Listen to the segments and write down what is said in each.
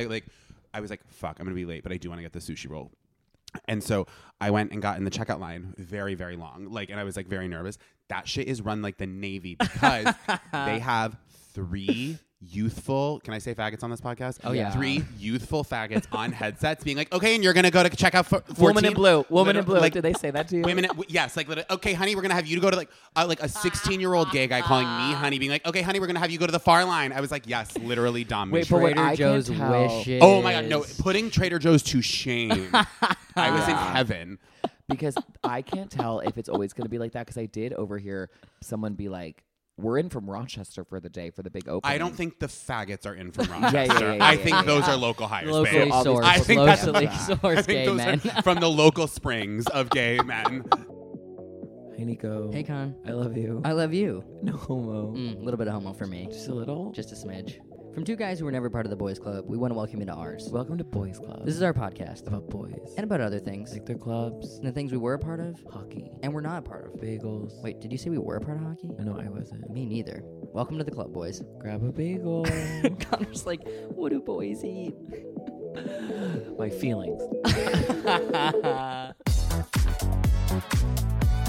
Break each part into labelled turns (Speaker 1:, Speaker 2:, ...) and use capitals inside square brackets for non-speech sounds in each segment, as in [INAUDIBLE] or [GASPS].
Speaker 1: I, like I was like, fuck, I'm gonna be late, but I do want to get the sushi roll. And so I went and got in the checkout line, very, very long. Like, and I was like very nervous. That shit is run like the Navy because
Speaker 2: [LAUGHS]
Speaker 1: they have three youthful. Can I say faggots on this podcast?
Speaker 2: Oh, yeah.
Speaker 1: three youthful faggots on headsets, being like, okay, and you're gonna go to checkout for 14?
Speaker 2: Woman in blue. Woman in
Speaker 1: Literally,
Speaker 2: blue.
Speaker 1: Like,
Speaker 2: Did they say that to you?
Speaker 1: Women, w- yes, like literally, okay, honey, we're gonna have you to go to like uh, like a 16 year old gay guy calling me honey, being like, okay, honey, we're gonna have you go to the far line. I was like, yes, literally, dumb.
Speaker 2: Wait, but what
Speaker 3: Trader
Speaker 2: I can't
Speaker 3: Joe's
Speaker 2: tell-
Speaker 3: wishes.
Speaker 1: Oh my god, no! Putting Trader Joe's to shame. I was in heaven.
Speaker 2: because I can't tell if it's always going to be like that. Because I did overhear someone be like, "We're in from Rochester for the day for the big opening."
Speaker 1: I don't think the faggots are in from
Speaker 2: yeah,
Speaker 1: Rochester.
Speaker 2: yeah, yeah,
Speaker 1: I
Speaker 2: yeah,
Speaker 1: think
Speaker 2: yeah,
Speaker 1: those
Speaker 2: yeah.
Speaker 1: are local hires,
Speaker 3: Locally
Speaker 1: babe.
Speaker 2: all these
Speaker 3: sourced,
Speaker 1: I think that's- [LAUGHS]
Speaker 3: locally
Speaker 1: I
Speaker 3: sourced
Speaker 1: think
Speaker 3: gay
Speaker 1: those [LAUGHS]
Speaker 3: men.
Speaker 1: are from the local springs of gay men.
Speaker 4: Hey, Nico.
Speaker 3: Hey, Con.
Speaker 4: I love you. Mm-hmm.
Speaker 3: I love you.
Speaker 4: no homo.
Speaker 3: Mm, a little bit of homo for me.
Speaker 4: Just a little.
Speaker 3: Just a smidge. From two guys who were never part of the boys' club, we want to welcome you to ours.
Speaker 4: Welcome to Boys Club.
Speaker 3: This is our podcast.
Speaker 4: about boys.
Speaker 3: And about other things.
Speaker 4: like their clubs,
Speaker 3: And the things we were a part of
Speaker 4: hockey,
Speaker 3: and we're not a part of.
Speaker 4: bagels.
Speaker 3: Wait, did you say we were a part of hockey?
Speaker 4: No, I wasn't.
Speaker 3: Me neither. Welcome to the club, boys.
Speaker 4: Grab a [LAUGHS] bagel.
Speaker 3: Connor's like, what do boys eat?
Speaker 4: my feelings.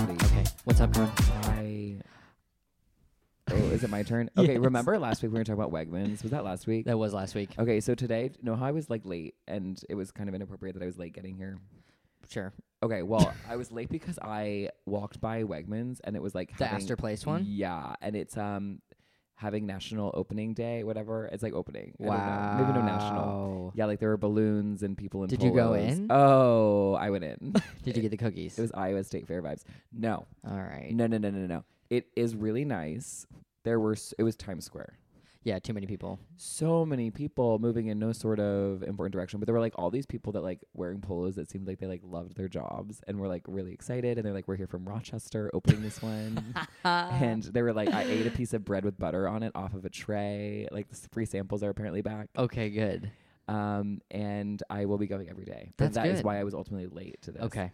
Speaker 3: Okay, what's up, Connor?
Speaker 4: I. Oh, is it my turn? Okay, remember last week we were talking about Wegmans? Was that last week?
Speaker 3: That was last week.
Speaker 4: Okay, so today, no, how I was like late, and it was kind of inappropriate that I was late getting here.
Speaker 3: Sure. [LAUGHS]
Speaker 4: Okay, well, I was late because I walked by Wegmans, and it was like
Speaker 3: The
Speaker 4: having-
Speaker 3: Astor Place one?
Speaker 4: Yeah, and it's um having National Opening Day, whatever. It's like opening. I don't know. Maybe no national.
Speaker 3: Wow.
Speaker 4: Yeah, like there were balloons and people in.
Speaker 3: Did you go
Speaker 4: polos.
Speaker 3: in?
Speaker 4: Oh, I went in.
Speaker 3: [LAUGHS] Did you get the cookies?
Speaker 4: it was Iowa State Fair vibes. No,
Speaker 3: All right.
Speaker 4: no, no, no, no, no. It is really nice. There were. s- It was Times Square
Speaker 3: Yeah, too many people.
Speaker 4: so many people moving in no sort of important direction but there were like all these people that like wearing polos that seemed like they like loved their jobs and were like really excited and they're like we're here from rochester opening
Speaker 3: [LAUGHS]
Speaker 4: this one and they were like i ate a piece of bread with butter on it off of a tray like the s- free samples are apparently back
Speaker 3: Okay, good.
Speaker 4: um and i will be going every day
Speaker 3: That's
Speaker 4: that is
Speaker 3: good.
Speaker 4: why i was ultimately late to this
Speaker 3: Okay.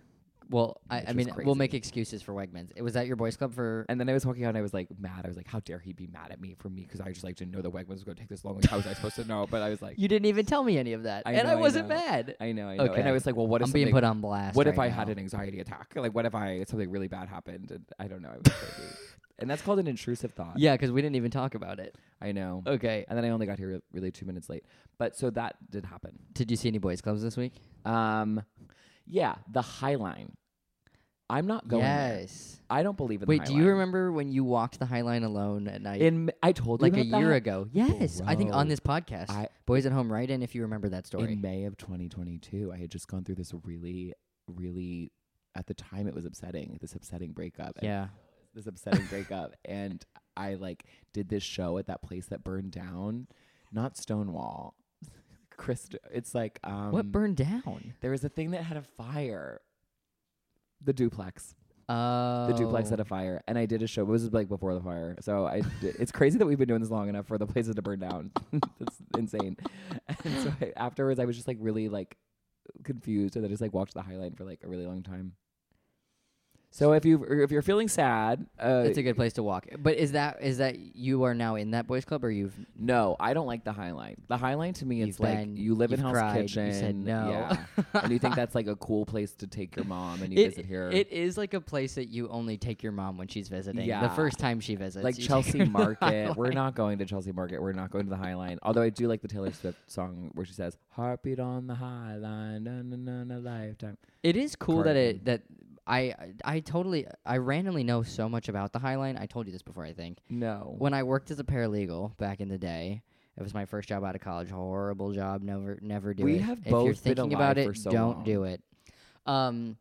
Speaker 3: Well, I,
Speaker 4: Which
Speaker 3: I
Speaker 4: was
Speaker 3: mean, we'll
Speaker 4: crazy.
Speaker 3: make excuses for Wegmans. It was that your boys' club for?
Speaker 4: and then I was walking out and I was like mad. I was like, how dare he be mad at me for me? Because I just like didn't know the Wegmans was going to take this long. Like, how was I supposed to know? But I was like,
Speaker 3: You didn't even tell me any of that,
Speaker 4: I
Speaker 3: and
Speaker 4: know,
Speaker 3: I
Speaker 4: I
Speaker 3: wasn't
Speaker 4: know.
Speaker 3: mad.
Speaker 4: I know, I know. And
Speaker 3: Okay.
Speaker 4: I was like, well, what if
Speaker 3: I'm being
Speaker 4: something-
Speaker 3: put on blast.
Speaker 4: What if
Speaker 3: right
Speaker 4: I had
Speaker 3: now.
Speaker 4: an anxiety attack? Like, what if I something really bad happened? And I don't know. I was
Speaker 3: [LAUGHS]
Speaker 4: crazy. and that's called an intrusive thought.
Speaker 3: Yeah, because we didn't even talk about it. Uh,
Speaker 4: I know.
Speaker 3: Okay.
Speaker 4: And then I only got here re- really two minutes late. But so that did happen.
Speaker 3: Did you see any boys' clubs this week?
Speaker 4: Um, yeah, the High Line. I'm not going. there.
Speaker 3: yes.
Speaker 4: I don't believe in.
Speaker 3: Wait,
Speaker 4: the High
Speaker 3: do you
Speaker 4: Line.
Speaker 3: remember when you walked the High Line alone at night?
Speaker 4: In I told
Speaker 3: like
Speaker 4: you
Speaker 3: a
Speaker 4: about
Speaker 3: year
Speaker 4: that?
Speaker 3: ago. Yes, I think on
Speaker 4: Bro.
Speaker 3: this podcast.
Speaker 4: I-
Speaker 3: Boys at home, write in if you remember that
Speaker 4: In
Speaker 3: story.
Speaker 4: May of 2022, I had just gone through this really, really. At the time, it was upsetting. This upsetting breakup. And
Speaker 3: Yeah.
Speaker 4: this upsetting breakup and I like did this show at that place that burned down, not Stonewall. [LAUGHS] Christ it's like um
Speaker 3: what burned down?
Speaker 4: there was a thing that had a fire. The duplex.
Speaker 3: Uh,
Speaker 4: The duplex had a fire and I did a show. It was like before the fire. So I did, it's crazy that we've been doing this long enough for the places to burn down. [LAUGHS] That's insane. And so I, afterwards I was just like really like confused and I just like watched the highlight for like a really long time. So if you if you're feeling sad, uh,
Speaker 3: It's a good place to walk. But is that is that you are now in that boys' club or you've
Speaker 4: No, I don't like the Highline. The Highline to me, it's
Speaker 3: You've
Speaker 4: like
Speaker 3: been-
Speaker 4: you live in
Speaker 3: you've
Speaker 4: House
Speaker 3: cried, you
Speaker 4: Kitchen.
Speaker 3: said no.
Speaker 4: Yeah. and you think that's like a cool place to take your mom and you visit here.
Speaker 3: [LAUGHS] It is like a place that you only take your mom when she's visiting. The
Speaker 4: Yeah.
Speaker 3: first time she visits.
Speaker 4: like
Speaker 3: you take
Speaker 4: [LAUGHS] Chelsea
Speaker 3: her to the
Speaker 4: Market. We're
Speaker 3: Highline.
Speaker 4: not going to Chelsea Market. We're not going to the High Line. Although I do like the Taylor Swift song where she says, Heartbeat on the High Line, na na na na lifetime.
Speaker 3: [LAUGHS] It is cool that
Speaker 4: Cardigan.
Speaker 3: it that I I totally I randomly know so much about the Highline. I told you this before, I think.
Speaker 4: No.
Speaker 3: When I worked as a paralegal back in the day, it was my first job out of college. Horrible job. Never never do
Speaker 4: We
Speaker 3: it.
Speaker 4: have
Speaker 3: if
Speaker 4: both
Speaker 3: you're
Speaker 4: been
Speaker 3: thinking
Speaker 4: alive
Speaker 3: about it,
Speaker 4: for so
Speaker 3: don't
Speaker 4: long.
Speaker 3: do it. Um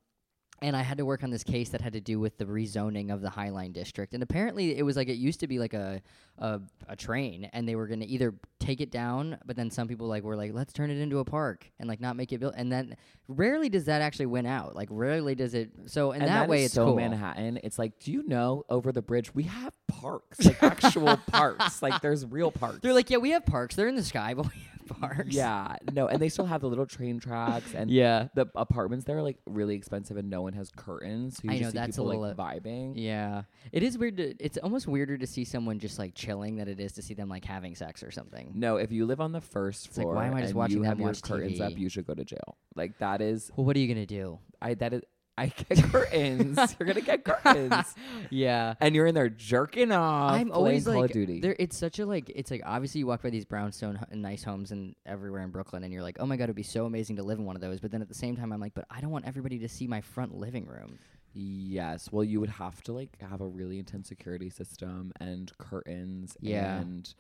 Speaker 3: and I had to work on this case that had to do with the rezoning of the Highline district. And apparently it was like it used to be like a a, a train and they were going to either take it down, but then some people like were like let's turn it into a park and like not make it built and then rarely does that actually win out. Like rarely does it. So in
Speaker 4: and
Speaker 3: that,
Speaker 4: is
Speaker 3: way it's
Speaker 4: so
Speaker 3: cool.
Speaker 4: Manhattan. It's like, do you know over the bridge we [LAUGHS] have parks, like actual parks, like there's real parks.
Speaker 3: They're like, yeah, we have parks. They're in the sky, [LAUGHS] but we have parks.
Speaker 4: Yeah, no, and they still have the little train tracks and
Speaker 3: Yeah.
Speaker 4: the apartments there are like really expensive and no one has curtains. So you
Speaker 3: I
Speaker 4: just
Speaker 3: know,
Speaker 4: see
Speaker 3: that's a
Speaker 4: people
Speaker 3: little-
Speaker 4: like vibing.
Speaker 3: Yeah. It is weird to it's almost weirder to see someone just like chilling than it is to see them like having sex or something.
Speaker 4: No, if you live on the first
Speaker 3: like,
Speaker 4: floor
Speaker 3: why am I just
Speaker 4: and
Speaker 3: watching
Speaker 4: you
Speaker 3: them
Speaker 4: have your
Speaker 3: watch
Speaker 4: curtains up,
Speaker 3: TV?
Speaker 4: you should go to jail. Like that is
Speaker 3: Well, what are you going to do?
Speaker 4: I that is [LAUGHS] I get
Speaker 3: [LAUGHS]
Speaker 4: curtains. You're gonna get curtains,
Speaker 3: Yeah.
Speaker 4: and you're in there jerking off.
Speaker 3: I'm always
Speaker 4: playing Call
Speaker 3: like,
Speaker 4: of Duty.
Speaker 3: there. It's such a like. It's like obviously you walk by these brownstone h- nice homes and everywhere in Brooklyn, and you're like, oh my god, it'd be so amazing to live in one of those. But then at the same time, I'm like, but I don't want everybody to see my front living room.
Speaker 4: Yes. Well, you would have to like have a really intense security system and curtains.
Speaker 3: Yeah.
Speaker 4: And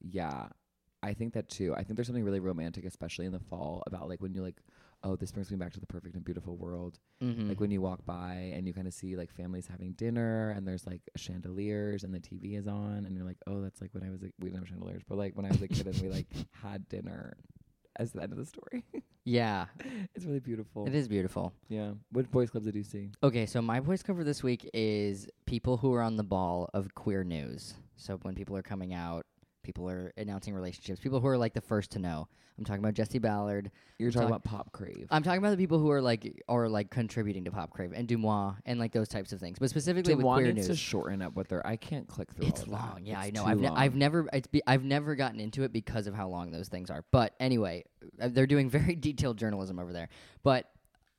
Speaker 4: yeah, I think that too. I think there's something really romantic, especially in the fall, about like when you like, oh, this brings me back to the perfect and beautiful world.
Speaker 3: Mm-hmm.
Speaker 4: Like when you walk by and you kind of see like families having dinner and there's like chandeliers and the TV is on and you're like, oh, that's like when I was like, we didn't have chandeliers, but like when I was a kid and
Speaker 3: [LAUGHS]
Speaker 4: we like had dinner. As the end of the story, [LAUGHS]
Speaker 3: yeah,
Speaker 4: it's really beautiful.
Speaker 3: it is beautiful.
Speaker 4: Yeah. What boys clubs did you see?
Speaker 3: Okay, so my voice cover this week is people who are on the ball of queer news. So when people are coming out, people are announcing relationships, people who are like the first to know. I'm talking about Jesse Ballard.
Speaker 4: You're
Speaker 3: I'm
Speaker 4: talking
Speaker 3: talk-
Speaker 4: about Pop Crave.
Speaker 3: I'm talking about the people who are like are like contributing to Pop Crave and Dumois and like those types of things, but specifically
Speaker 4: They
Speaker 3: with
Speaker 4: want
Speaker 3: queer
Speaker 4: needs
Speaker 3: news.
Speaker 4: to shorten up what they're. I can't click through.
Speaker 3: It's
Speaker 4: all of that.
Speaker 3: long. Yeah, I
Speaker 4: It's
Speaker 3: know.
Speaker 4: too
Speaker 3: I've, ne- I've
Speaker 4: long.
Speaker 3: never it's be- I've never gotten into it because of how long those things are. But anyway, uh, they're doing [LAUGHS] very detailed journalism over there. But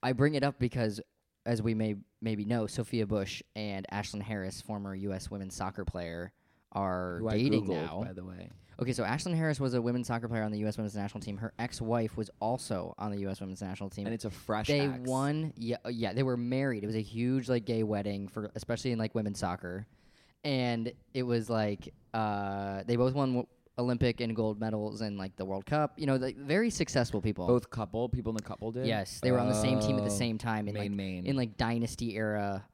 Speaker 3: I bring it up because as we may maybe know, Sophia Bush and Ashlyn Harris, former US women's soccer player, are
Speaker 4: Who I
Speaker 3: dating
Speaker 4: Googled,
Speaker 3: now.
Speaker 4: By the way,
Speaker 3: Okay, so Ashlyn Harris was a women's soccer player on the US women's national team. Her ex-wife was also on the US women's national team
Speaker 4: and it's a fresh.
Speaker 3: they
Speaker 4: ex.
Speaker 3: won yeah uh, yeah they were married it was a huge like gay wedding for especially in like women's soccer and it was like uh they both won w- olympic and gold medals and like the world cup you know like very successful people
Speaker 4: both couple people in the couple did.
Speaker 3: yes they were on the same team at the
Speaker 4: Oh,
Speaker 3: same time in
Speaker 4: Main
Speaker 3: like
Speaker 4: main
Speaker 3: in like dynasty era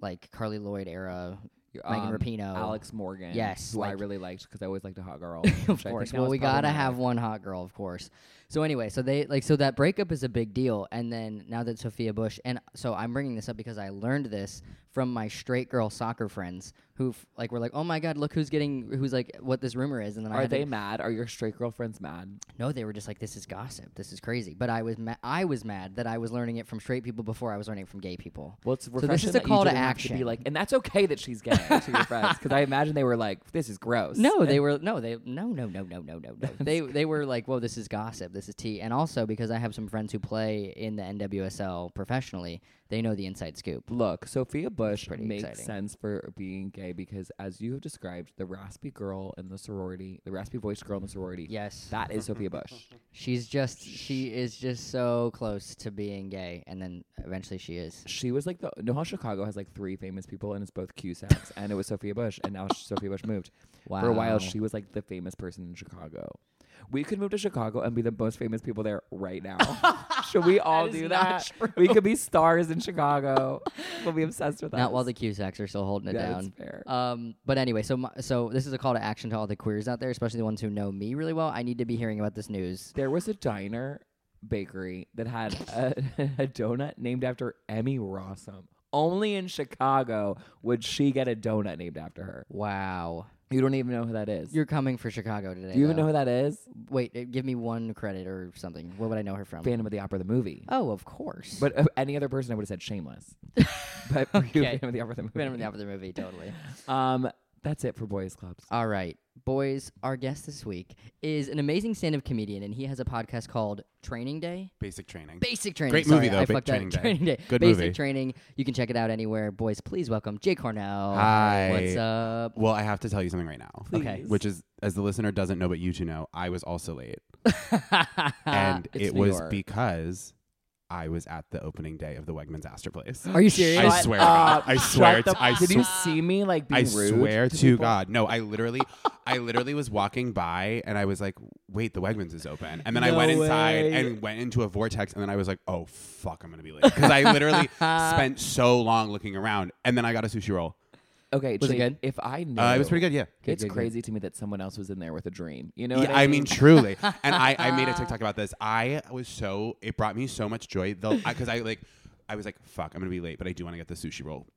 Speaker 3: like carly lloyd era
Speaker 4: Your,
Speaker 3: Megan
Speaker 4: um,
Speaker 3: rapino
Speaker 4: Alex Morgan.
Speaker 3: Yes,
Speaker 4: who I
Speaker 3: like-
Speaker 4: really liked because I always liked a hot girl.
Speaker 3: [LAUGHS] of course. Well, we gotta have one hot girl, of course. So anyway, so they like so that breakup is a big deal, and then now that Sophia Bush and so I'm bringing this up because I learned this from my straight girl soccer friends who f- like were like, oh my god, look who's getting who's like what this rumor is, and then I
Speaker 4: Are
Speaker 3: had to,
Speaker 4: they mad? Are your straight girlfriends mad?
Speaker 3: no, they were just like this is gossip, this is crazy. But I was ma- I was mad that I was learning it from straight people before I was learning it from gay people.
Speaker 4: Well, it's
Speaker 3: this
Speaker 4: refreshing
Speaker 3: is a
Speaker 4: that you
Speaker 3: call to
Speaker 4: didn't have be
Speaker 3: action.
Speaker 4: like, and that's okay that she's
Speaker 3: [LAUGHS]
Speaker 4: gay to your friends because I imagine they were like, this is gross.
Speaker 3: No, they were no, they no, no, no, no, no, no, no. they they were like, "Whoa, this is gossip. This is tea." And also because I have some friends who play in the NWSL professionally, they know the inside scoop.
Speaker 4: Look, Sophia Bush
Speaker 3: pretty
Speaker 4: makes
Speaker 3: exciting.
Speaker 4: sense for being gay because, as you have described, the raspy girl in the sorority, the raspy voiced girl in the sorority,
Speaker 3: Yes,
Speaker 4: that is Sophia Bush.
Speaker 3: she's just she is just so close to being gay, and then eventually she is.
Speaker 4: She was like the know how Chicago has like three famous people and it's both Cusacks and it was Sophia Bush and
Speaker 3: [LAUGHS]
Speaker 4: now Sophia Bush moved.
Speaker 3: Wow.
Speaker 4: For a while, she was like the famous person in Chicago. We could move to Chicago and be the most famous people there right
Speaker 3: [LAUGHS]
Speaker 4: now. Should we all
Speaker 3: is
Speaker 4: do
Speaker 3: not
Speaker 4: that? We could be stars in Chicago. We'll be obsessed with that.
Speaker 3: not while the Cusacks are still holding it
Speaker 4: yeah,
Speaker 3: down.
Speaker 4: It's fair.
Speaker 3: Um, but anyway, so my, so this is a call to action to all the queers out there, especially the ones who know me really well. I need to be hearing about this news.
Speaker 4: There was a diner bakery that had a, [LAUGHS] a donut named after Emmy Rossum. Only in Chicago would she get a donut named after her.
Speaker 3: Wow,
Speaker 4: You don't even know who that is.
Speaker 3: you're coming for Chicago today.
Speaker 4: Do you even
Speaker 3: though.
Speaker 4: know who that is?
Speaker 3: Wait, uh, give me one credit or something. Where would I know her from?
Speaker 4: Phantom of the Opera, the movie.
Speaker 3: Oh, of course.
Speaker 4: But uh, any other person, I would have said [LAUGHS] Shameless. but for you,
Speaker 3: Okay.
Speaker 4: Phantom of the Opera, the movie.
Speaker 3: Phantom of the Opera the
Speaker 1: [LAUGHS]
Speaker 3: movie, totally.
Speaker 4: Um, that's it for boys' clubs.
Speaker 3: All right, boys. Our guest this week is an amazing stand-up comedian, and he has a podcast called Training Day.
Speaker 1: Basic training.
Speaker 3: Basic training.
Speaker 1: Great
Speaker 3: Sorry,
Speaker 1: movie, though,
Speaker 3: I
Speaker 1: Big
Speaker 3: fucked
Speaker 1: Training
Speaker 3: up.
Speaker 1: Day.
Speaker 3: Training Day.
Speaker 1: Good
Speaker 3: Basic
Speaker 1: movie.
Speaker 3: training. You can check it out anywhere. Boys, please welcome Jay Cornell.
Speaker 1: Hi.
Speaker 3: What's up?
Speaker 1: Well, I have to tell you something right now.
Speaker 3: Okay.
Speaker 1: Which is, as the listener doesn't know, but you two know, I was also late. [LAUGHS]
Speaker 3: Uh,
Speaker 1: and
Speaker 4: it's
Speaker 1: it
Speaker 4: New
Speaker 1: was
Speaker 4: York.
Speaker 1: because I was at the opening day of the Wegmans Astor Place.
Speaker 3: Are you serious?
Speaker 1: I swear to God.
Speaker 4: up.
Speaker 1: I swear
Speaker 4: uh, Shut
Speaker 1: to
Speaker 4: the-
Speaker 1: I
Speaker 4: Did
Speaker 1: sw-
Speaker 4: you see me like being
Speaker 1: I
Speaker 4: rude?
Speaker 1: swear to,
Speaker 4: people?
Speaker 1: God. No, I literally I literally was walking by and I was like, wait, the Wegmans is open. And then I
Speaker 4: No
Speaker 1: went inside
Speaker 4: way.
Speaker 1: and went into a vortex and then I was like, oh fuck, I'm gonna be late. Because I
Speaker 4: [LAUGHS]
Speaker 1: literally spent so long looking around and then I got a sushi roll.
Speaker 4: Okay,
Speaker 3: Was it
Speaker 4: Jake,
Speaker 3: good?
Speaker 4: If I knew,
Speaker 1: Uh, it was pretty good, yeah.
Speaker 4: it's
Speaker 3: good, good.
Speaker 4: crazy to me that someone else was in there with a dream. You know,
Speaker 1: Yeah,
Speaker 4: what
Speaker 1: I mean, truly. And I, I
Speaker 4: [LAUGHS]
Speaker 1: made a TikTok about this. I was so it brought me so much joy though because I, like I was like fuck I'm gonna be late, but I do want to get the sushi roll.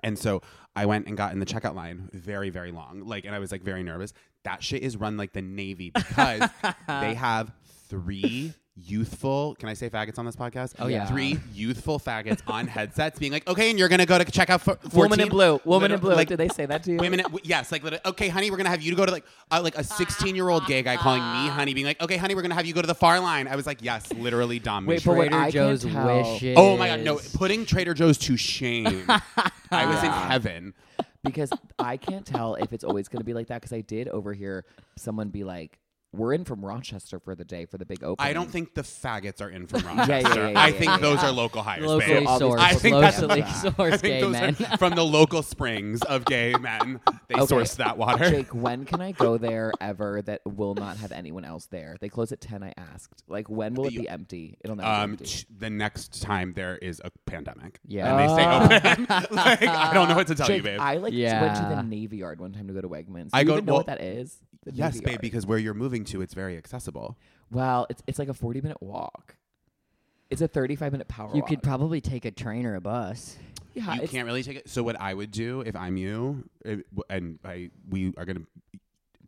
Speaker 1: And so I went and got in the checkout line, very very long, like, and I was like very nervous. That shit is run like the
Speaker 4: [LAUGHS]
Speaker 1: Navy because they have three youthful, can I say faggots on this podcast?
Speaker 3: Oh, yeah.
Speaker 1: Three youthful faggots on headsets being like, okay, and you're going to go to check out for 14?
Speaker 4: Woman in blue. Woman in
Speaker 1: Literally,
Speaker 4: blue.
Speaker 1: like,
Speaker 4: Did they say that to you?
Speaker 1: Women, w- yes, like literally, okay, honey, we're gonna have you to go to like uh, like a 16 year old gay guy calling me
Speaker 4: Uh-huh.
Speaker 1: honey, being like, okay, honey, we're gonna have you go to the far line. I was like, yes, literally
Speaker 4: Wait,
Speaker 1: domination.
Speaker 4: but wait,
Speaker 3: Trader
Speaker 4: I
Speaker 3: Joe's
Speaker 4: can't tell.
Speaker 3: wishes.
Speaker 1: oh my god, no, putting Trader Joe's to
Speaker 4: [LAUGHS]
Speaker 1: shame. I was in
Speaker 4: Yeah.
Speaker 1: heaven.
Speaker 4: [LAUGHS] because I can't tell if it's always going to be like that. Because I did overhear someone be like, "We're in from Rochester for the day for the big open."
Speaker 1: I don't think the faggots are in from
Speaker 4: [LAUGHS] yeah,
Speaker 1: Rochester.
Speaker 4: yeah, yeah,
Speaker 1: I
Speaker 4: yeah,
Speaker 1: think
Speaker 4: yeah.
Speaker 1: those are local hires,
Speaker 3: Locally
Speaker 1: babe.
Speaker 4: all these
Speaker 3: sourced,
Speaker 1: I think that's [LAUGHS]
Speaker 3: locally
Speaker 1: I
Speaker 3: sourced
Speaker 1: think
Speaker 3: gay
Speaker 1: those [LAUGHS]
Speaker 3: men.
Speaker 1: are from the local springs of gay men. They
Speaker 4: Okay.
Speaker 1: sourced that water.
Speaker 4: Jake, when can I go there ever that will not have anyone else there? They close at ten. I asked, like, when will it
Speaker 1: You-
Speaker 4: be empty? It'll
Speaker 1: [LAUGHS]
Speaker 4: never
Speaker 1: Um,
Speaker 4: be empty.
Speaker 1: t- the next time there is a pandemic,
Speaker 3: Yeah.
Speaker 1: and they stay open. [LAUGHS] like, I don't know what to tell you,
Speaker 4: Jake,
Speaker 1: babe.
Speaker 4: I like went to
Speaker 3: Yeah.
Speaker 4: the Navy Yard one time to go to Wegmans. Do
Speaker 1: I
Speaker 4: you
Speaker 1: go-
Speaker 4: even know what
Speaker 1: well,
Speaker 4: that is? The
Speaker 1: Yes,
Speaker 4: Navy
Speaker 1: babe,
Speaker 4: Yard.
Speaker 1: because where you're moving to, it's very accessible.
Speaker 4: Well, it's it's like a forty minute walk. It's a thirty five minute power.
Speaker 3: You
Speaker 4: walk.
Speaker 3: could probably take a train or a bus.
Speaker 4: yeah,
Speaker 1: you
Speaker 4: Uh, it's-
Speaker 1: can't really take it. So what I would do if I'm you, it- and I we are gonna.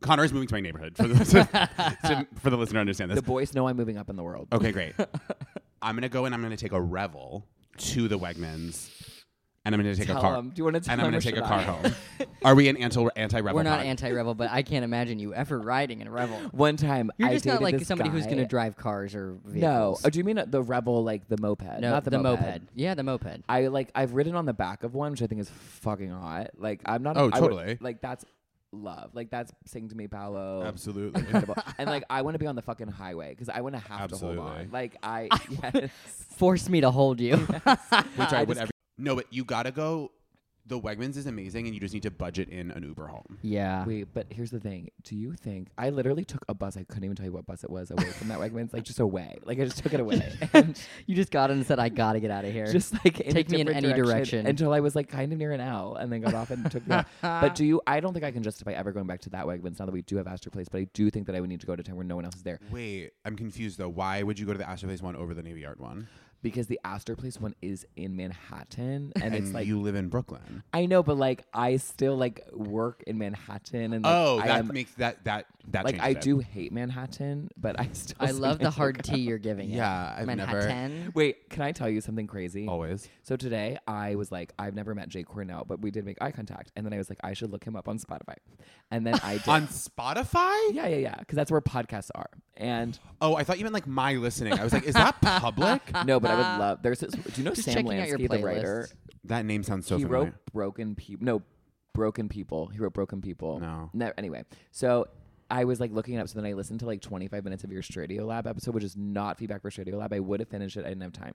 Speaker 1: Connor is moving to my neighborhood for the,
Speaker 4: [LAUGHS]
Speaker 1: to- for the listener to understand this.
Speaker 4: the boys know I'm moving up in the world.
Speaker 1: Okay,
Speaker 4: [LAUGHS]
Speaker 1: great. I'm gonna go and I'm gonna take a revel to the Wegmans, and I'm gonna take a
Speaker 4: Tell
Speaker 1: car.
Speaker 4: 'em. Do you want to tell
Speaker 1: and I'm
Speaker 4: them
Speaker 1: gonna
Speaker 4: or
Speaker 1: take a
Speaker 4: should
Speaker 1: car
Speaker 4: I?
Speaker 1: home.
Speaker 4: [LAUGHS]
Speaker 1: Are we an anti anti revel?
Speaker 3: We're not anti-revel, but I can't imagine you ever riding in a revel.
Speaker 4: One time,
Speaker 3: You're
Speaker 4: I
Speaker 3: just not
Speaker 4: dated
Speaker 3: like
Speaker 4: this
Speaker 3: somebody who's going to
Speaker 4: guy-
Speaker 3: drive cars or
Speaker 4: No,
Speaker 3: vehicles.
Speaker 4: oh, do you mean uh, the rebel like the moped?
Speaker 3: no,
Speaker 4: not the,
Speaker 3: Yeah, the moped.
Speaker 4: I like I've ridden on the back of one, which I think is fucking hot. Like I'm not.
Speaker 1: Oh,
Speaker 4: I would-
Speaker 1: totally.
Speaker 4: like that's love. Like that's sing to me, Paolo.
Speaker 1: Absolutely.
Speaker 4: Incredible. and like I want to be on the fucking highway because I want to have to hold
Speaker 1: Absolutely.
Speaker 4: on. Like I, yes.
Speaker 3: Force me to hold you.
Speaker 4: [LAUGHS]
Speaker 1: Which I
Speaker 4: I
Speaker 1: would
Speaker 4: just-
Speaker 1: ever. No, but you gotta go. The Wegmans is amazing, and you just need to budget in an Uber home.
Speaker 3: [LAUGHS] yeah. [LAUGHS]
Speaker 4: Wait, but here's the thing. Do you think I literally took a bus? I couldn't even tell you what bus it was away from that Wegmans. Like just away. Like I just took it away.
Speaker 3: [LAUGHS]
Speaker 4: And
Speaker 3: you just got in and said, I got to get out of here.
Speaker 4: just like in a
Speaker 3: Take me in
Speaker 4: different
Speaker 3: any direction.
Speaker 4: until I was like kind of near an L, and then got off and took.
Speaker 3: [LAUGHS]
Speaker 4: The L. But do you? I don't think I can justify ever going back to that Wegmans now that we do have Astor Place. But I do think that I would need to go to a time where no one else is there
Speaker 1: Wait, I'm confused though. Why would you go to the Astor Place one over the Navy Yard one?
Speaker 4: because the Astor Place one is in Manhattan, and
Speaker 1: And,
Speaker 4: it's like
Speaker 1: you live in Brooklyn.
Speaker 4: I know, but like I still like work in Manhattan, and like,
Speaker 1: oh,
Speaker 4: I
Speaker 1: that
Speaker 4: am,
Speaker 1: makes that that that
Speaker 4: like
Speaker 1: changes
Speaker 4: I
Speaker 1: it.
Speaker 4: do hate Manhattan, but I [LAUGHS] still.
Speaker 3: I love the
Speaker 4: sometimes
Speaker 3: hard
Speaker 4: look
Speaker 3: tea you're giving it.
Speaker 1: Yeah, I've never-
Speaker 3: Manhattan.
Speaker 4: [LAUGHS] Wait, can I tell you something crazy?
Speaker 1: always.
Speaker 4: So today I was like, I've never met Jay Cornell, but we did make eye contact, and then I was like, I should look him up on Spotify, and then
Speaker 1: [LAUGHS]
Speaker 4: I did.
Speaker 1: On Spotify?
Speaker 4: Yeah, yeah, yeah. Because that's where podcasts are. And
Speaker 1: Oh, I thought you meant like my listening. I was like, is that
Speaker 4: [LAUGHS]
Speaker 1: public?
Speaker 4: no, but I would love. There's this. Do you know
Speaker 3: Uh, Just
Speaker 4: Sam
Speaker 3: checking out your
Speaker 4: Lansky, the writer?
Speaker 3: playlist.
Speaker 1: that name sounds so
Speaker 4: he
Speaker 1: familiar.
Speaker 4: wrote Broken People. No, Broken People. He wrote Broken People.
Speaker 1: No.
Speaker 4: Anyway, so I was like looking it up. So then I listened to like 25 minutes of your Stradio Lab episode, which is not feedback for Stradio Lab. I would have finished it. I didn't
Speaker 3: [LAUGHS]
Speaker 4: have time.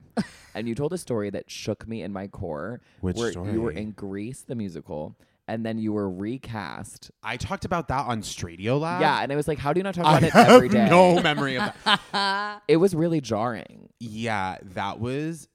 Speaker 4: and you told a story that shook me in my core.
Speaker 1: Which
Speaker 4: where You were
Speaker 1: story?
Speaker 4: in Greece, the musical, and then you were recast.
Speaker 1: I talked about that on Stradio
Speaker 3: Uh,
Speaker 1: Lab.
Speaker 4: yeah, and I was like, how do you not talk
Speaker 1: I
Speaker 4: about it
Speaker 1: have
Speaker 4: every
Speaker 3: [LAUGHS]
Speaker 4: day?
Speaker 1: no memory of
Speaker 4: [LAUGHS]
Speaker 1: that.
Speaker 4: It was really jarring.
Speaker 1: yeah, that was.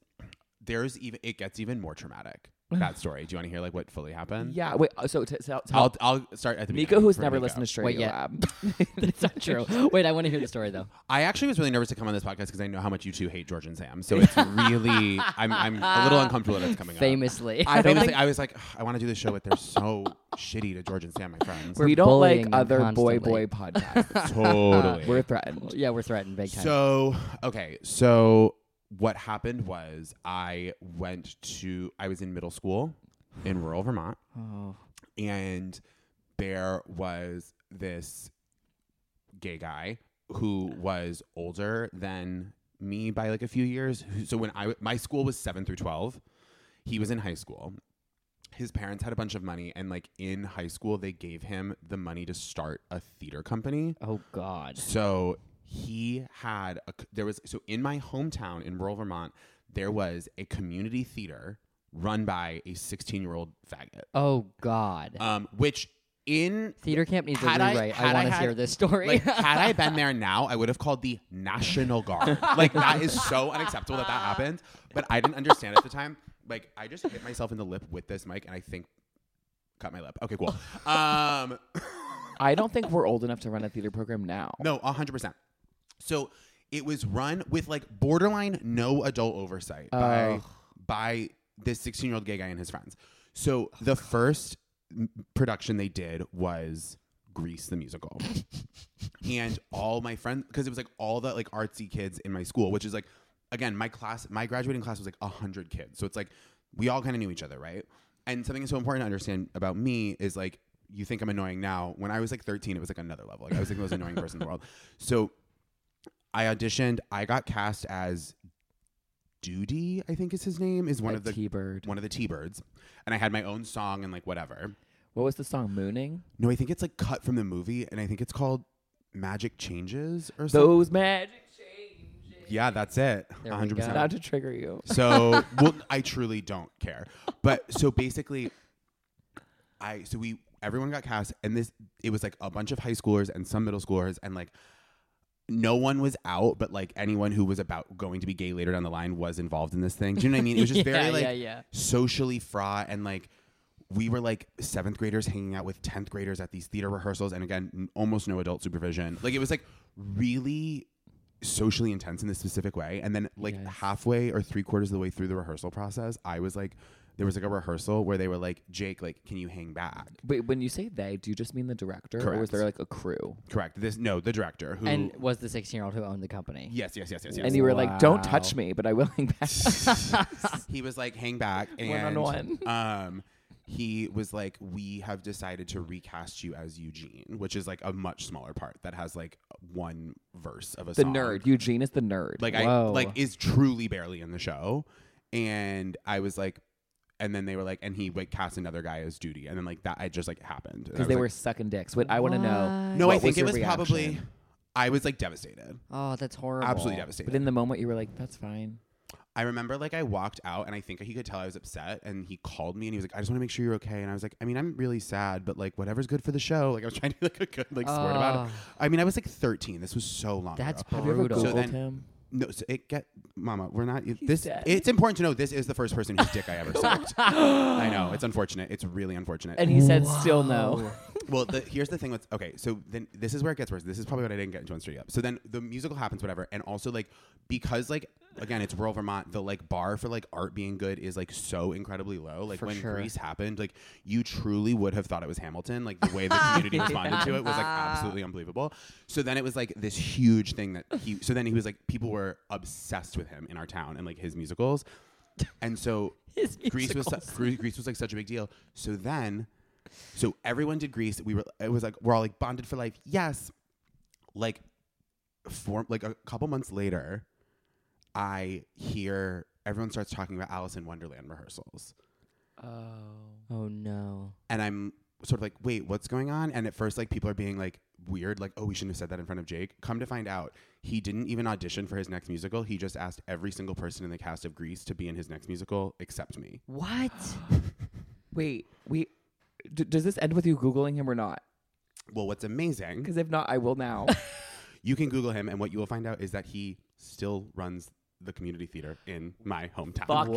Speaker 1: There's even it gets even more traumatic. That story. Do you want to hear like what fully happened?
Speaker 4: Yeah. Wait. uh, So t- tell. tell
Speaker 1: I'll I'll start at the
Speaker 4: Nico,
Speaker 1: beginning
Speaker 4: who's
Speaker 1: for
Speaker 4: never
Speaker 1: Nico.
Speaker 4: listened to Stradio
Speaker 3: Wait, yeah.
Speaker 4: Lab.
Speaker 3: [LAUGHS] That's not true. Wait, I want to hear the story [LAUGHS] though.
Speaker 1: I actually was really nervous to come on this podcast because I know how much you two hate George and Sam. So it's really I'm I'm a little uncomfortable that it's coming up.
Speaker 3: Famously.
Speaker 1: I famously, I was like, "Ugh, I want to do this show, but they're so shitty to George and Sam, my friends.
Speaker 3: We're
Speaker 4: [LAUGHS] we don't like
Speaker 3: bullying them
Speaker 4: other
Speaker 3: [LAUGHS] constantly.
Speaker 4: boy boy podcasts.
Speaker 1: totally.
Speaker 4: [LAUGHS] We're threatened.
Speaker 3: [LAUGHS] yeah, we're threatened big time.
Speaker 1: So, okay. So, what happened was I went to, I was in middle school in rural Vermont,
Speaker 3: [SIGHS] oh.
Speaker 1: and there was this gay guy who was older than me by like a few years. Who- So, when I, w- my school was seven through 12, he was in high school. His parents had a bunch of money, and like in high school, they gave him the money to start a theater company.
Speaker 3: oh God.
Speaker 1: So he had a c there was so in my hometown in rural Vermont there was a community theater run by a 16 year old faggot,
Speaker 3: Oh God.
Speaker 1: um, which in
Speaker 3: Theater camp needs a
Speaker 1: had I-
Speaker 3: rewrite. I,
Speaker 1: had I
Speaker 3: want to
Speaker 1: had-
Speaker 3: hear this story.
Speaker 1: like had I been there now I would have called the National Guard. like that is so unacceptable that that happened, but I didn't understand at the time. Like I just hit myself in the lip with this mic and I think cut my lip. Okay, cool. Um,
Speaker 4: I don't think we're old enough to run a theater program now.
Speaker 1: No, a hundred percent. So it was run with like borderline no adult oversight by by this sixteen year old gay guy and his friends. So the first m- production they did was Grease the musical. and all my friends because it was like all the like artsy kids in my school, which is like again, my class my graduating class was like 100 kids. So it's like we all kind of knew each other, right? And something that's so important to understand about me is like you think I'm annoying now. When I was like 13, it was like another level. Like I was like the most annoying person in the world. So I auditioned. I got cast as Duty, I think is his name, is one
Speaker 4: By
Speaker 1: of the
Speaker 4: T-Bird.
Speaker 1: one of the T-Birds. And I had my own song and like whatever.
Speaker 4: What was the song? Mooning.
Speaker 1: No, I think it's like cut from the movie and I think it's called Magic Changes or something.
Speaker 4: Those magic.
Speaker 1: Yeah, that's it.
Speaker 3: we
Speaker 1: 100%.
Speaker 3: go.
Speaker 4: Not to trigger you.
Speaker 1: So, well, I truly don't care. But so basically, I so we everyone got cast, and this it was like a bunch of high schoolers and some middle schoolers, and like no one was out, but like anyone who was about going to be gay later down the line was involved in this thing. Do you know what I mean? It was just
Speaker 3: [LAUGHS] yeah,
Speaker 1: very like
Speaker 3: yeah, yeah.
Speaker 1: socially fraught and like we were like seventh graders hanging out with 10th graders at these theater rehearsals and again n- almost no adult supervision like it was like really socially intense in this specific way and then like halfway or three quarters of the way through the rehearsal process i was like there was like a rehearsal where they were like jake like can you hang back
Speaker 4: Wait, when you say they, do you just mean the director, or was
Speaker 1: Correct.
Speaker 4: there like a crew?
Speaker 1: correct this no the director who
Speaker 3: And was the 16 year old who owned the company.
Speaker 1: yes yes yes yes yes
Speaker 4: And you were like, "Don't touch
Speaker 2: Wow.
Speaker 4: me," but I will [LAUGHS] hang back.
Speaker 1: [LAUGHS] he was like, hang back. And,
Speaker 4: One-on-one.
Speaker 1: Um, he was like, we have decided to recast you as Eugene, which is like a much smaller part that has like one verse of a
Speaker 4: the
Speaker 1: song.
Speaker 4: nerd. Eugene is the nerd.
Speaker 1: Like I
Speaker 3: Whoa.
Speaker 1: like is truly barely in the show. And I was like, and then they were like, and he like cast another guy as Duty. And then like that, it just like happened. And I
Speaker 4: because
Speaker 1: was
Speaker 4: they
Speaker 1: like-
Speaker 4: were sucking dicks. What I want to know.
Speaker 1: no,
Speaker 4: what
Speaker 1: I think it
Speaker 4: your
Speaker 1: was probably,
Speaker 4: reaction?
Speaker 1: I was like devastated.
Speaker 3: Oh, that's horrible.
Speaker 1: Absolutely
Speaker 4: But
Speaker 1: devastated.
Speaker 4: in the moment, you were like, "That's fine."
Speaker 1: I remember like I walked out and I think he could tell I was upset and he called me and he was like, I just want to make sure you're okay. And I was like, I mean, I'm really sad, but like whatever's good for the show. Like I was [LAUGHS] trying to be like a good like sport about it.
Speaker 3: Oh.
Speaker 1: I mean, I was like 13. This was so long
Speaker 3: That's
Speaker 1: ago.
Speaker 4: Ah. Have you ever
Speaker 3: Brutal.
Speaker 1: So
Speaker 4: googled
Speaker 1: then-
Speaker 4: him?
Speaker 1: No, so it get mama, we're not this
Speaker 4: dead.
Speaker 1: it's important to know this is the first person whose dick I ever sucked.
Speaker 4: [LAUGHS]
Speaker 1: I know, it's unfortunate. It's really unfortunate.
Speaker 4: And he said, "Still no."
Speaker 1: [LAUGHS] well, the, here's the thing. With, okay, so then this is where it gets worse. This is probably what I didn't get into on Straight Up. So then the musical happens, whatever, and also like because like again, it's rural Vermont. The like bar for like art being good is like so incredibly low. Like
Speaker 3: For
Speaker 1: when
Speaker 3: sure.
Speaker 1: Grease happened, like you truly would have thought it was Hamilton. Like the way the
Speaker 3: [LAUGHS]
Speaker 1: community responded to it was like absolutely unbelievable. So then it was like this huge thing that he. So then he was like people were obsessed with him in our town and like his musicals, and so
Speaker 3: [LAUGHS] His
Speaker 1: [LAUGHS] Greece was su- Gre- Greece was like such a big deal. So then, so everyone did Greece. We were it was like we're all like bonded for life. Yes, like four like a couple months later, I hear everyone starts talking about Alice in Wonderland rehearsals,
Speaker 3: Oh no.
Speaker 1: and I'm sort of like, wait, what's going on? And at first, like people are being like weird, like oh, we shouldn't have said that in front of Jake. Come to find out. He didn't even audition for his next musical. He just asked every single person in the cast of Greece to be in his next musical except me.
Speaker 3: [GASPS] What?
Speaker 4: Wait, we. D- does this end with you googling him or not?
Speaker 1: Well, what's amazing
Speaker 4: Because if not, I will now.
Speaker 1: You can Google him, and what you will find out is that he still runs the community theater in my hometown.
Speaker 4: Fucking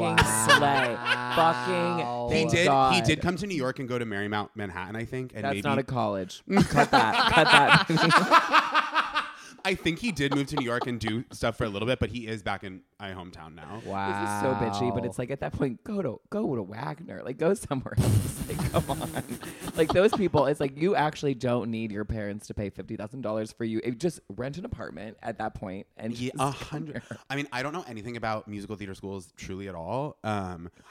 Speaker 4: slay. Fucking.
Speaker 1: He
Speaker 4: thank
Speaker 1: did. He
Speaker 4: God.
Speaker 1: did come to New York and go to Marymount, Manhattan, I think. And
Speaker 4: That's
Speaker 1: maybe
Speaker 4: not a college. [LAUGHS] cut that. Cut that.
Speaker 1: I think he did move to New York and do stuff for a little bit, but he is back in my hometown now.
Speaker 4: This is so bitchy, but it's like at that point, go to go to Wagner. Like go somewhere [LAUGHS] else. Like come on. [LAUGHS] like those people, it's like you actually don't need your parents to pay fifty thousand dollars for you. If- just rent an apartment at that point and
Speaker 1: Yeah,
Speaker 4: just
Speaker 1: a
Speaker 4: come
Speaker 1: hundred.
Speaker 4: here.
Speaker 1: I mean, I don't know anything about musical theater schools truly at all. Um, wow.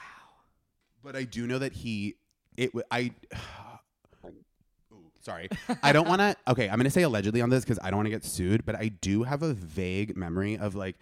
Speaker 1: But I do know that he. It. wa- I. Ooh, Sorry, I don't want to. [LAUGHS] Okay, I'm gonna say allegedly on this because I don't want to get sued. But I do have a vague memory of like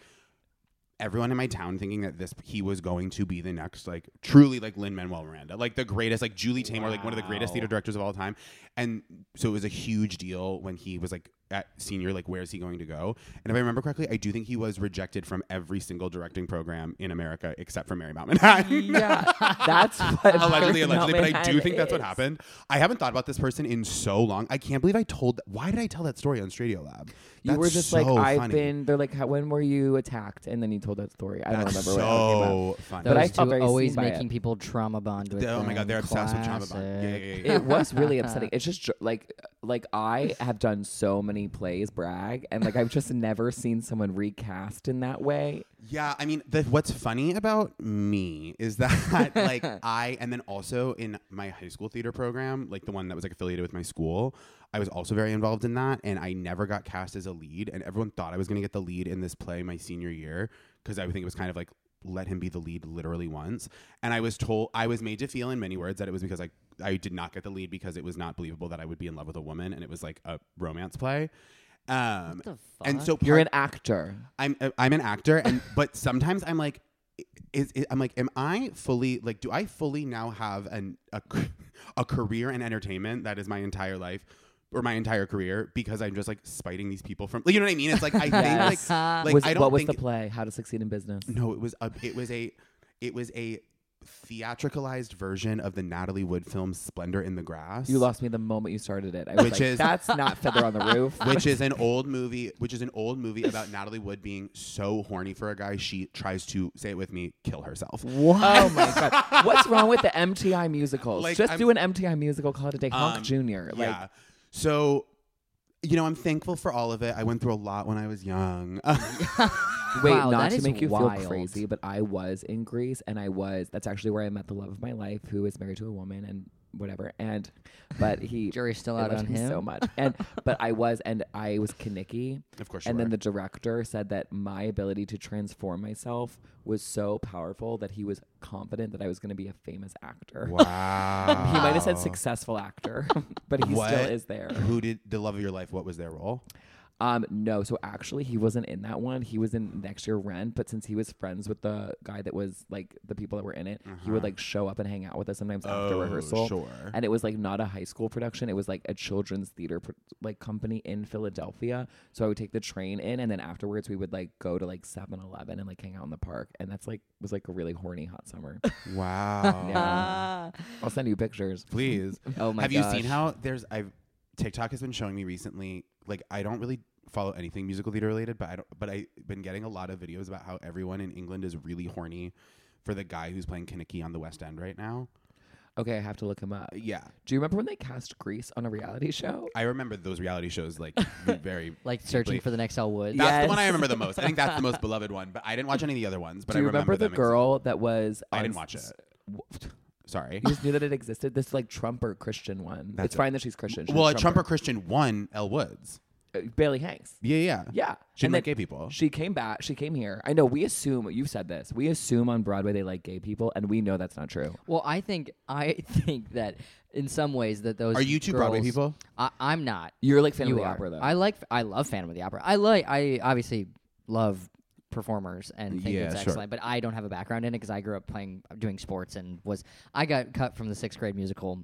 Speaker 1: everyone in my town thinking that this he was going to be the next like truly like Lin Manuel Miranda, like the greatest, like Julie Taymor, like one of the greatest theater directors of all time. And so it was a huge deal when he was like at senior, like where is he going to go? And if I remember correctly, I do think he was rejected from every single directing program in America except for Marymount Manhattan.
Speaker 4: Yeah.
Speaker 1: [LAUGHS]
Speaker 4: That's what
Speaker 1: allegedly, allegedly,
Speaker 4: Marymount
Speaker 1: but I do
Speaker 4: Manhattan
Speaker 1: think that's what
Speaker 4: is.
Speaker 1: happened. I haven't thought about this person in so long. I can't believe I told. Why did I tell that story on Stradio Lab?
Speaker 4: You were
Speaker 1: That's
Speaker 4: just
Speaker 1: so
Speaker 4: like, I've
Speaker 1: funny.
Speaker 4: been. They're like, how, when were you attacked? And then you told that story. I don't
Speaker 1: That's so
Speaker 4: remember what I was talking about.
Speaker 1: funny.
Speaker 3: Those
Speaker 4: But I
Speaker 3: two
Speaker 4: felt very
Speaker 3: always
Speaker 4: seen by
Speaker 3: making
Speaker 4: it.
Speaker 3: people trauma bond with.
Speaker 1: oh my god,
Speaker 3: them.
Speaker 1: they're obsessed with trauma bond.
Speaker 3: Classic.
Speaker 1: Yeah, yeah, yeah, yeah.
Speaker 4: it was really upsetting. It's just dr- like like I have done so many funny plays brag, and like I've just never seen someone recast in that way.
Speaker 1: Yeah, I mean, the, what's funny about me is that like I, and then also in my high school theater program, like the one that was like affiliated with my school, I was also very involved in that, and I never got cast as a lead, and everyone thought I was going to get the lead in this play my senior year because I think it was kind of like let him be the lead literally once, and I was told I was made to feel in many words that it was because I I did not get the lead because it was not believable that I would be in love with a woman, and it was like a romance play. Um,
Speaker 3: What the fuck?
Speaker 1: and so
Speaker 4: You're
Speaker 1: part-
Speaker 4: an actor.
Speaker 1: I'm uh, I'm an actor,
Speaker 4: [LAUGHS]
Speaker 1: and but sometimes I'm like, i- is, i I'm like, am I fully like, do I fully now have an a, [LAUGHS] c- a career in entertainment that is my entire life or my entire career because I'm just like spiting these people from, you know what I mean? It's
Speaker 4: [LAUGHS]
Speaker 1: like I think
Speaker 3: [LAUGHS]
Speaker 1: like like
Speaker 4: was,
Speaker 1: I don't
Speaker 4: what was
Speaker 1: think
Speaker 4: the play? How to Succeed in Business?
Speaker 1: no, it was a it was a it was a theatricalized version of the Natalie Wood film Splendor in the Grass.
Speaker 4: You lost me the moment you started it. I was
Speaker 1: Which
Speaker 4: like,
Speaker 1: is-
Speaker 4: that's not feather on the
Speaker 1: [LAUGHS]
Speaker 4: roof.
Speaker 1: which is an old movie which is an old movie about Natalie Wood being so horny for a guy she tries to say it with me kill herself.
Speaker 4: [LAUGHS] Oh my god! What's wrong with the MTI musicals?
Speaker 1: Like,
Speaker 4: Just
Speaker 1: I'm-
Speaker 4: do an MTI musical called it a day. Honk
Speaker 1: Um,
Speaker 4: Junior. Like,
Speaker 1: yeah. So, you know, I'm thankful for all of it. I went through a lot when I was young. [LAUGHS]
Speaker 4: Wait,
Speaker 3: Wow,
Speaker 4: not
Speaker 3: that
Speaker 4: to
Speaker 3: is
Speaker 4: make you
Speaker 3: wild.
Speaker 4: feel crazy, but I was in Greece, and I was. That's actually where I met the love of my life, who is married to a woman and whatever. And but
Speaker 3: [LAUGHS]
Speaker 4: he
Speaker 3: Jury's still
Speaker 4: I
Speaker 3: out
Speaker 4: loved
Speaker 3: on
Speaker 4: him,
Speaker 3: him.
Speaker 4: so much.
Speaker 3: [LAUGHS]
Speaker 4: And but I was, and I was Kaniki.
Speaker 1: of course, you
Speaker 4: And
Speaker 1: were.
Speaker 4: then the director said that my ability to transform myself was so powerful that he was confident that I was going to be a famous actor.
Speaker 1: wow.
Speaker 4: [LAUGHS] [LAUGHS] He might have said successful actor, [LAUGHS] but he
Speaker 1: What?
Speaker 4: still is there.
Speaker 1: Who did the love of your life? What was their role?
Speaker 4: Um, no, so actually he wasn't in that one. He was in next year Rent, but since he was friends with the guy that was like the people that were in it, he would like show up and hang out with us sometimes after
Speaker 1: Uh-huh. Oh,
Speaker 4: rehearsal.
Speaker 1: sure.
Speaker 4: And it was like not a high school production; it was like a children's theater pro- like company in Philadelphia. So I would take the train in, and then afterwards we would like go to like 7-Eleven and like hang out in the park. And that's like was like a really horny hot summer.
Speaker 1: Wow.
Speaker 4: [LAUGHS] Yeah. I'll send you pictures. [LAUGHS]
Speaker 1: Please.
Speaker 3: Oh my
Speaker 1: Have
Speaker 3: gosh.
Speaker 1: you seen how there's I've TikTok has been showing me recently like I don't really follow anything musical theater related but I don't but I've been getting a lot of videos about how everyone in England is really horny for the guy who's playing Kinnicky on the West End right now.
Speaker 4: Okay, I have to look him up.
Speaker 1: Yeah.
Speaker 4: Do you remember when they cast Grease on a reality show?
Speaker 1: I remember those reality shows like very
Speaker 3: like searching
Speaker 1: deeply.
Speaker 3: for the next Elle Woods?
Speaker 1: That's
Speaker 4: Yes.
Speaker 1: the one I remember the most. I think that's the most beloved one. But I didn't watch any of the other ones. But
Speaker 4: Do you
Speaker 1: I
Speaker 4: remember,
Speaker 1: remember,
Speaker 4: the
Speaker 1: them ex-
Speaker 4: girl that was?
Speaker 1: I
Speaker 4: on
Speaker 1: didn't watch
Speaker 4: s-
Speaker 1: it.
Speaker 4: w- [LAUGHS]
Speaker 1: Sorry.
Speaker 4: You just knew that it existed. This like Trumper Christian one.
Speaker 1: That's
Speaker 4: it's fine that she's Christian. She's
Speaker 1: well, a Trumper Christian won Elle Woods.
Speaker 4: Uh, Bailey Hanks.
Speaker 1: Yeah, yeah.
Speaker 4: Yeah,
Speaker 1: She didn't
Speaker 4: And
Speaker 1: like
Speaker 4: then
Speaker 1: gay people.
Speaker 4: She came back. She came here. I know. We assume you've said this. We assume on Broadway they like gay people, and we know that's not true.
Speaker 3: Well, I think I [LAUGHS] think that in some ways that those
Speaker 1: Are you two Broadway
Speaker 3: girls-
Speaker 1: people?
Speaker 3: I, I'm not.
Speaker 4: You're like fan
Speaker 3: you
Speaker 4: of the
Speaker 3: are.
Speaker 4: opera though.
Speaker 3: I like. I love Phantom of the Opera. I like. I obviously love performers and think
Speaker 1: Yeah,
Speaker 3: it's
Speaker 1: sure.
Speaker 3: excellent. But I don't have a background in it because I grew up playing, doing sports, and was I got cut from the sixth grade musical,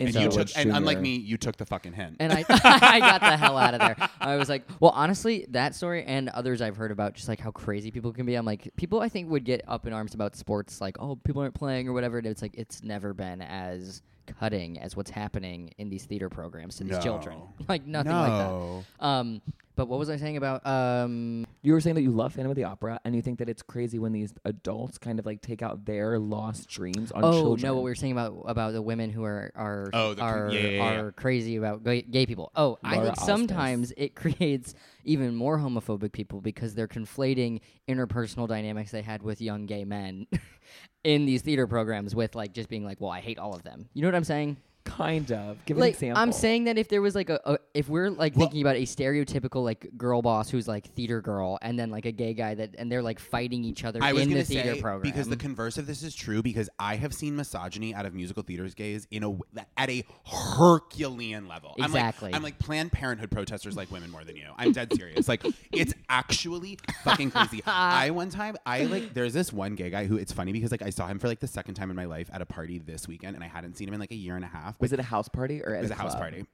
Speaker 4: In
Speaker 1: And
Speaker 4: Bella
Speaker 1: you
Speaker 4: Woods
Speaker 1: took, and
Speaker 4: Jr..
Speaker 1: unlike me, you took the fucking hint.
Speaker 3: and I [LAUGHS] I got the hell out of there. I was like, well, honestly, that story and others I've heard about, just like how crazy people can be. I'm like, people I think would get up in arms about sports, like, oh, people aren't playing or whatever. And it's like it's never been as cutting as what's happening in these theater programs to these
Speaker 1: No.
Speaker 3: children. [LAUGHS] Like nothing like
Speaker 1: No.
Speaker 3: that. Um, but what was I saying about um?
Speaker 4: You were saying that you love Phantom of the Opera, and you think that it's crazy when these adults kind of like take out their lost dreams on
Speaker 3: oh
Speaker 4: children.
Speaker 3: no, what we were saying about about the women who are are
Speaker 1: Oh, the con-
Speaker 3: are,
Speaker 1: yeah, yeah, yeah.
Speaker 3: are crazy about gay, gay people. Oh, I
Speaker 4: Laura
Speaker 3: think
Speaker 4: Osnes.
Speaker 3: sometimes it [LAUGHS] creates even more homophobic people because they're conflating interpersonal dynamics they had with young gay men [LAUGHS] in these theater programs with like just being like, well, I hate all of them. You know what I'm saying?
Speaker 4: kind of. Give an
Speaker 3: Like
Speaker 4: example.
Speaker 3: I'm saying that if there was like a, a if we're like
Speaker 1: Well-
Speaker 3: thinking about a stereotypical like girl boss who's like theater girl and then like a gay guy that and they're like fighting each other
Speaker 1: I was
Speaker 3: in
Speaker 1: gonna
Speaker 3: the theater
Speaker 1: say,
Speaker 3: program
Speaker 1: because the converse of this is true because I have seen misogyny out of musical theaters gays in a w- at a Herculean level. I'm
Speaker 3: Exactly.
Speaker 1: like, I'm like Planned Parenthood protesters like women more than you. I'm dead serious. like it's actually fucking crazy. I one time I like there's this one gay guy who it's funny because like I saw him for like the second time in my life at a party this weekend and I hadn't seen him in like a year and a half. But
Speaker 4: was it a house party or at
Speaker 1: it was a house
Speaker 4: club?
Speaker 1: party. It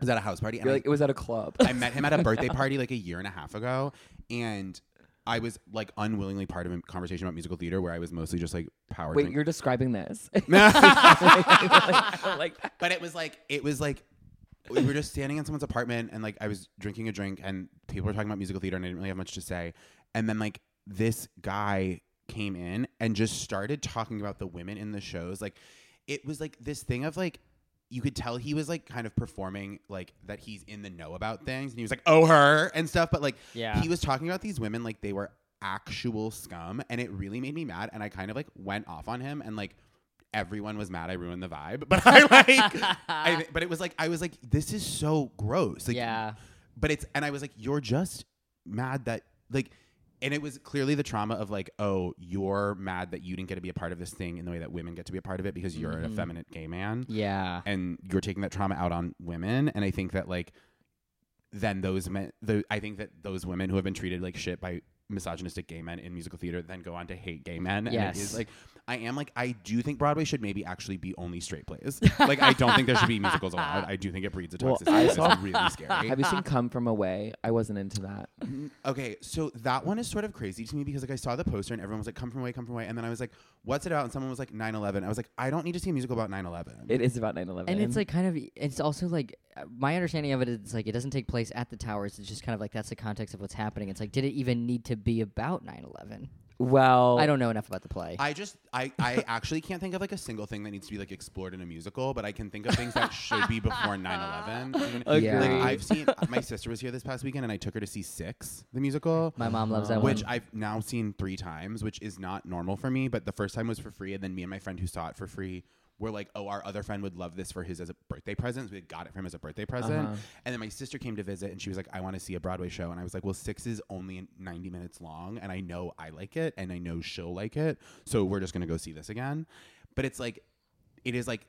Speaker 1: was at a house party. and
Speaker 4: You're
Speaker 1: I-
Speaker 4: like it was at a club.
Speaker 1: I met him at a birthday party like a year and a half ago, and I was like unwillingly part of a conversation about musical theater where I was mostly just like power.
Speaker 4: Wait,
Speaker 1: drink-
Speaker 4: you're [LAUGHS] describing this.
Speaker 3: [LAUGHS]
Speaker 4: like,
Speaker 1: but it was like it was like we were just standing in someone's apartment and like I was drinking a drink and people were talking about musical theater and I didn't really have much to say, and then like this guy came in and just started talking about the women in the shows like it was like this thing of like you could tell he was like kind of performing like that he's in the know about things and he was like oh her and stuff but like
Speaker 3: Yeah.
Speaker 1: he was talking about these women like they were actual scum and it really made me mad and i kind of like went off on him and like everyone was mad i ruined the vibe [LAUGHS] but i like
Speaker 3: [LAUGHS]
Speaker 1: I, but it was like i was like this is so gross like
Speaker 3: Yeah.
Speaker 1: but it's and i was like you're just mad that like and it was clearly the trauma of like oh you're mad that you didn't get to be a part of this thing in the way that women get to be a part of it because you're an
Speaker 3: Mhm.
Speaker 1: effeminate gay man
Speaker 3: Yeah.
Speaker 1: and you're taking that trauma out on women and i think that like then those men the, i think that those women who have been treated like shit by misogynistic gay men in musical theater then go on to hate gay men and
Speaker 3: Yes.
Speaker 1: it is like i am like i do think broadway should maybe actually be only straight
Speaker 4: [LAUGHS]
Speaker 1: plays like i don't think there should be musicals allowed i do think it breeds a
Speaker 4: Well,
Speaker 1: toxicity
Speaker 4: I
Speaker 1: that's
Speaker 4: saw-
Speaker 1: really scary
Speaker 4: [LAUGHS] Have you
Speaker 3: Ah.
Speaker 4: seen Come From Away? I wasn't into that.
Speaker 1: okay so that one is sort of crazy to me because like i saw the poster and everyone was like come from away come from away and then i was like what's it about and someone was like 9-11 i was like i don't need to see a musical about 9-11
Speaker 4: It is about 9 11.
Speaker 3: And it's like kind of, it's also like, uh, my understanding of it is it's like it doesn't take place at the towers. It's just kind of like that's the context of what's happening. It's like, did it even need to be about 9 11?
Speaker 4: well,
Speaker 3: I don't know enough about the play.
Speaker 1: I just I I actually can't think of like a single thing that needs to be like explored in a musical, but I can think of things that should be before 9/11. Even-
Speaker 4: Yeah.
Speaker 1: Like I've seen my sister was here this past weekend and I took her to see Six, the musical.
Speaker 3: my mom loves that
Speaker 1: Which
Speaker 3: one.
Speaker 1: I've now seen three times, which is not normal for me. But the first time was for free, and then me and my friend who saw it for free were like, "Oh, our other friend would love this for his as a birthday present." So we got it for him as a birthday present.
Speaker 3: Uh-huh.
Speaker 1: And then my sister came to visit, and she was like, "I want to see a Broadway show," and I was like, "Well, Six is only ninety minutes long, and I know I like it, and I know she'll like it, so we're just gonna go see this again." But it's like, it is like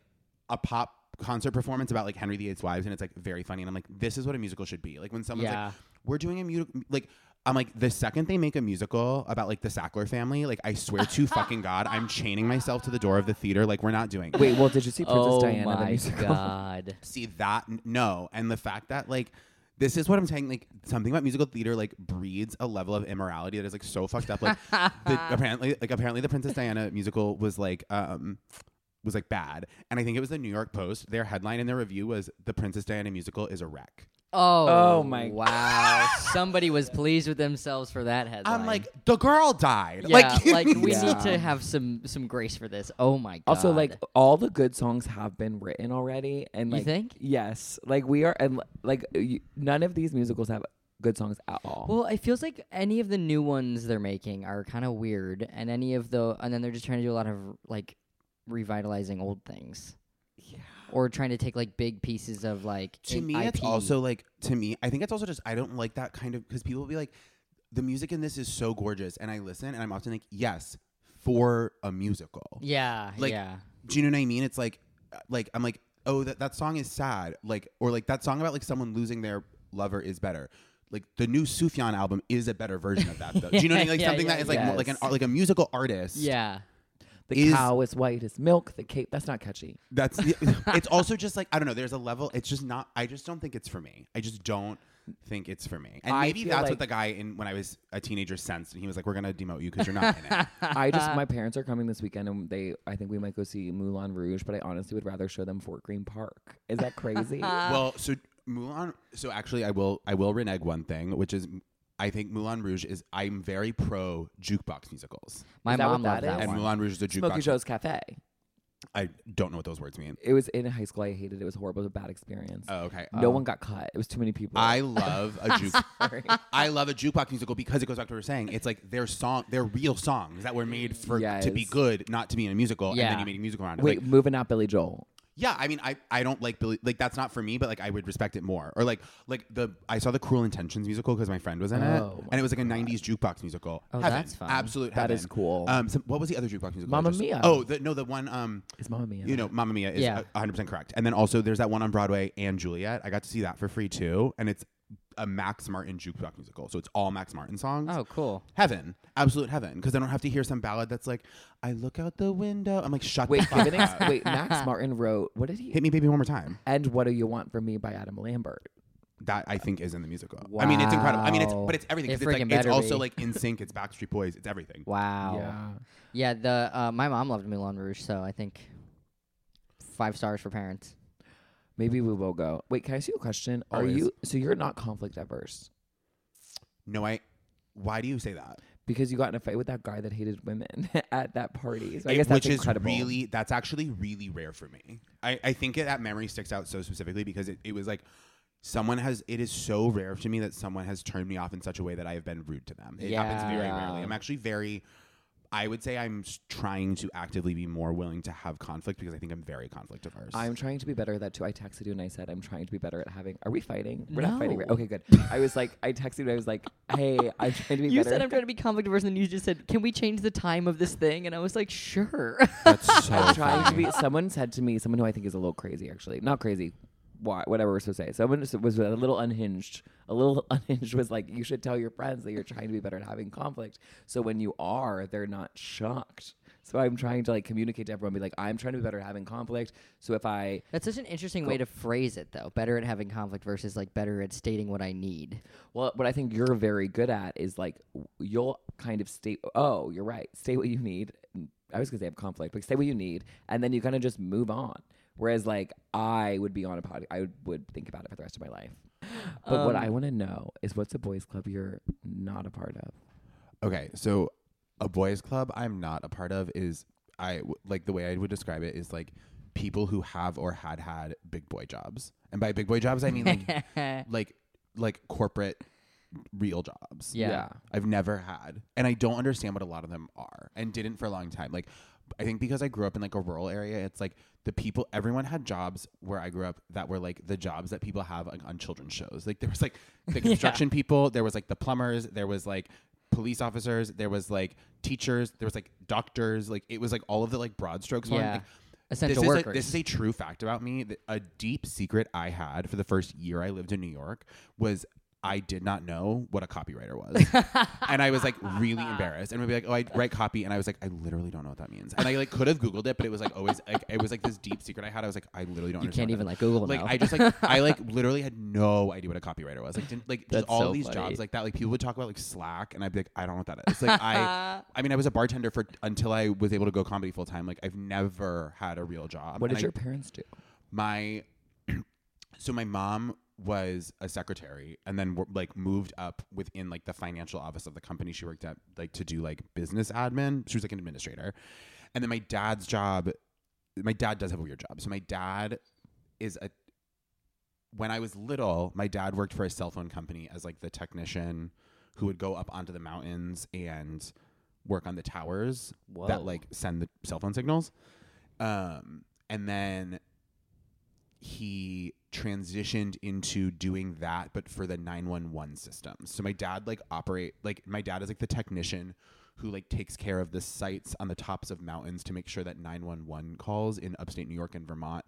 Speaker 1: a pop concert performance about like Henry VIII's wives, and it's like very funny. And I'm like, this is what a musical should be. Like when someone's
Speaker 3: Yeah.
Speaker 1: like, we're doing a musical, like. I'm like the second they make a musical about like the Sackler family, like I swear to fucking god, I'm chaining myself to the door of the theater. Like we're not doing. it.
Speaker 4: Wait, well, did you see Princess
Speaker 3: oh
Speaker 4: Diana? the
Speaker 3: my
Speaker 1: [LAUGHS]
Speaker 4: musical?
Speaker 3: God.
Speaker 1: see that n- no and the fact that like this is what I'm saying. Like something about musical theater, like breeds a level of immorality that is like so fucked up. Like the,
Speaker 3: [LAUGHS]
Speaker 1: apparently, like apparently, the Princess Diana musical was like, um, was like bad. And I think it was the New York Post. Their headline in their review was, "The Princess Diana musical is a wreck."
Speaker 3: Oh,
Speaker 4: Oh my
Speaker 1: [LAUGHS]
Speaker 3: Wow. Somebody was pleased with themselves for that headline.
Speaker 1: I'm like, the girl died.
Speaker 3: yeah,
Speaker 1: [LAUGHS]
Speaker 3: like, we
Speaker 4: Yeah.
Speaker 3: need to have some some grace for this. Oh my god.
Speaker 4: Also, like all the good songs have been written already, and
Speaker 3: You
Speaker 4: like,
Speaker 3: think?
Speaker 4: Yes, like we are, and like you, none of these musicals have good songs at all.
Speaker 3: well, it feels like any of the new ones they're making are kind of weird, and any of the and then they're just trying to do a lot of like revitalizing old things.
Speaker 4: Yeah.
Speaker 3: Or trying to take like big pieces of like
Speaker 1: to
Speaker 3: in-
Speaker 1: me it's
Speaker 3: IP.
Speaker 1: also like to me i think it's also just i don't like that kind of because people will be like the music in this is so gorgeous and i listen and i'm often like yes for a musical
Speaker 3: yeah
Speaker 1: like,
Speaker 3: yeah
Speaker 1: do you know what i mean it's like like i'm like oh that, that song is sad like or like that song about like someone losing their lover is better like the new Sufjan album is a better version of that though. Do you know what I mean? Like
Speaker 4: [LAUGHS]
Speaker 3: Yeah,
Speaker 1: something
Speaker 3: yeah,
Speaker 1: that is like more, like an
Speaker 4: yes.
Speaker 1: art- like a musical artist.
Speaker 3: yeah
Speaker 4: the
Speaker 1: is-
Speaker 4: cow is white as milk. The cape that's not catchy. [LAUGHS]
Speaker 1: That's [LAUGHS] it's also just like I don't know, there's a level it's just not I just don't think it's for me. I just don't think it's for me. And
Speaker 4: I
Speaker 1: maybe
Speaker 4: feel
Speaker 1: that's
Speaker 4: like-
Speaker 1: what the guy in when I was a teenager sensed and he was like, We're gonna demote you because you're not in it.
Speaker 3: [LAUGHS]
Speaker 4: I just my parents are coming this weekend, and they I think we might go see Moulin Rouge, but I honestly would rather show them Fort Greene Park. Is
Speaker 3: [LAUGHS]
Speaker 4: that crazy?
Speaker 1: well, so Moulin so actually I will I will renege one thing, which is I think Moulin Rouge is I'm very pro jukebox musicals.
Speaker 3: my
Speaker 4: Is that what
Speaker 3: mom loved
Speaker 4: that
Speaker 3: that
Speaker 4: is?
Speaker 1: And
Speaker 3: one
Speaker 1: Moulin Rouge is a jukebox.
Speaker 4: Smoky Joe's Cafe.
Speaker 1: I don't know what those words mean.
Speaker 4: It was in high school. I hated it. It was horrible. It was a bad experience.
Speaker 1: Oh, okay.
Speaker 4: no one got cut. It was too many
Speaker 1: [LAUGHS]
Speaker 4: people.
Speaker 1: I love a
Speaker 4: [LAUGHS]
Speaker 1: juke. [LAUGHS]
Speaker 4: Sorry.
Speaker 1: I love a jukebox musical because it goes back to what we we're saying. It's like their song, their real songs that were made for to be
Speaker 4: Yes.
Speaker 1: good, not to be in a musical, and
Speaker 3: Yeah.
Speaker 1: then you made a musical around it.
Speaker 4: Wait,
Speaker 1: Like,
Speaker 4: moving out Billy Joel.
Speaker 1: yeah, I mean, I, I don't like Billy. Like that's not for me, but like I would respect it more. Or like like the I saw the Cruel Intentions musical because my friend was in
Speaker 4: Oh,
Speaker 1: it,
Speaker 4: my
Speaker 1: and it was like a '90s jukebox musical.
Speaker 3: Oh,
Speaker 1: Heaven.
Speaker 3: that's fun.
Speaker 1: Absolute.
Speaker 4: That
Speaker 1: heaven.
Speaker 4: is cool.
Speaker 1: Um, so what was the other jukebox musical? I
Speaker 4: Mamma
Speaker 1: just-
Speaker 4: Mia.
Speaker 1: Oh, the, no, the one. Um,
Speaker 4: It's Mamma Mia.
Speaker 1: you know, Mamma Mia is
Speaker 3: Yeah.
Speaker 1: uh, 100% correct. And then also there's that one on Broadway and Juliet. I got to see that for free too, and it's a Max Martin jukebox musical, so it's all Max Martin songs.
Speaker 3: Oh, cool.
Speaker 1: Heaven, absolute heaven, because I don't have to hear some ballad that's like, "I look out the window." I'm like, "Shut
Speaker 4: Wait,
Speaker 1: the
Speaker 4: give
Speaker 1: fuck
Speaker 4: an ex-
Speaker 1: up.
Speaker 4: wait.
Speaker 1: [LAUGHS]
Speaker 4: Max Martin wrote what did he?
Speaker 1: Hit me, baby, one more time."
Speaker 4: And what do you want from me by Adam Lambert?
Speaker 1: That I think is in the musical. I mean, it's incredible. I mean, it's
Speaker 3: Wow.
Speaker 1: but it's everything. 'cause
Speaker 3: It
Speaker 1: it's like
Speaker 3: freaking
Speaker 1: it's
Speaker 3: better
Speaker 1: also
Speaker 3: be.
Speaker 1: like in sync. It's Backstreet Boys. It's everything.
Speaker 3: Wow. Yeah, the uh, my mom loved Moulin Rouge, so I think five stars for parents.
Speaker 4: Maybe we will go. Wait, can I ask you a question? Are
Speaker 1: Always.
Speaker 4: you so you're not conflict adverse?
Speaker 1: No, I. Why do you say that?
Speaker 4: because you got in a fight with that guy that hated women [LAUGHS] at that party. So I
Speaker 1: It-
Speaker 4: guess that's
Speaker 1: which
Speaker 4: incredible.
Speaker 1: is really that's actually really rare for me. I, I think it, that memory sticks out so specifically because it, it was like someone has it is so rare to me that someone has turned me off in such a way that I have been rude to them. It happens very
Speaker 4: Yeah.
Speaker 1: rarely. I'm actually very I would say I'm s- trying to actively be more willing to have conflict because I think I'm very conflict averse.
Speaker 4: I'm trying to be better at that too. I texted you and I said I'm trying to be better at having. Are we fighting? We're not fighting. right?
Speaker 3: No.
Speaker 4: Okay, good. I was like, I texted you. and I was like, Hey, I'm trying to
Speaker 3: [LAUGHS]
Speaker 4: be
Speaker 3: You
Speaker 4: better.
Speaker 3: said I'm trying to be conflict averse, and then you just said, "Can we change the time of this thing?" And I was like, "Sure." [LAUGHS]
Speaker 1: That's so
Speaker 4: I'm trying to
Speaker 1: funny.
Speaker 4: be. Someone said to me, someone who I think is a little crazy, actually, not crazy. Why, whatever we're supposed to say. Someone just was a little unhinged. A little [LAUGHS] unhinged was like, you should tell your friends that you're trying to be better at having conflict. So when you are, they're not shocked. So I'm trying to like communicate to everyone, be like, I'm trying to be better at having conflict. So if I,
Speaker 3: That's such an interesting way to phrase it, though. Better at having conflict versus like better at stating what I need.
Speaker 4: well, what I think you're very good at is like, w- you'll kind of state, oh, you're right, state what you need. Mm, I was gonna say have conflict, but say what you need, and then you kind of just mmove on. Whereas like I would be on a pod, I would, would think about it for the rest of my life. But what
Speaker 1: Um,
Speaker 4: I want to know is what's a boys' club you're not a part of?
Speaker 1: Okay, so a boys' club I'm not a part of is I w- like the way I would describe it is like people who have or had had big boy jobs, and by big boy jobs I mean like like like corporate real jobs.
Speaker 3: Yeah.
Speaker 1: I've never had, and I don't understand what a lot of them are, and didn't for a long time. Like, I think because I grew up in like a rural area, it's like the people, everyone had jobs where I grew up that were like the jobs that people have like, on children's shows. Like there was like the construction people, there was like the plumbers, there was like police officers, there was like teachers, there was like doctors. Like it was like all of the like broad strokes. One.
Speaker 3: Yeah.
Speaker 1: Like,
Speaker 3: Essential
Speaker 1: this
Speaker 3: workers.
Speaker 1: Is a, this is a true fact about me. that A deep secret I had for the first year I lived in New York was I did not know what a copywriter
Speaker 3: [LAUGHS]
Speaker 1: was. and I was like really embarrassed and would be like, oh, I write copy. And I was like, I literally don't know what that means. And I like could have Googled it, but it was like always, like, it was like this deep secret I had. I was like, I literally don't
Speaker 3: you
Speaker 1: understand
Speaker 3: can't
Speaker 1: what
Speaker 3: even like Google
Speaker 1: like
Speaker 3: now.
Speaker 1: I just like I
Speaker 3: [LAUGHS]
Speaker 1: like literally had no idea what a copywriter was. Like didn't like just
Speaker 4: That's
Speaker 1: all
Speaker 4: so
Speaker 1: these
Speaker 4: funny.
Speaker 1: jobs like that. Like people would talk about like Slack, and I'd be like, I don't know what that is. Like I, I mean, I was a bartender for until I was able to go comedy full time. Like I've never had a real job.
Speaker 4: What
Speaker 1: And
Speaker 4: did
Speaker 1: I-
Speaker 4: your parents do?
Speaker 1: my [CLEARS THROAT] so my mom was a secretary and then wor- like moved up within like the financial office of the company she worked at like to do like business admin she was like an administrator and then my dad's job my dad does have a weird job so my dad is a when i was little my dad worked for a cell phone company as like the technician who would go up onto the mountains and work on the towers that like send the cell phone signals um and then he transitioned into doing that but for the 911 system so my dad like operate like my dad is like the technician who like takes care of the sites on the tops of mountains to make sure that 911 calls in upstate new york and vermont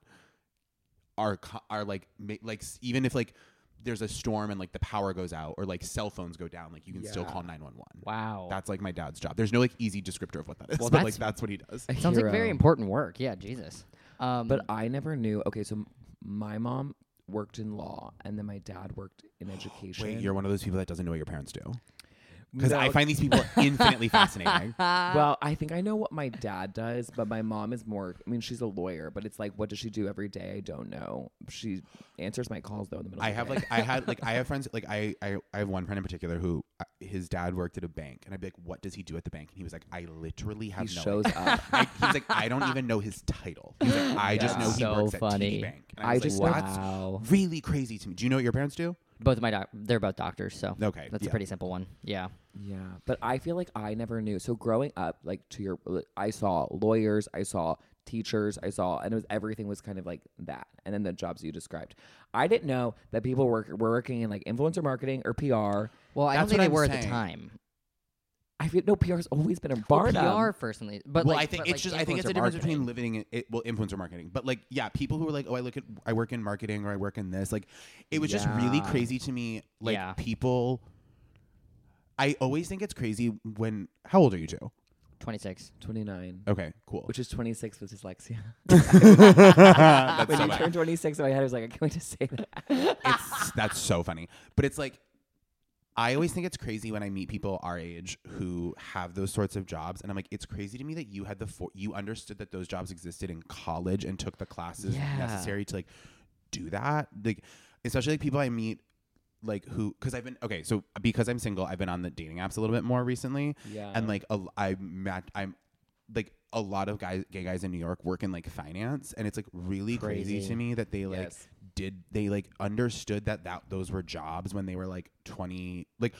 Speaker 1: are co- are like ma- like s- even if like there's a storm and like the power goes out or like cell phones go down like you can still
Speaker 4: Yeah.
Speaker 1: call 911
Speaker 3: wow.
Speaker 1: that's like my dad's job there's no like easy descriptor of what that is
Speaker 3: Well,
Speaker 1: but
Speaker 3: that's-
Speaker 1: like that's what he does
Speaker 4: A
Speaker 3: Sounds like very
Speaker 4: hero.
Speaker 3: important work. Yeah, Jesus.
Speaker 1: Mm.
Speaker 3: Um,
Speaker 4: But I never knew. Okay, so m- my mom worked in law, and then my dad worked in education.
Speaker 1: Oh, Wait, you're one of those people that doesn't know what your parents do. Because
Speaker 4: No,
Speaker 1: I find these
Speaker 4: [LAUGHS]
Speaker 1: people infinitely fascinating.
Speaker 4: Well, I think I know what my dad does, but my mom is more. I mean, she's a lawyer, but it's like, what does she do every day? I don't know. She answers my calls though in the middle.
Speaker 1: I
Speaker 4: of the
Speaker 1: have
Speaker 4: day.
Speaker 1: like I had like I have friends like I, I I have one friend in particular who uh, his dad worked at a bank and I'd be like, what does he do at the bank? And he was like, I literally have
Speaker 4: he
Speaker 1: no.
Speaker 4: shows
Speaker 1: idea." [LAUGHS]
Speaker 4: up.
Speaker 1: I, he's like, I don't even know his title. He's
Speaker 4: [LAUGHS]
Speaker 1: like, I just know he
Speaker 3: So
Speaker 1: works at
Speaker 3: funny.
Speaker 1: TD Bank. And
Speaker 4: I
Speaker 1: was
Speaker 4: just-
Speaker 1: like, that's
Speaker 3: wow.
Speaker 1: really crazy to me. Do you know what your parents do?
Speaker 3: Both of my doc- they're both doctors, so
Speaker 1: Okay,
Speaker 3: that's
Speaker 1: yeah.
Speaker 3: a pretty simple one. Yeah.
Speaker 4: Yeah, but I feel like I never knew. So growing up, like to your, I saw lawyers, I saw teachers, I saw, and it was everything was kind of like that. And then the jobs you described, I didn't know that people work were working in like influencer marketing or PR.
Speaker 3: Well, I
Speaker 1: That's what I'm
Speaker 3: don't think they were at the
Speaker 1: saying.
Speaker 3: time.
Speaker 4: I feel no PR's always been a
Speaker 3: Well,
Speaker 4: bar.
Speaker 3: PR personally, but
Speaker 1: well,
Speaker 3: like,
Speaker 1: I think
Speaker 3: but,
Speaker 1: it's
Speaker 3: like,
Speaker 1: just I think it's the
Speaker 3: influencer
Speaker 1: difference
Speaker 3: marketing.
Speaker 1: between living in it, well influencer marketing, but like yeah, people who are like, oh, I look at I work in marketing or I work in this, like it was just really
Speaker 4: Yeah.
Speaker 1: crazy to me. Like
Speaker 3: Yeah.
Speaker 1: people, I always think it's crazy when. How old are you two?
Speaker 3: twenty six.
Speaker 4: twenty nine,
Speaker 1: Okay,
Speaker 3: [LAUGHS]
Speaker 1: cool.
Speaker 4: which is twenty six with dyslexia.
Speaker 1: that's
Speaker 4: when
Speaker 1: so
Speaker 4: you
Speaker 1: bad.
Speaker 4: turn twenty six, in my head I was like, I can't wait to say that.
Speaker 1: it's that's so funny. But it's like I always think it's crazy when I meet people our age who have those sorts of jobs, and I'm like, it's crazy to me that you had the for- you understood that those jobs existed in college and took the classes
Speaker 3: Yeah.
Speaker 1: necessary to like do that. Like, especially like people I meet like who because I've been okay. So because I'm single, I've been on the dating apps a little bit more recently.
Speaker 4: Yeah.
Speaker 1: and like a, I'm mat- I'm like a lot of guys, gay guys in New York work in like finance, and it's like really crazy,
Speaker 3: Crazy.
Speaker 1: to me that they like
Speaker 4: Yes.
Speaker 1: did they like understood that that those were jobs when they were like 20 like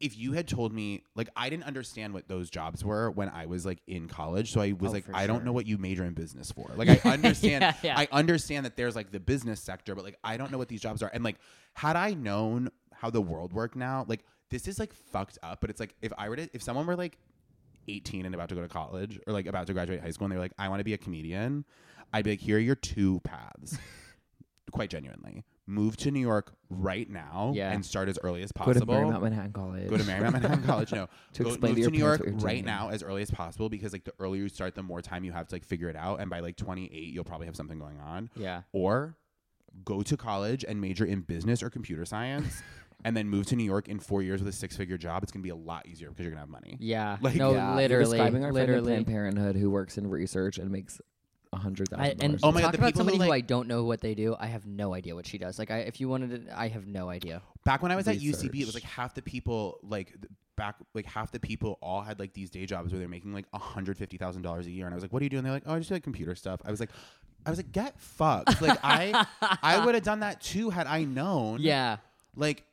Speaker 1: if you had told me like i didn't understand what those jobs were when i was like in college so i was
Speaker 3: Oh,
Speaker 1: like
Speaker 3: for
Speaker 1: i don't
Speaker 3: sure.
Speaker 1: know what you major in business
Speaker 3: [LAUGHS]
Speaker 1: for like i understand
Speaker 3: Yeah, yeah.
Speaker 1: i understand that there's like the business sector but like i don't know what these jobs are and like had i known how the world worked now like this is like fucked up but it's like if i were to if someone were like 18 and about to go to college or like about to graduate high school and they were like i want to be a comedian i'd be like here are your two
Speaker 4: [LAUGHS]
Speaker 1: paths quite genuinely move to new york right now
Speaker 3: Yeah.
Speaker 1: and start as early as
Speaker 4: go
Speaker 1: [LAUGHS]
Speaker 4: to
Speaker 1: possible
Speaker 4: Marymount Manhattan College.
Speaker 1: Go to Marymount
Speaker 4: [LAUGHS]
Speaker 1: Manhattan College. No,
Speaker 4: To
Speaker 1: go,
Speaker 4: explain to
Speaker 1: move
Speaker 4: your
Speaker 1: New York
Speaker 4: parents what you're
Speaker 1: right
Speaker 4: doing.
Speaker 1: now as early as possible because like the earlier you start, the more time you have to like figure it out, and by like 28, you'll probably have something going on.
Speaker 3: Yeah.
Speaker 1: Or go to college and major in business or computer
Speaker 4: [LAUGHS]
Speaker 1: science, and then move to New York in four years with a six-figure job. It's gonna be a lot easier because you're gonna have money.
Speaker 3: Yeah.
Speaker 1: Like-
Speaker 3: no,
Speaker 1: Yeah, you're
Speaker 4: You're
Speaker 3: literally.
Speaker 4: describing our friend
Speaker 3: literally.
Speaker 4: at Planned Parenthood who works in research and makes a hundred
Speaker 3: I,
Speaker 4: thousand
Speaker 3: and
Speaker 4: dollars.
Speaker 1: Oh my
Speaker 3: talk
Speaker 1: God, the
Speaker 3: about
Speaker 1: people who,
Speaker 3: somebody who
Speaker 1: like-
Speaker 3: I don't know what they do. I have no idea what she does. Like, I, if you wanted to, I have no idea.
Speaker 1: back when I was at UCB, it
Speaker 4: Research.
Speaker 1: was like half the people like th- back like half the people all had like these day jobs where they're making like hundred fifty thousand dollars a year, and I was like, "What do you do?" And they're like, "Oh, I just do like computer stuff." I was like, "I was like, get fucked!" Like I I would have done that too had I known.
Speaker 3: Yeah.
Speaker 1: like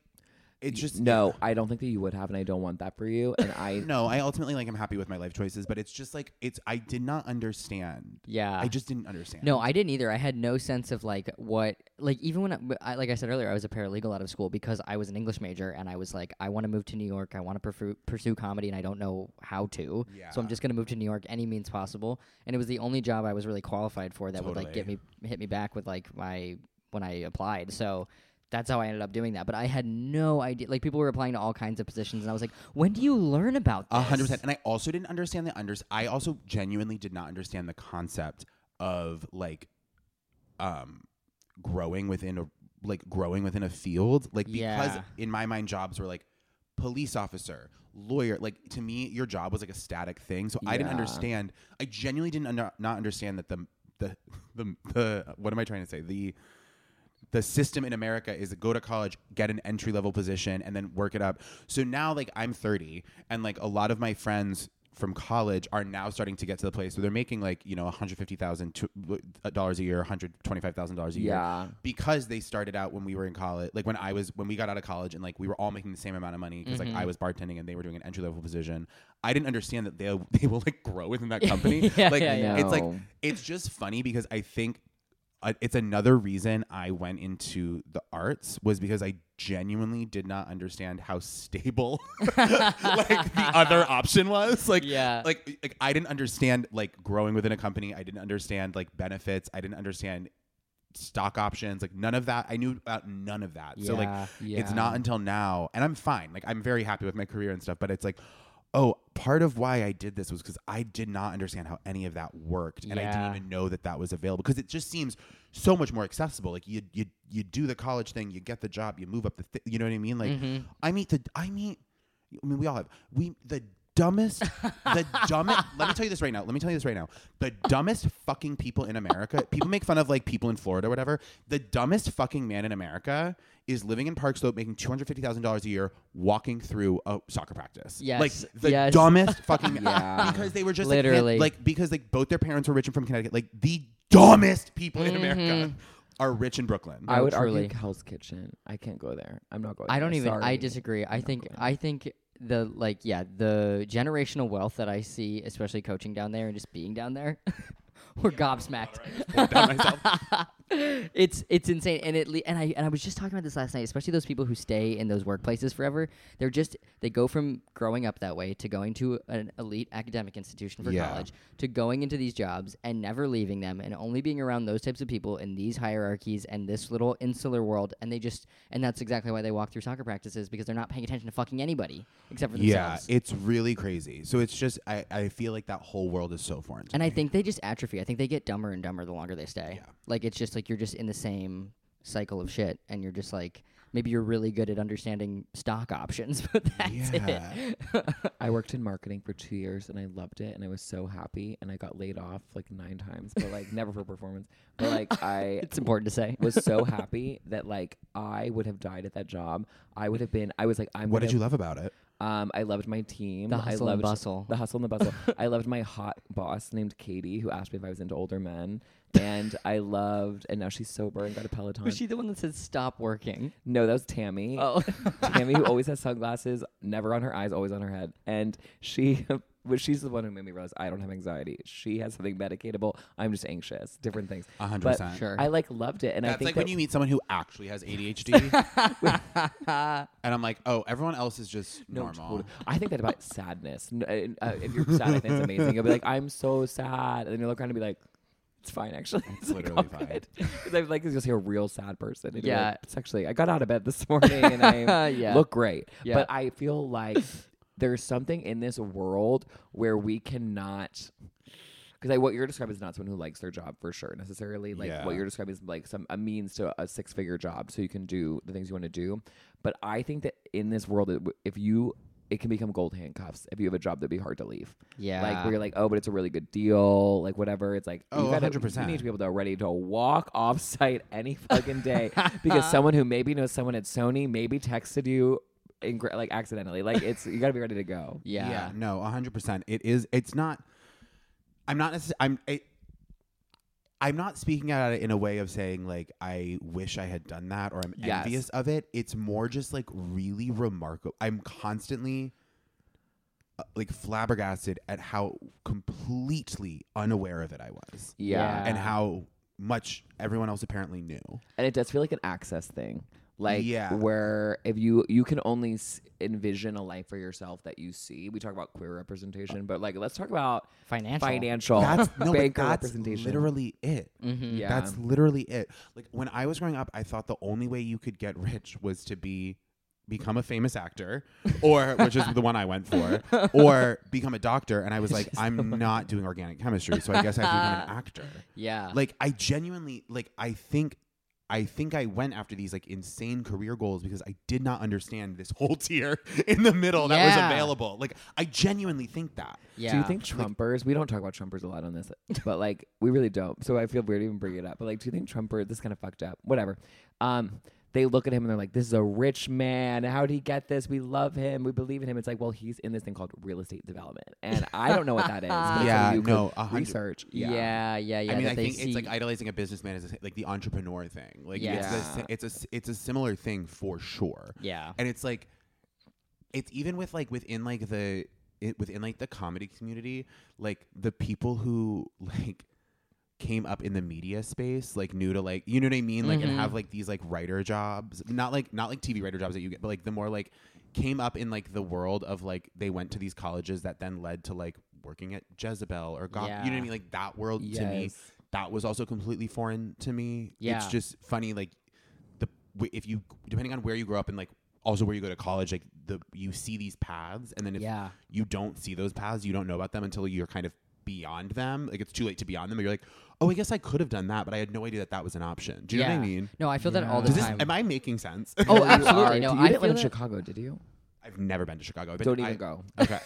Speaker 1: it just
Speaker 4: no, I don't think that you would have, and I don't want that for you. And I
Speaker 1: [LAUGHS] no. I ultimately like I'm happy with my life choices, but it's just like it's I did not understand.
Speaker 3: Yeah.
Speaker 1: I just didn't understand.
Speaker 3: No, I didn't either. I had no sense of like what, like even when, I, but I, like I said earlier, I was a paralegal out of school because I was an English major and I was like, I want to move to New York. I want to pursue, pursue comedy and I don't know how to. So
Speaker 1: Yeah.
Speaker 3: I'm just going to move to New York any means possible. And it was the only job I was really qualified for that would like get me, hit me back with like my, when I applied. So that's how I ended up doing that. But I had no idea. Like people were applying to all kinds of positions and I was like, when do you learn about this?
Speaker 1: A hundred percent. And I also didn't understand the under. I also genuinely did not understand the concept of like, um, growing within a like growing within a field. Like because
Speaker 3: Yeah.
Speaker 1: in my mind, jobs were like police officer, lawyer. Like to me, your job was like a static thing. So I didn't
Speaker 4: Yeah.
Speaker 1: understand. I genuinely didn't under, not understand that the the the the what am I trying to say the the system in America is to go to college, get an entry level position, and then work it up. So now, like, I'm 30, and like a lot of my friends from college are now starting to get to the place where they're making like you know 150,000 to- dollars a year, 125,000 dollars a year,
Speaker 4: Yeah.
Speaker 1: because they started out when we were in college, like when I was when we got out of college, and like we were all making the same amount of money because
Speaker 3: Mm-hmm.
Speaker 1: like I was bartending and they were doing an entry level position. I didn't understand that they will [LAUGHS] they will like grow within
Speaker 3: [LAUGHS]
Speaker 1: that company.
Speaker 3: Yeah,
Speaker 1: like
Speaker 3: yeah, yeah.
Speaker 1: it's like
Speaker 4: No.
Speaker 1: it's just funny because I think uh, it's another reason I went into the arts was because I genuinely did not understand how stable [LAUGHS] like the
Speaker 3: [LAUGHS]
Speaker 1: other option was. Like
Speaker 3: Yeah.
Speaker 1: like like I didn't understand like growing within a company. I didn't understand like benefits. I didn't understand stock options like none of that i knew about none of that so like
Speaker 3: Yeah,
Speaker 1: it's
Speaker 4: yeah.
Speaker 1: not until now and i'm fine like i'm very happy with my career and stuff but it's like oh part of why i did this was because i did not understand how any of that worked and i
Speaker 3: Yeah.
Speaker 1: didn't even know that that was available because it just seems so much more accessible like you you you do the college thing you get the job you move up the thi- you know what i mean like
Speaker 3: Mm-hmm.
Speaker 1: i meet the i meet i mean we all have we the dumbest
Speaker 3: [LAUGHS]
Speaker 1: the dumbest let me tell you this right now let me tell you this right now the dumbest fucking people in america people make fun of like people in florida or whatever the dumbest fucking man in america is living in park slope making $250000 a year walking through a soccer practice
Speaker 3: Yes,
Speaker 1: like the
Speaker 3: yes.
Speaker 1: dumbest fucking
Speaker 3: [LAUGHS]
Speaker 1: man
Speaker 4: Yeah.
Speaker 1: because they were just
Speaker 3: Literally.
Speaker 1: literally like, because like both their parents were rich and from connecticut like the dumbest people in america are rich in brooklyn
Speaker 4: Mm-hmm. I would
Speaker 3: truly.
Speaker 4: argue Hell's Kitchen. I can't go there. I'm not going.
Speaker 3: I don't
Speaker 4: there.
Speaker 3: even. I
Speaker 4: Sorry.
Speaker 3: disagree. I
Speaker 4: not
Speaker 3: think.
Speaker 4: going.
Speaker 3: I think the like. Yeah, the generational wealth that I see, especially coaching down there and just being down there, [LAUGHS] we're gobsmacked. [LAUGHS] it's it's insane, and it le- and I and I was just talking about this last night. Especially those people who stay in those workplaces forever. They're just they go from growing up that way to going to an elite academic institution for
Speaker 1: Yeah.
Speaker 3: college to going into these jobs and never leaving them and only being around those types of people in these hierarchies and this little insular world and they just and that's exactly why they walk through soccer practices because they're not paying attention to fucking anybody except for
Speaker 1: yeah
Speaker 3: themselves.
Speaker 1: it's really crazy so it's just i, I feel like that whole world is so foreign to
Speaker 3: and
Speaker 1: me.
Speaker 3: I think they just atrophy. I think they get dumber and dumber the longer they stay.
Speaker 1: Yeah.
Speaker 3: Like it's just like you're just in the same cycle of shit and you're just like maybe you're really good at understanding stock options, [LAUGHS] but that's
Speaker 1: Yeah.
Speaker 4: [LAUGHS]
Speaker 3: it.
Speaker 4: [LAUGHS] I worked in marketing for two years and I loved it and I was so happy and I got laid off like nine times, but like never for performance. But [LAUGHS] like I
Speaker 3: It's important
Speaker 1: [LAUGHS]
Speaker 3: to say.
Speaker 4: was so happy that like I would have died at that job. I would have been. I was like, I'm.
Speaker 1: What did
Speaker 4: gonna-
Speaker 1: you love about it?
Speaker 4: Um, I loved my team.
Speaker 3: The hustle
Speaker 4: I
Speaker 3: and
Speaker 4: loved
Speaker 3: bustle.
Speaker 4: The hustle and the
Speaker 3: [LAUGHS]
Speaker 4: bustle. I loved my hot boss named Katie who asked me if I was into older men, and I loved. And now she's sober and got a Peloton.
Speaker 3: Was she the one that said stop working?
Speaker 4: no, that was Tammy.
Speaker 3: Oh,
Speaker 4: [LAUGHS] Tammy,
Speaker 3: [LAUGHS]
Speaker 4: who always has sunglasses, never on her eyes, always on her head. And she, [LAUGHS] well, she's the one who made me realize I don't have anxiety. She has something medicatable. I'm just anxious. Different things.
Speaker 1: A hundred
Speaker 4: But
Speaker 1: percent.
Speaker 3: sure.
Speaker 4: I like loved it, and I
Speaker 1: That's
Speaker 4: think
Speaker 1: like
Speaker 4: that
Speaker 1: when you meet someone who actually has
Speaker 4: [LAUGHS]
Speaker 1: ADHD, and I'm like, oh, everyone else is just
Speaker 4: no,
Speaker 1: normal.
Speaker 4: totally. I think that about sadness. N- uh, uh, if you're sad, I think it's amazing. You'll be like, I'm so sad, and then you'll look around and be like. It's fine, actually. [LAUGHS] It's, like,
Speaker 1: literally
Speaker 4: all
Speaker 1: fine.
Speaker 4: good. [LAUGHS] 'Cause I'm like, it's just like a real sad person. And you're
Speaker 3: Yeah.
Speaker 4: like, it's actually, I got out of bed this [LAUGHS] morning and
Speaker 3: [LAUGHS]
Speaker 4: I
Speaker 3: Yeah.
Speaker 4: look great.
Speaker 3: Yeah.
Speaker 4: But I feel like there's something in this world where we cannot. Because what you're describing is not someone who likes their job for sure necessarily. Like
Speaker 1: Yeah.
Speaker 4: what you're describing is like some a means to a six figure job, so you can do the things you want to do. But I think that in this world, it w- if you it can become gold handcuffs if you have a job that'd be hard to leave. Like
Speaker 3: Yeah.
Speaker 4: where you're like, oh, but it's a really good deal, like whatever. It's like
Speaker 1: Oh,
Speaker 4: you gotta-
Speaker 1: 100%.
Speaker 4: You need to be able to ready to walk [LAUGHS] off site any fucking day [LAUGHS] because someone who maybe knows someone at Sony maybe texted you in, like accidentally. Like it's you gotta be ready to [LAUGHS] go.
Speaker 3: yeah.
Speaker 1: yeah no 100% it is it's not i'm not necess- i'm it, i'm not speaking about it in a way of saying like i wish i had done that or i'm
Speaker 4: Yes.
Speaker 1: envious of it it's more just like really remarkable i'm constantly uh, like flabbergasted at how completely unaware of it i was
Speaker 4: Yeah.
Speaker 1: and how much everyone else apparently knew
Speaker 4: and it does feel like an access thing like
Speaker 1: Yeah.
Speaker 4: where if you you can only s- envision a life for yourself that you see we talk about queer representation but like let's talk about
Speaker 3: Financial.
Speaker 4: financial
Speaker 1: That's
Speaker 4: [LAUGHS]
Speaker 1: no, but
Speaker 4: banker
Speaker 1: that's
Speaker 4: Oh. representation
Speaker 1: literally it.
Speaker 4: Yeah.
Speaker 1: That's literally it. Like when I was growing up, I thought the only way you could get rich was to be become a famous actor or which is the one I went for or become a doctor and I was like I'm not doing organic chemistry so I guess I have to become an actor.
Speaker 3: Yeah.
Speaker 1: Like I genuinely like I think I think I went after these like insane career goals because I did not understand this whole [LAUGHS] tier in the middle that
Speaker 3: Yeah.
Speaker 1: was available. Like I genuinely think that.
Speaker 3: yeah.
Speaker 4: do you think trumpers we don't talk about trumpers a lot [LAUGHS] on this but like we really don't so i feel weird even bringing it up but like do you think trumper this kind of fucked up whatever um they look at him and they're like this is a rich man how'd he get this we love him we believe in him it's like well he's in this thing called real estate development and i don't know what that is but [LAUGHS] it's
Speaker 1: Yeah,
Speaker 4: something you could
Speaker 1: no, a hundred-
Speaker 4: research
Speaker 3: Yeah. Yeah. Yeah.
Speaker 1: I mean,
Speaker 3: that
Speaker 1: I
Speaker 3: they
Speaker 1: think it's like
Speaker 3: see-
Speaker 1: idolizing a businessman is a, like the entrepreneur thing. Like
Speaker 3: Yeah.
Speaker 1: it's a, it's a it's a similar thing for sure.
Speaker 3: yeah.
Speaker 1: And it's like it's even with like within like the it, within like the comedy community, like the people who [LAUGHS] like came up in the media space, like new to like you know what I mean, like and
Speaker 3: Mm-hmm.
Speaker 1: have like these like writer jobs, not like not like TV writer jobs that you get, but like the more like came up in like the world of like they went to these colleges that then led to like working at Jezebel or Goth, you know what I
Speaker 3: Yeah.
Speaker 1: mean, like that world to me
Speaker 4: Yes.
Speaker 1: that was also completely foreign to me.
Speaker 3: Yeah.
Speaker 1: It's just funny, like the w- if you depending on where you grow up and like also where you go to college, like the you see these paths, and then if
Speaker 3: Yeah.
Speaker 1: you don't see those paths, you don't know about them until you're kind of beyond them. Like it's too late to be on them. And you're like, oh, I guess I could have done that, but I had no idea that that was an option. Do you know
Speaker 3: Yeah.
Speaker 1: what I mean?
Speaker 3: No, I feel that all the
Speaker 1: Does this,
Speaker 3: time.
Speaker 1: am I making sense? [LAUGHS]
Speaker 3: oh,
Speaker 4: You are.
Speaker 3: absolutely. No,
Speaker 4: you
Speaker 3: I feel
Speaker 4: didn't live in
Speaker 3: that-
Speaker 4: Chicago, did you?
Speaker 1: I've never been to Chicago. But
Speaker 4: Don't even
Speaker 1: I,
Speaker 4: go.
Speaker 3: [LAUGHS]
Speaker 1: Okay,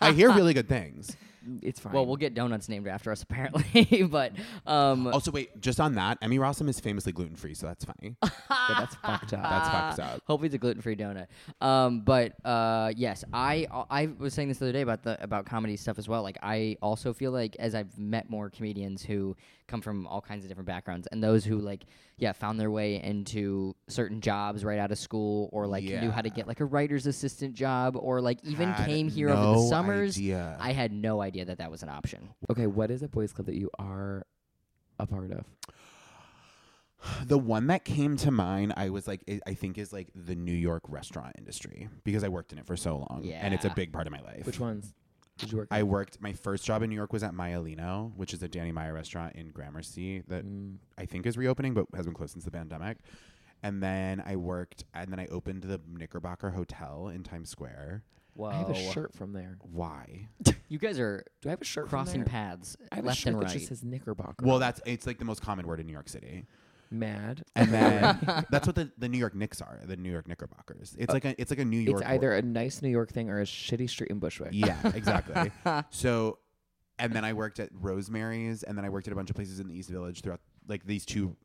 Speaker 1: I hear really good things.
Speaker 4: It's fine.
Speaker 3: Well, we'll get donuts named after us [LAUGHS] apparently, but um,
Speaker 1: Also, wait, just on that, Emmy Rossum is famously gluten free, so that's funny.
Speaker 4: Yeah, [LAUGHS] that's fucked up.
Speaker 1: That's fucked up.
Speaker 3: [LAUGHS] Hopefully, it's a gluten-free donut. Um, but uh, yes, I I was saying this the other day about the about comedy stuff as well. Like, I also feel like as I've met more comedians who come from all kinds of different backgrounds, and those who like yeah found their way into certain jobs right out of school, or like knew how to
Speaker 1: Yeah.
Speaker 3: get like a writer's assistant job, or like even
Speaker 1: Had
Speaker 3: came here over
Speaker 1: no
Speaker 3: the summers.
Speaker 1: idea.
Speaker 3: I had no idea that that was an option.
Speaker 4: Okay, what is a boys' club that you are a part of?
Speaker 1: [SIGHS] The one that came to mind, I was like, I- I think is like the New York restaurant industry because I worked in it for so long, and it's a
Speaker 3: Yeah.
Speaker 1: big part of my life.
Speaker 4: Which ones did you work?
Speaker 1: I worked. My first job in New York was at Maialino, which is a Danny Meyer restaurant in Gramercy that I think is reopening, but has been closed since the pandemic. And then I worked, and then I opened the Knickerbocker Hotel in Times Square.
Speaker 3: Whoa,
Speaker 4: I have a shirt from there.
Speaker 1: Why?
Speaker 3: you guys are
Speaker 4: Do I have a shirt
Speaker 3: crossing
Speaker 4: from there?
Speaker 3: paths
Speaker 4: I have a
Speaker 3: left
Speaker 4: shirt
Speaker 3: and
Speaker 4: that
Speaker 3: right.
Speaker 4: just says Knickerbocker.
Speaker 1: Well, that's it's like the most common word in New York City.
Speaker 4: mad. [LAUGHS]
Speaker 1: And then that's what the, the New York Knicks are, the New York Knickerbockers. It's like a it's like a New York
Speaker 4: Uh, it's either a nice New York thing or a shitty street in Bushwick.
Speaker 1: Yeah,
Speaker 4: [LAUGHS]
Speaker 1: exactly. so, and then I worked at Rosemary's, and then I worked at a bunch of places in the East Village throughout, like these two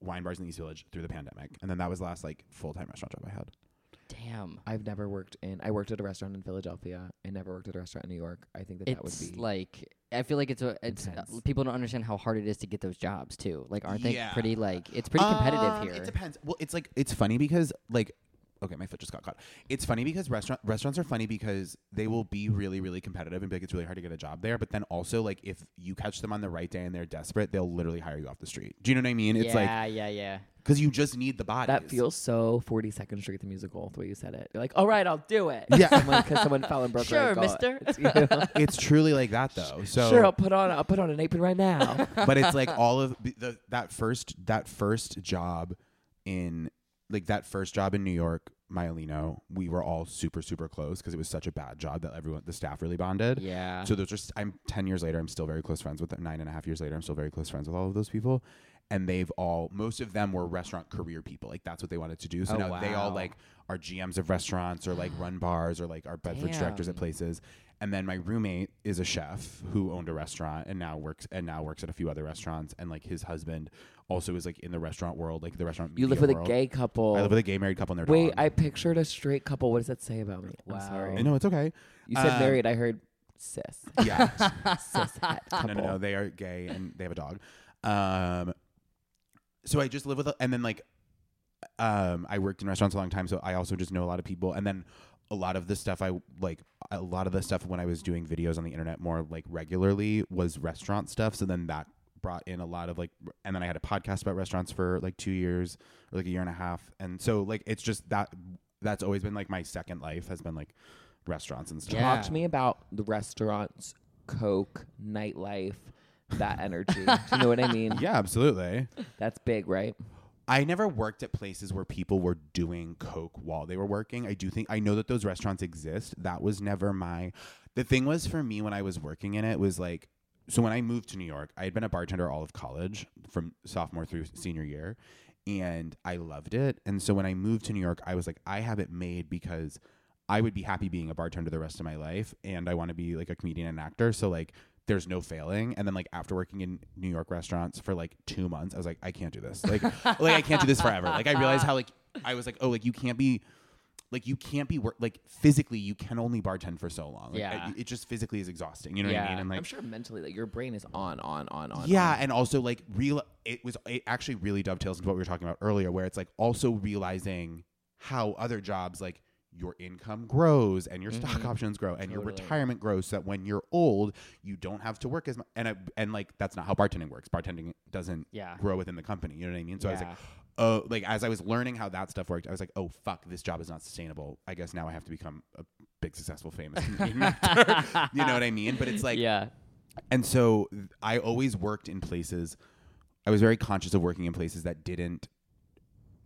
Speaker 1: wine bars in the East Village through the pandemic, and then that was the last like full time restaurant job I had.
Speaker 3: Damn.
Speaker 4: I've never worked in. I worked at a restaurant in Philadelphia. I never worked at a restaurant in New York. I think that that would
Speaker 3: It's
Speaker 4: be
Speaker 3: like I feel like it's a it's uh,
Speaker 4: Intense.
Speaker 3: people don't understand how hard it is to get those jobs too. Like aren't they
Speaker 1: Yeah.
Speaker 3: pretty like it's pretty competitive
Speaker 1: Um,
Speaker 3: here.
Speaker 1: It depends. Well, it's like it's funny because like okay, my foot just got caught. It's funny because restaurant restaurants are funny because they will be really really competitive and be like it's really hard to get a job there, but then also like if you catch them on the right day and they're desperate, they'll literally hire you off the street. Do you know what I mean? It's like
Speaker 3: yeah, yeah, yeah.
Speaker 1: because you just need the bodies.
Speaker 4: that feels so 42nd Street the musical the way you said it. You're like, all right, I'll do it.
Speaker 1: Yeah.
Speaker 4: [LAUGHS] someone, cause someone fell and broke
Speaker 3: Sure,
Speaker 4: her ankle.
Speaker 3: mister.
Speaker 4: [LAUGHS] It's,
Speaker 1: [LAUGHS]
Speaker 4: you know,
Speaker 1: [LAUGHS] it's truly like that
Speaker 3: [LAUGHS]
Speaker 1: though. So
Speaker 4: Sure, I'll put on I'll put on an apron right now.
Speaker 1: [LAUGHS] but it's like all of the, the that first that first job in like that first job in New York, Myelino, we were all super super close because it was such a bad job that everyone the staff really bonded.
Speaker 3: Yeah.
Speaker 1: So those are. st- I'm ten years later. I'm still very close friends with them. Nine and a half years later, I'm still very close friends with all of those people. And they've all, most of them were restaurant career people. Like that's what they wanted to do. So
Speaker 3: Oh,
Speaker 1: now they all
Speaker 3: wow.
Speaker 1: like are GMs of restaurants or like run bars or like are beverage directors at
Speaker 3: Damn.
Speaker 1: places. And then my roommate is a chef who owned a restaurant and now works and now works at a few other restaurants. And like his husband also is like in the restaurant world, like the restaurant.
Speaker 4: You live
Speaker 1: media
Speaker 4: with a
Speaker 1: world.
Speaker 4: gay couple.
Speaker 1: I live with a gay married couple and their
Speaker 4: Wait,
Speaker 1: dog.
Speaker 4: I pictured a straight couple. What does that say about me? I'm
Speaker 3: Wow.
Speaker 4: sorry.
Speaker 1: No, it's okay.
Speaker 4: You said
Speaker 1: Um,
Speaker 4: married. I heard cis.
Speaker 1: Yeah.
Speaker 4: cis het couple.
Speaker 1: No, no, no. They are gay and they have a dog. Um, so I just live with, a, and then like, um, I worked in restaurants a long time, so I also just know a lot of people, and then a lot of the stuff I like, a lot of the stuff when I was doing videos on the internet more like regularly was restaurant stuff. So then that brought in a lot of like, and then I had a podcast about restaurants for like two years or like a year and a half, and so like it's just that that's always been like my second life has been like restaurants and stuff.
Speaker 4: Talk
Speaker 3: Yeah.
Speaker 4: to me about the restaurants, Coke, nightlife,
Speaker 1: [LAUGHS]
Speaker 4: that energy. Do you know what I mean?
Speaker 1: yeah absolutely.
Speaker 4: That's big, right?
Speaker 1: I never worked at places where people were doing coke while they were working. I do think I know that those restaurants exist. That was never my the thing was for me when I was working in it was like so when I moved to New York, I had been a bartender all of college from sophomore through senior year and I loved it. And so when I moved to New York, I was like I have it made because I would be happy being a bartender the rest of my life and I want to be like a comedian and actor. So like there's no failing. And then like after working in New York restaurants for like two months, I was like, I can't do this. Like like I can't do this forever. Like I realized how like I was like, oh like you can't be like you can't be work like physically you can only bartend for so long. Like,
Speaker 3: Yeah.
Speaker 1: It, it just physically is exhausting. You know what I
Speaker 3: Yeah.
Speaker 1: mean? And like
Speaker 4: I'm sure mentally, like your brain is on, on, on, on.
Speaker 1: yeah,
Speaker 4: on.
Speaker 1: and also like real. It was it actually really dovetails into what we were talking about earlier, where it's like also realizing how other jobs like your income grows and your
Speaker 3: Mm-hmm.
Speaker 1: stock options grow and your
Speaker 4: Totally.
Speaker 1: retirement grows so that when you're old you don't have to work as much and I, and like that's not how bartending works bartending doesn't
Speaker 3: Yeah.
Speaker 1: grow within the company you know what i mean so i was
Speaker 3: Yeah.
Speaker 1: like oh like as i was learning how that stuff worked i was like oh fuck this job is not sustainable i guess now i have to become a big successful famous
Speaker 3: [LAUGHS]
Speaker 1: comedian actor. [LAUGHS] you know what i mean but it's like
Speaker 3: yeah.
Speaker 1: and so th- I always worked in places. I was very conscious of working in places that didn't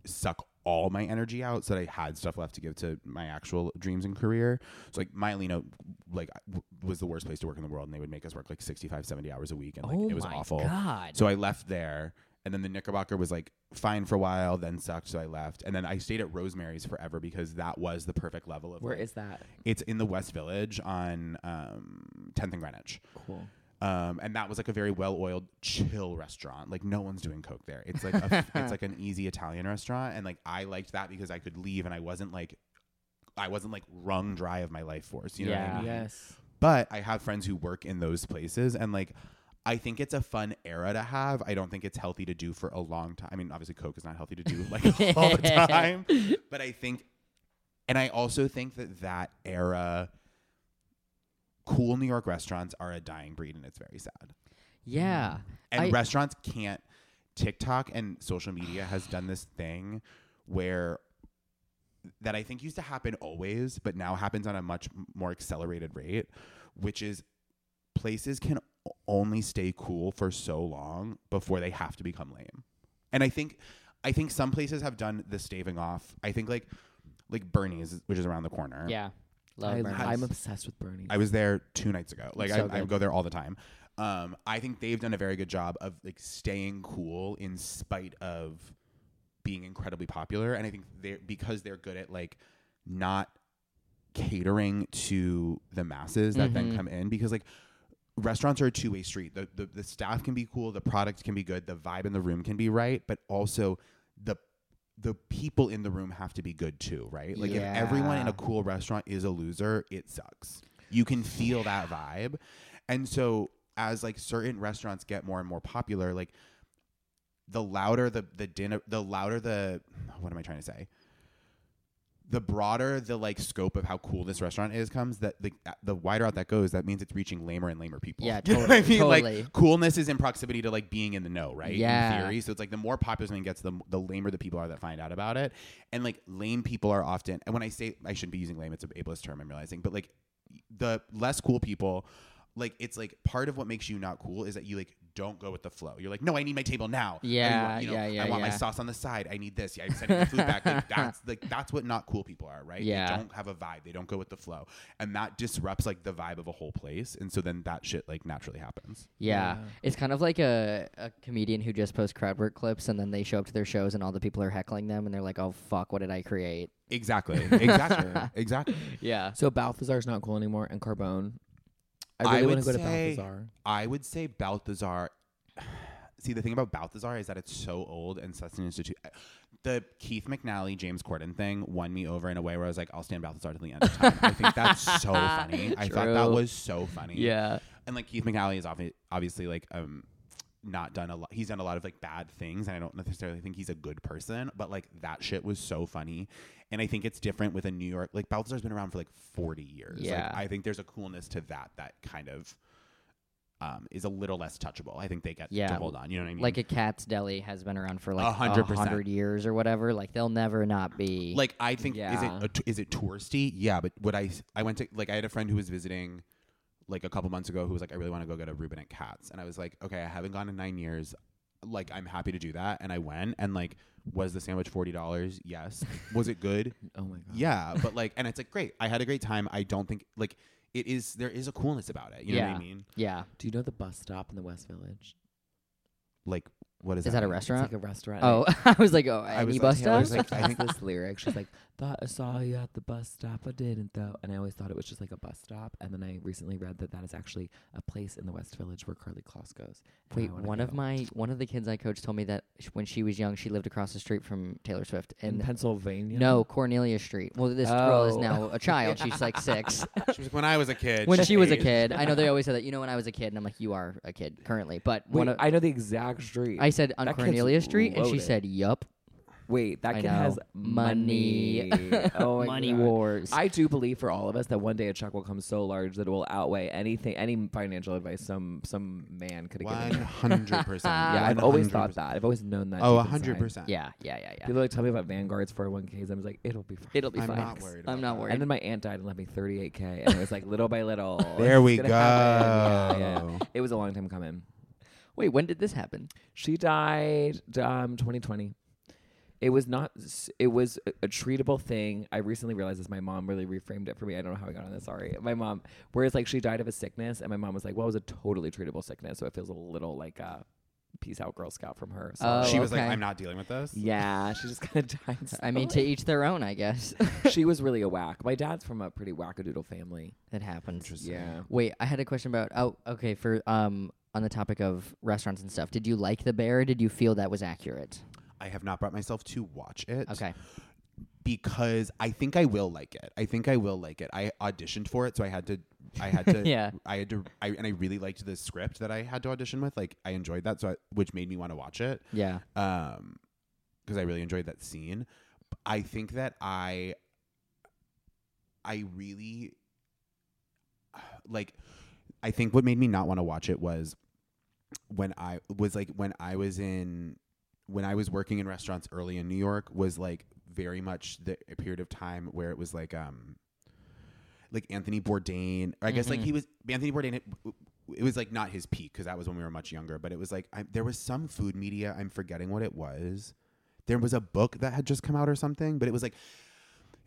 Speaker 1: suck all my energy out, so that I had stuff left to give to my actual dreams and career. So like Myelino, like I- w- was the worst place to work in the world, and they would make us work like 65, 70 hours a week, and like
Speaker 3: oh
Speaker 1: it was
Speaker 3: my
Speaker 1: awful.
Speaker 3: God.
Speaker 1: So I left there. And then the Knickerbocker was like fine for a while, then sucked, so I left. And then I stayed at Rosemary's forever because that was the perfect level of
Speaker 4: Where
Speaker 1: like-
Speaker 4: is that?
Speaker 1: it's in the West Village on um, 10th and Greenwich.
Speaker 4: Cool.
Speaker 1: Um, and that was like a very well-oiled, chill restaurant. Like no one's doing coke there. It's like a, it's
Speaker 3: [LAUGHS]
Speaker 1: like an easy Italian restaurant, and like I liked that because I could leave and I wasn't like, I wasn't like wrung dry of my life force. You know what I
Speaker 3: Yeah.
Speaker 1: mean?
Speaker 4: Yes.
Speaker 1: But I have friends who work in those places, and like I think it's a fun era to have. I don't think it's healthy to do for a long time. I mean, obviously, coke is not healthy to do [LAUGHS] like all the time, but I think, and I also think that that era. Cool New York restaurants are a dying breed, and it's very sad
Speaker 3: yeah.
Speaker 1: and
Speaker 3: I-
Speaker 1: restaurants can't TikTok and social media has done this thing where that I think used to happen always, but now happens on a much m- more accelerated rate, which is places can o- only stay cool for so long before they have to become lame. And I think I think some places have done the staving off. I think like like Bernie's, which is around the corner.
Speaker 3: Yeah. Love
Speaker 4: I,
Speaker 3: Bernie's.
Speaker 4: I'm obsessed with Bernie.
Speaker 1: I was there two nights ago. Like
Speaker 4: So
Speaker 1: I, I
Speaker 4: good.
Speaker 1: go there all the time. Um, I think they've done a very good job of like staying cool in spite of being incredibly popular, and I think they're because they're good at like not catering to the masses that then come in because like restaurants are a two-way street the, the the staff can be cool the product can be good the vibe in the room can be right but also the the people in the room have to be good too right like if everyone in a
Speaker 3: Yeah.
Speaker 1: cool restaurant is a loser it sucks you can feel that vibe and so as like certain restaurants get more and more popular like the louder the the dinner the louder the what am i trying to say the broader the like scope of how cool this restaurant is comes that the the wider out that goes that means it's reaching lamer and lamer people
Speaker 3: Yeah,
Speaker 1: [LAUGHS] You know what I
Speaker 3: totally,
Speaker 1: mean?
Speaker 3: totally.
Speaker 1: like coolness is in proximity to like being in the know right
Speaker 3: Yeah.
Speaker 1: in theory so it's like the more popular something gets the the lamer the people are that find out about it and like lame people are often and when i say i shouldn't be using lame it's an ableist term i'm realizing but like the less cool people like it's like part of what makes you not cool is that you like don't go with the flow. You're like, no, I need my table now. I
Speaker 3: Yeah,
Speaker 1: want, you know,
Speaker 3: yeah, yeah,
Speaker 1: I want my
Speaker 3: yeah.
Speaker 1: sauce on the side. I need this. Yeah, I'm sending the food back.
Speaker 3: [LAUGHS]
Speaker 1: Like that's like that's what not cool people are, right? They
Speaker 3: Yeah.
Speaker 1: don't have a vibe. They don't go with the flow, and that disrupts like the vibe of a whole place. And so then that shit like naturally happens.
Speaker 3: Yeah.
Speaker 4: Yeah.
Speaker 3: It's kind of like a, a comedian who just posts crowd work clips and then they show up to their shows and all the people are heckling them and they're like, oh, fuck, what did I create? [LAUGHS]
Speaker 1: Exactly. Exactly. exactly.
Speaker 3: Yeah.
Speaker 4: So Balthazar's not cool anymore, and Carbone.
Speaker 1: I
Speaker 4: I really want
Speaker 1: would
Speaker 4: to go to
Speaker 1: say-
Speaker 4: Balthazar.
Speaker 1: I would say Balthazar. [SIGHS] See, the thing about Balthazar is that it's so old and such an institute. The Keith McNally, James Corden thing won me over in a way where I was like, I'll stand Balthazar to the end of time. I think that's
Speaker 3: [LAUGHS]
Speaker 1: so funny. I thought that
Speaker 3: True.
Speaker 1: was so funny.
Speaker 3: Yeah.
Speaker 1: And like Keith McNally is obvi- obviously like um not done a lot. He's done a lot of like bad things, and I don't necessarily think he's a good person. But like that shit was so funny, and I think it's different with a New York. Like Balthazar's been around for like forty years.
Speaker 3: Yeah.
Speaker 1: Like, I think there's a coolness to that that kind of um is a little less touchable. I think they get to
Speaker 3: Yeah.
Speaker 1: hold on. You know what I mean?
Speaker 3: Like a cat's deli has been around for like
Speaker 1: A
Speaker 3: a
Speaker 1: hundred percent.
Speaker 3: hundred years or whatever. Like they'll never not be.
Speaker 1: Like I think is
Speaker 4: Yeah.
Speaker 1: it a t- is it touristy? Yeah, but what I I went to like I had a friend who was visiting like a couple months ago who was like I really want to go get a Reuben at Cats and I was like okay I haven't gone in nine years like I'm happy to do that and I went and like was the sandwich forty dollars yes was it good
Speaker 4: Oh my god.
Speaker 1: yeah but like and it's like great I had a great time I don't think like it is there is a coolness about it you know what I
Speaker 3: Yeah.
Speaker 1: mean
Speaker 3: yeah.
Speaker 4: Do you know the bus stop in the West Village?
Speaker 1: like what is,
Speaker 3: Is that a
Speaker 1: mean?
Speaker 4: It's
Speaker 3: restaurant?
Speaker 4: like a restaurant.
Speaker 3: Oh, [LAUGHS] I was like, oh,
Speaker 1: I
Speaker 3: any
Speaker 1: was like-
Speaker 3: bus
Speaker 1: yeah, I was
Speaker 3: stop?
Speaker 4: [LAUGHS]
Speaker 1: like, I think-
Speaker 4: think this lyric. She's like, "Thought I saw you at the bus stop, I didn't though." And I always thought it was just like a bus stop. And then I recently read that that is actually a place in the West Village where Carly Kloss goes. and I
Speaker 3: Wait,
Speaker 4: wanna
Speaker 3: one of
Speaker 4: go.
Speaker 3: my one of the kids I coached told me that sh- when she was young, she lived across the street from Taylor Swift,
Speaker 4: in
Speaker 3: and
Speaker 4: Pennsylvania.
Speaker 3: no, Cornelia Street. Well, this girl is
Speaker 4: Oh.
Speaker 3: now a child. She's
Speaker 4: [LAUGHS]
Speaker 3: like six.
Speaker 1: She was like, when I was a kid
Speaker 3: when she was a
Speaker 1: ate."
Speaker 3: kid, I know they always said that. You know, when I was a kid, and I'm like, you are a kid currently. But
Speaker 4: Wait,
Speaker 3: when
Speaker 4: I know the exact street.
Speaker 3: I said on
Speaker 4: That kid's
Speaker 3: Cornelia Street, and she
Speaker 4: loaded.
Speaker 3: said, "Yup,
Speaker 4: Wait, that
Speaker 3: I
Speaker 4: kid
Speaker 3: know.
Speaker 4: has money.
Speaker 3: [LAUGHS]
Speaker 4: oh my
Speaker 3: money
Speaker 4: God.
Speaker 3: wars."
Speaker 4: I do believe for all of us that one day a check will come so large that it will outweigh anything, any financial advice some some man could have
Speaker 1: one
Speaker 4: given. me.
Speaker 1: hundred percent
Speaker 4: Yeah, I've always thought that. I've always known that.
Speaker 1: oh
Speaker 4: deep inside.
Speaker 1: hundred percent
Speaker 3: yeah, yeah, yeah, yeah.
Speaker 4: People like tell me about Vanguard's 401ks. I was like, it'll be fine.
Speaker 3: It'll be
Speaker 1: I'm
Speaker 3: fine.
Speaker 1: not worried
Speaker 3: I'm
Speaker 1: about
Speaker 3: not
Speaker 1: that.
Speaker 3: worried.
Speaker 4: And then my aunt died and left me 38k, and it was like little by little.
Speaker 1: [LAUGHS] There
Speaker 4: Oh,
Speaker 1: we
Speaker 4: it's gonna happen. Yeah,
Speaker 1: go.
Speaker 4: yeah. It was a long time coming.
Speaker 3: Wait, when did this happen?
Speaker 4: She died um 2020. It was not. s- It was a, a treatable thing. I recently realized this. My mom really reframed it for me. I don't know how I got on this. Sorry, my mom. Whereas like she died of a sickness, and my mom was like, "Well, it was a totally treatable sickness." So it feels a little like a peace out Girl Scout from her. So
Speaker 3: Oh,
Speaker 1: she was like
Speaker 3: okay.
Speaker 1: I'm not dealing with this
Speaker 4: yeah, she
Speaker 1: [LAUGHS]
Speaker 4: just kind of died.
Speaker 3: I mean,
Speaker 4: [LAUGHS]
Speaker 3: to
Speaker 4: slowly.
Speaker 3: each their own, I guess. [LAUGHS]
Speaker 4: she was really a whack. My dad's from a pretty wackadoodle family.
Speaker 3: it happens.
Speaker 1: Interesting.
Speaker 3: Wait, I had a question about. Oh, okay. For um, on the topic of restaurants and stuff, did you like the bear? Did you feel that was accurate?
Speaker 1: I have not brought myself to watch it.
Speaker 3: Okay.
Speaker 1: Because I think I will like it. I think I will like it. I auditioned for it, so I had to I
Speaker 4: [LAUGHS]
Speaker 1: had to
Speaker 3: Yeah.
Speaker 1: I had to I, and I really liked the script that I had to audition with. Like I enjoyed that, so I, which made me want to watch it.
Speaker 3: Yeah.
Speaker 1: Um because I really enjoyed that scene. I think that I I really like I think what made me not want to watch it was when I was like when I was in when I was working in restaurants early in New York was like very much the period of time where it was like um like Anthony Bourdain or I guess like
Speaker 3: Mhm.
Speaker 1: he was Anthony Bourdain it, it was like not his peak because that was when we were much younger but it was like I, there was some food media I'm forgetting what it was there was a book that had just come out or something but it was like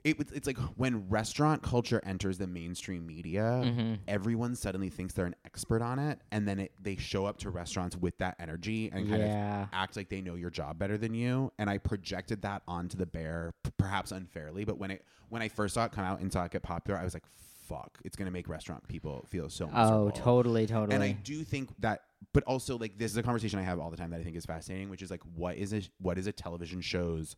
Speaker 1: it, was- it's like when restaurant culture enters the mainstream media,
Speaker 3: Mm-hmm.
Speaker 1: everyone suddenly thinks they're an expert on it, and then it, they show up to restaurants with that energy and kind
Speaker 3: Yeah.
Speaker 1: of act like they know your job better than you. And I projected that onto the bear, p- perhaps unfairly. But when it when I first saw it come out and saw it get popular, I was like, "Fuck, it's gonna make restaurant people feel so."
Speaker 3: Oh,
Speaker 1: miserable.
Speaker 3: totally, totally.
Speaker 1: And I do think that, but also like this is a conversation I have all the time that I think is fascinating, which is like what is a what is a television show's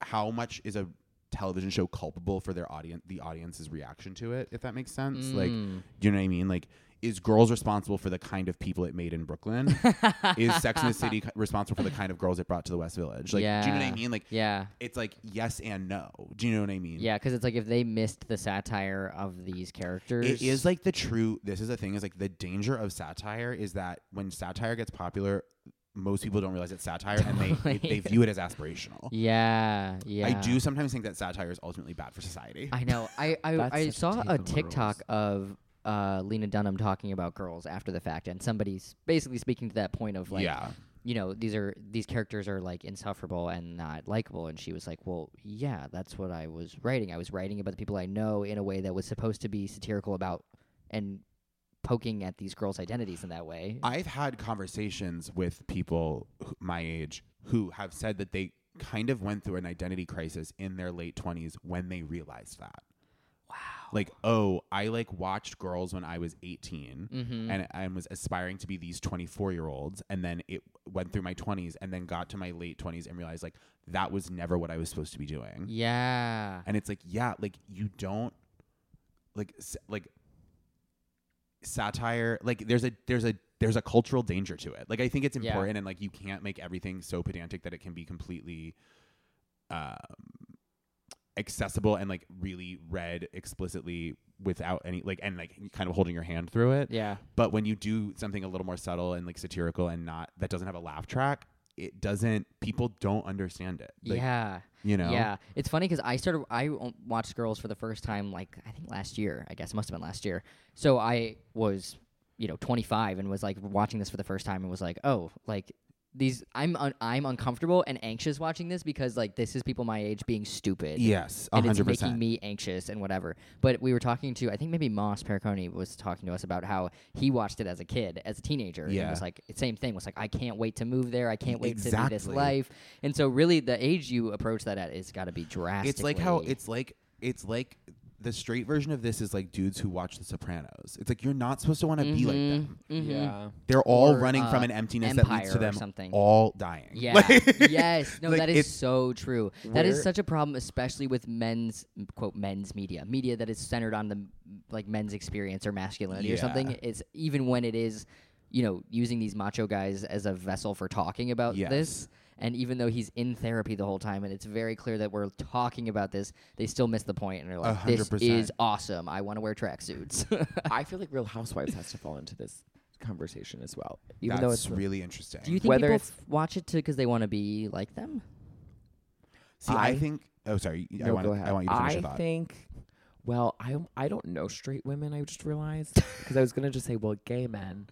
Speaker 1: how much is a television show culpable for their audience the audience's reaction to it, if that makes sense? Like,
Speaker 3: Mm,
Speaker 1: do you know what I mean? Like, is Girls responsible for the kind of people it made in [LAUGHS] Brooklyn? is Sex and the City ki- responsible for the kind of girls it brought to the West Village? Like, do you know what I
Speaker 3: Yeah.
Speaker 1: mean? Like,
Speaker 3: yeah.
Speaker 1: it's like yes and no. Do you know what I mean?
Speaker 3: Yeah, because it's like if they missed the satire of these characters,
Speaker 1: It is like the true. This is the thing. Is like the danger of satire is that when satire gets popular, most people don't realize it's satire and they they,
Speaker 3: Totally. [LAUGHS]
Speaker 1: they view it as aspirational.
Speaker 3: Yeah, yeah.
Speaker 1: I do sometimes think that satire is ultimately bad for society.
Speaker 3: I know. I I,
Speaker 4: That's
Speaker 3: I
Speaker 4: such a
Speaker 3: saw
Speaker 4: take
Speaker 3: a
Speaker 4: on the
Speaker 3: TikTok of uh, Lena Dunham talking about girls after the fact, and somebody's basically speaking to that point of like,
Speaker 1: yeah,
Speaker 3: you know, these are these characters are like insufferable and not likable, and she was like, well, yeah, that's what I was writing. I was writing about the people I know in a way that was supposed to be satirical about and poking at these girls' identities in that way.
Speaker 1: I've had conversations with people who- my age who have said that they kind of went through an identity crisis in their late twenties when they realized that. Wow. Like, oh, I like watched girls when I was 18
Speaker 3: mm-hmm.
Speaker 1: and I was aspiring to be these 24 year olds. And then it went through my 20s and then got to my late 20s and realized like that was never what I was supposed to be doing.
Speaker 3: yeah.
Speaker 1: And it's like, yeah, like you don't like s- like satire like there's a there's a there's a cultural danger to it. Like I think it's
Speaker 3: Yeah.
Speaker 1: important and like you can't make everything so pedantic that it can be completely um accessible and like really read explicitly without any like and like kind of holding your hand through it.
Speaker 3: Yeah.
Speaker 1: But when you do something a little more subtle and like satirical and not that doesn't have a laugh track, it doesn't. People don't understand it. Like,
Speaker 3: yeah.
Speaker 1: you know.
Speaker 3: Yeah, it's funny because I started I o- watched Girls for the first time like I think last year. I guess it must have been last year. So I was you know 25 and was like watching this for the first time and was like, oh, like these I'm un- I'm uncomfortable and anxious watching this because like this is people my age being stupid.
Speaker 1: Yes,
Speaker 3: And it's
Speaker 1: hundred
Speaker 3: making
Speaker 1: percent.
Speaker 3: me anxious and whatever. But we were talking to, I think maybe Moss Pericone was talking to us about how he watched it as a kid, as a teenager. And
Speaker 1: Yeah.
Speaker 3: it was like, same thing, was like, I can't wait to move there. I can't wait to do this
Speaker 1: Exactly.
Speaker 3: life. And so, really, the age you approach that at is got to be drastic.
Speaker 1: It's like how it's like it's like the straight version of this is like dudes who watch The Sopranos. It's like you're not supposed to want to be like them.
Speaker 3: Mm-hmm.
Speaker 4: Yeah.
Speaker 1: They're all
Speaker 3: Or,
Speaker 1: running from
Speaker 3: uh,
Speaker 1: an emptiness that leads
Speaker 3: Empire
Speaker 1: to
Speaker 3: or
Speaker 1: them
Speaker 3: something.
Speaker 1: all dying. [LAUGHS]
Speaker 3: Yeah.
Speaker 1: Like-
Speaker 3: yes. No,
Speaker 1: like,
Speaker 3: that is
Speaker 1: it's-
Speaker 3: so true. That is
Speaker 4: Where-
Speaker 3: such a problem, especially with men's quote men's media, media that is centered on the like men's experience or masculinity or
Speaker 1: Yeah.
Speaker 3: something. Is even when it is, you know, using these macho guys as a vessel for talking about
Speaker 1: Yes.
Speaker 3: this. And even though he's in therapy the whole time, and it's very clear that we're talking about this, they still miss the point, and they're like,
Speaker 1: hundred
Speaker 3: "This
Speaker 1: percent.
Speaker 3: is awesome. I want to wear tracksuits." [LAUGHS]
Speaker 4: I feel like Real Housewives has to fall into this conversation as well, even though
Speaker 1: That's
Speaker 4: it's
Speaker 1: really interesting.
Speaker 3: Do you think
Speaker 4: Whether
Speaker 3: people
Speaker 4: it's-
Speaker 3: f- watch it because they want to be like them?
Speaker 1: See, I,
Speaker 4: I-
Speaker 1: think. Oh, sorry. I
Speaker 4: No,
Speaker 1: want.
Speaker 4: go ahead.
Speaker 1: I want you to finish
Speaker 4: I
Speaker 1: your thought.
Speaker 4: think. Well, I I don't know straight women. I
Speaker 1: [LAUGHS]
Speaker 4: just realized because I was gonna just say well gay men,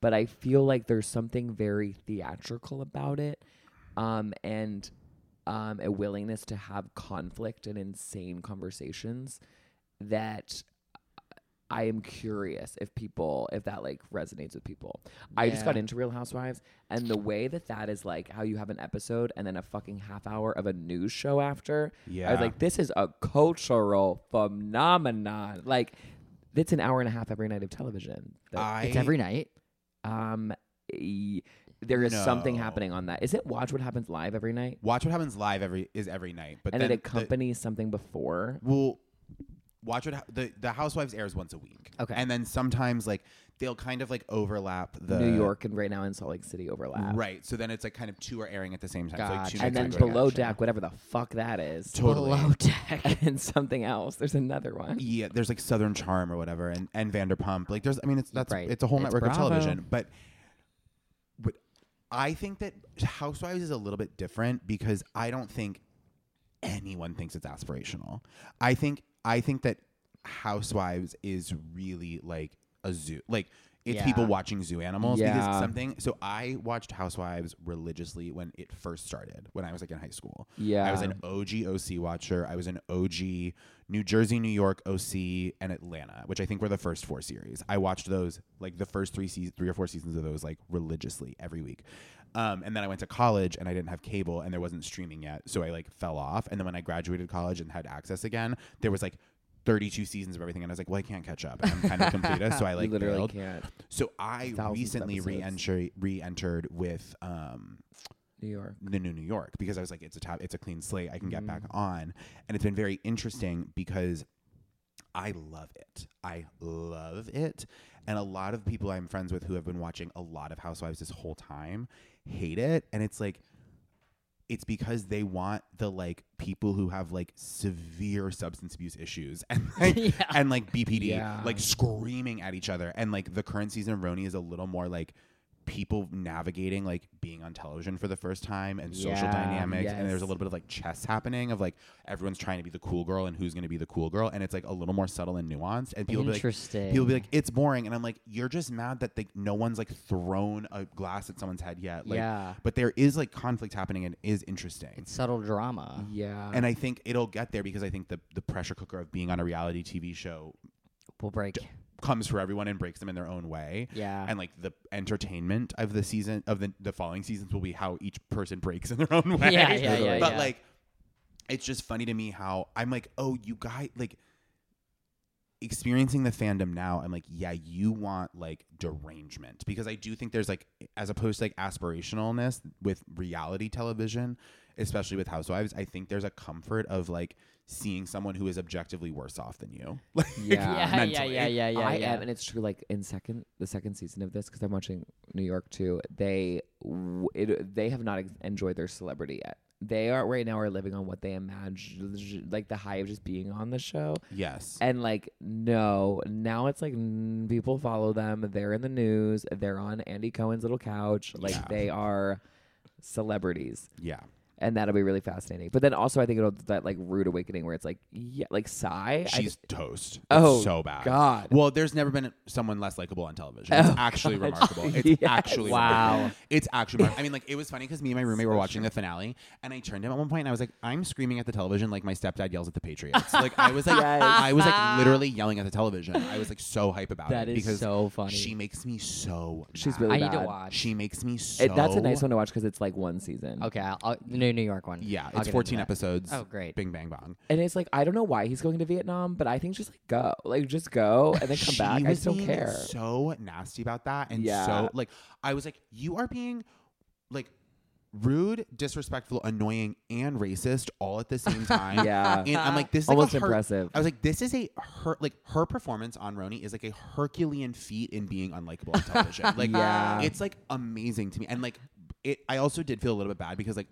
Speaker 4: but I feel like there's something very theatrical about it, um, and um, a willingness to have conflict and insane conversations that I am curious if people if that like resonates with people. I just got
Speaker 3: Yeah.
Speaker 4: into Real Housewives and the way that that is like how you have an episode and then a fucking half hour of a news show after. I
Speaker 1: Yeah.
Speaker 4: was like this is a cultural phenomenon. Like it's an hour and a half every night of television. That-
Speaker 1: I
Speaker 3: It's every night.
Speaker 4: um e- there is something
Speaker 1: No.
Speaker 4: happening on that. Is it Watch What Happens Live every night?
Speaker 1: watch what happens live every is every night, but
Speaker 4: And
Speaker 1: then
Speaker 4: it
Speaker 1: the-
Speaker 4: accompanies something before.
Speaker 1: Well, watch what ha- the the Housewives airs once a week.
Speaker 3: Okay.
Speaker 1: and then sometimes like they'll kind of like overlap the
Speaker 4: New York and right now in Salt Lake City overlap.
Speaker 1: right? So then it's like kind of two are airing at the same time. So, like,
Speaker 3: Uh, Gotcha.
Speaker 1: two
Speaker 4: And then
Speaker 1: nights are going
Speaker 4: below
Speaker 1: on.
Speaker 4: deck, whatever the fuck that is.
Speaker 1: totally.
Speaker 3: Below deck.
Speaker 4: [LAUGHS] and something else. There's another one.
Speaker 1: yeah, there's like Southern Charm or whatever, and and Vanderpump. Like there's, I mean, it's that's
Speaker 3: Right.
Speaker 1: it's a whole
Speaker 3: It's
Speaker 1: network
Speaker 3: Bravo.
Speaker 1: of television, but but I think that Housewives is a little bit different because I don't think anyone thinks it's aspirational. I think I think that Housewives is really like a zoo. Like it's people
Speaker 3: Yeah.
Speaker 1: watching zoo animals because
Speaker 4: Yeah.
Speaker 1: something. So I watched Housewives religiously when it first started when I was like in high school.
Speaker 4: Yeah.
Speaker 1: I was an OG OC watcher. I was an OG New Jersey, New York, OC, and Atlanta, which I think were the first four series. I watched those like the first three seasons, three or four seasons of those like religiously every week. Um, and then I went to college and I didn't have cable and there wasn't streaming yet, so I like fell off. And then when I graduated college and had access again, there was like 32 seasons of everything, and I was like, well, I can't catch up. And I'm
Speaker 4: [LAUGHS]
Speaker 1: kind of completist, so I like
Speaker 4: you literally
Speaker 1: bailed.
Speaker 4: can't.
Speaker 1: So I
Speaker 4: Thousands of
Speaker 1: recently
Speaker 4: episodes.
Speaker 1: re-entered, re-entered with um,
Speaker 4: New York.
Speaker 1: the new New York because I was like, it's a top, it's a clean slate. I can get back
Speaker 4: Mm-hmm.
Speaker 1: on, and it's been very interesting because I love it. I love it, and a lot of people I'm friends with who have been watching a lot of Housewives this whole time hate it, and it's like. It's because they want the like people who have like severe substance abuse issues [LAUGHS] and
Speaker 4: [LAUGHS]
Speaker 1: like,
Speaker 3: Yeah.
Speaker 1: and like BPD
Speaker 4: Yeah.
Speaker 1: like screaming at each other and like the current season of Roni is a little more like people navigating like being on television for the first time and social
Speaker 4: Yeah,
Speaker 1: dynamics and there's
Speaker 4: yes.
Speaker 1: a little bit of like chess happening of like everyone's trying to be the cool girl and who's going to be the cool girl and it's like a little more subtle and nuanced and people be like
Speaker 3: Interesting.
Speaker 1: people be like it's boring and I'm like you're just mad that like no one's like thrown a glass at someone's head yet like
Speaker 3: Yeah.
Speaker 1: but there is like conflict happening and it is interesting
Speaker 3: subtle
Speaker 1: Mm-hmm.
Speaker 3: drama.
Speaker 4: Yeah.
Speaker 1: and I think it'll get there because I think the the pressure cooker of being on a reality TV show
Speaker 3: We'll break.
Speaker 1: comes for everyone and breaks them in their own way.
Speaker 3: Yeah.
Speaker 1: And like the entertainment of the season of the the following seasons will be how each person breaks [LAUGHS] in their own way.
Speaker 3: Yeah, yeah, yeah,
Speaker 1: But
Speaker 3: yeah.
Speaker 1: like it's just funny to me how I'm like, "Oh, you guys like experiencing the fandom now i'm like yeah you want like derangement because i do think there's like as opposed to like aspirationalness with reality television especially with housewives i think there's a comfort of like seeing someone who is objectively worse off than you [LAUGHS] like
Speaker 4: Yeah.
Speaker 3: yeah, yeah,
Speaker 1: mentally.
Speaker 3: yeah, yeah, yeah,
Speaker 4: I
Speaker 3: yeah.
Speaker 4: am, and it's true. Like in second, the second season of this, because I'm watching New York too. They, w- it, they have not ex- enjoyed their celebrity yet. They are right now are living on what they imagine, like the high of just being on the show.
Speaker 1: yes
Speaker 4: And like, no, now it's like mm, people follow them. They're in the news. They're on Andy Cohen's little couch. Like
Speaker 1: Yeah.
Speaker 4: they are celebrities.
Speaker 1: yeah
Speaker 4: And that'll be really fascinating. But then also, I think it'll that like rude awakening where it's like, yeah, like sigh.
Speaker 1: She's toast. It's
Speaker 4: Oh,
Speaker 1: so bad.
Speaker 4: God.
Speaker 1: Well, there's never been someone less likable on television. It's actually remarkable. It's
Speaker 4: Yes.
Speaker 1: actually
Speaker 3: Wow.
Speaker 1: remarkable. It's actually. Mar- I mean, like it was funny because me and my roommate were watching the finale, and I turned to him at one point, and I was like, "I'm screaming at the television like my stepdad yells at the Patriots." Like I was like,
Speaker 4: Yes.
Speaker 1: I was like literally yelling at the television. I was like so hype about
Speaker 3: That
Speaker 1: it
Speaker 3: is
Speaker 1: because
Speaker 3: so funny.
Speaker 1: she makes me so.
Speaker 4: She's
Speaker 1: mad.
Speaker 4: really
Speaker 3: I need to
Speaker 4: bad.
Speaker 3: watch.
Speaker 1: She makes me so.
Speaker 4: It- that's a nice one to watch because it's like one season.
Speaker 3: okay, I'll, I'll, the new New York one.
Speaker 1: Yeah,
Speaker 3: I'll get
Speaker 1: it's
Speaker 3: into
Speaker 1: 14
Speaker 3: that.
Speaker 1: episodes.
Speaker 3: Oh, great.
Speaker 1: Bing bang bong.
Speaker 4: And it's like I don't know why he's going to Vietnam, but I think just like go, like just go and
Speaker 1: [LAUGHS]
Speaker 4: then come
Speaker 1: She
Speaker 4: back. I
Speaker 1: was
Speaker 4: just don't
Speaker 1: being
Speaker 4: care.
Speaker 1: So nasty about that, and
Speaker 4: Yeah.
Speaker 1: so like I was like, you are being like rude, disrespectful, annoying, and racist all at the
Speaker 4: [LAUGHS]
Speaker 1: same time.
Speaker 4: Yeah.
Speaker 1: and I'm like, this is
Speaker 4: Almost
Speaker 1: like a her-
Speaker 4: impressive.
Speaker 1: I was like, this is a her like her performance on Roni is like a Herculean feat in being unlikable on
Speaker 4: [LAUGHS]
Speaker 1: television. like,
Speaker 4: Yeah.
Speaker 1: it's like amazing to me, and like it. I also did feel a little bit bad because like,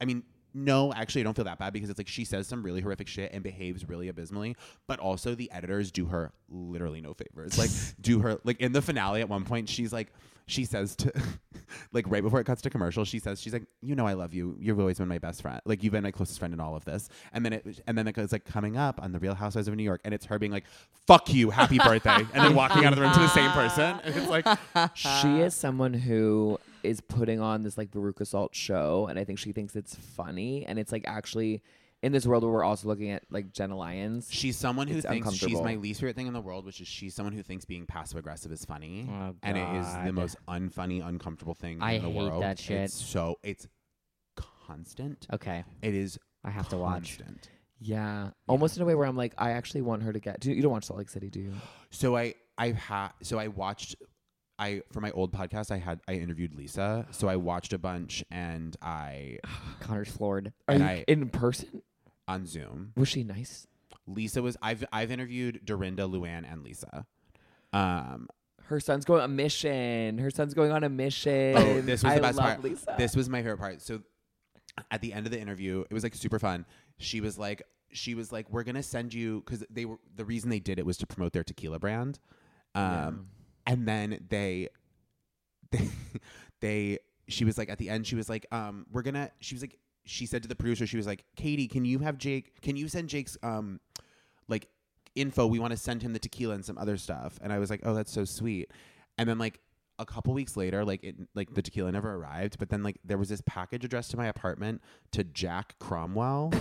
Speaker 1: I mean. No, actually, I don't feel that bad because it's like she says some really horrific shit and behaves really abysmally. But also, the editors do her literally no favors. Like, do her like in the finale at one point, she's like, she says to, [LAUGHS] like right before it cuts to commercial, she says, she's like, you know, I love you. You've always been my best friend. Like, you've been my closest friend in all of this. And then it, and then it goes like coming up on the Real Housewives of New York, and it's her being like, fuck you, happy birthday, and then walking out of the room to the same person. And it's like,
Speaker 3: Uh,
Speaker 4: she is someone who is putting on this like Veruca Salt show, and I think she thinks it's funny. And it's like actually in this world where we're also looking at like Jenna Lyons.
Speaker 1: She's someone who
Speaker 4: It's
Speaker 1: thinks she's
Speaker 4: uncomfortable.
Speaker 1: my least favorite thing in the world, which is she's someone who thinks being passive aggressive is funny, and it is the most unfunny, uncomfortable thing
Speaker 3: Oh, I
Speaker 1: in the
Speaker 3: hate
Speaker 1: world.
Speaker 3: that shit.
Speaker 1: It's so it's constant.
Speaker 3: Okay,
Speaker 1: It is.
Speaker 3: I have to watch.
Speaker 1: constant.
Speaker 4: Yeah, almost in a way where I'm like, I actually want her to get. Do you, you don't watch Salt Lake City, do you?
Speaker 1: So I I've had so I watched I for my old podcast I had I interviewed Lisa so I watched a bunch and I
Speaker 3: Connor's floored.
Speaker 4: Are
Speaker 1: And
Speaker 4: you
Speaker 1: I-
Speaker 4: in person?
Speaker 1: on Zoom
Speaker 4: Was she nice?
Speaker 1: Lisa was I've I've interviewed Dorinda Luann and Lisa um
Speaker 4: Her son's going on a mission. Her son's going on a mission.
Speaker 1: Oh, this was
Speaker 4: I
Speaker 1: the best
Speaker 4: love
Speaker 1: part.
Speaker 4: Lisa.
Speaker 1: This was my favorite part. So at the end of the interview, it was like super fun. She was like, she was like, we're gonna send you because they were the reason they did it was to promote their tequila brand. Um, and then they, [LAUGHS] they, they, she was like at the end, she was like, um, we're gonna. She was like, she said to the producer, she was like, Katie, can you have Jake? Can you send Jake's um, like info. We want to send him the tequila and some other stuff. And I was like, oh, that's so sweet. And then like a couple weeks later, like it, like the tequila never arrived. But then like there was this package addressed to my apartment to Jack
Speaker 3: [LAUGHS]
Speaker 1: Cromwell,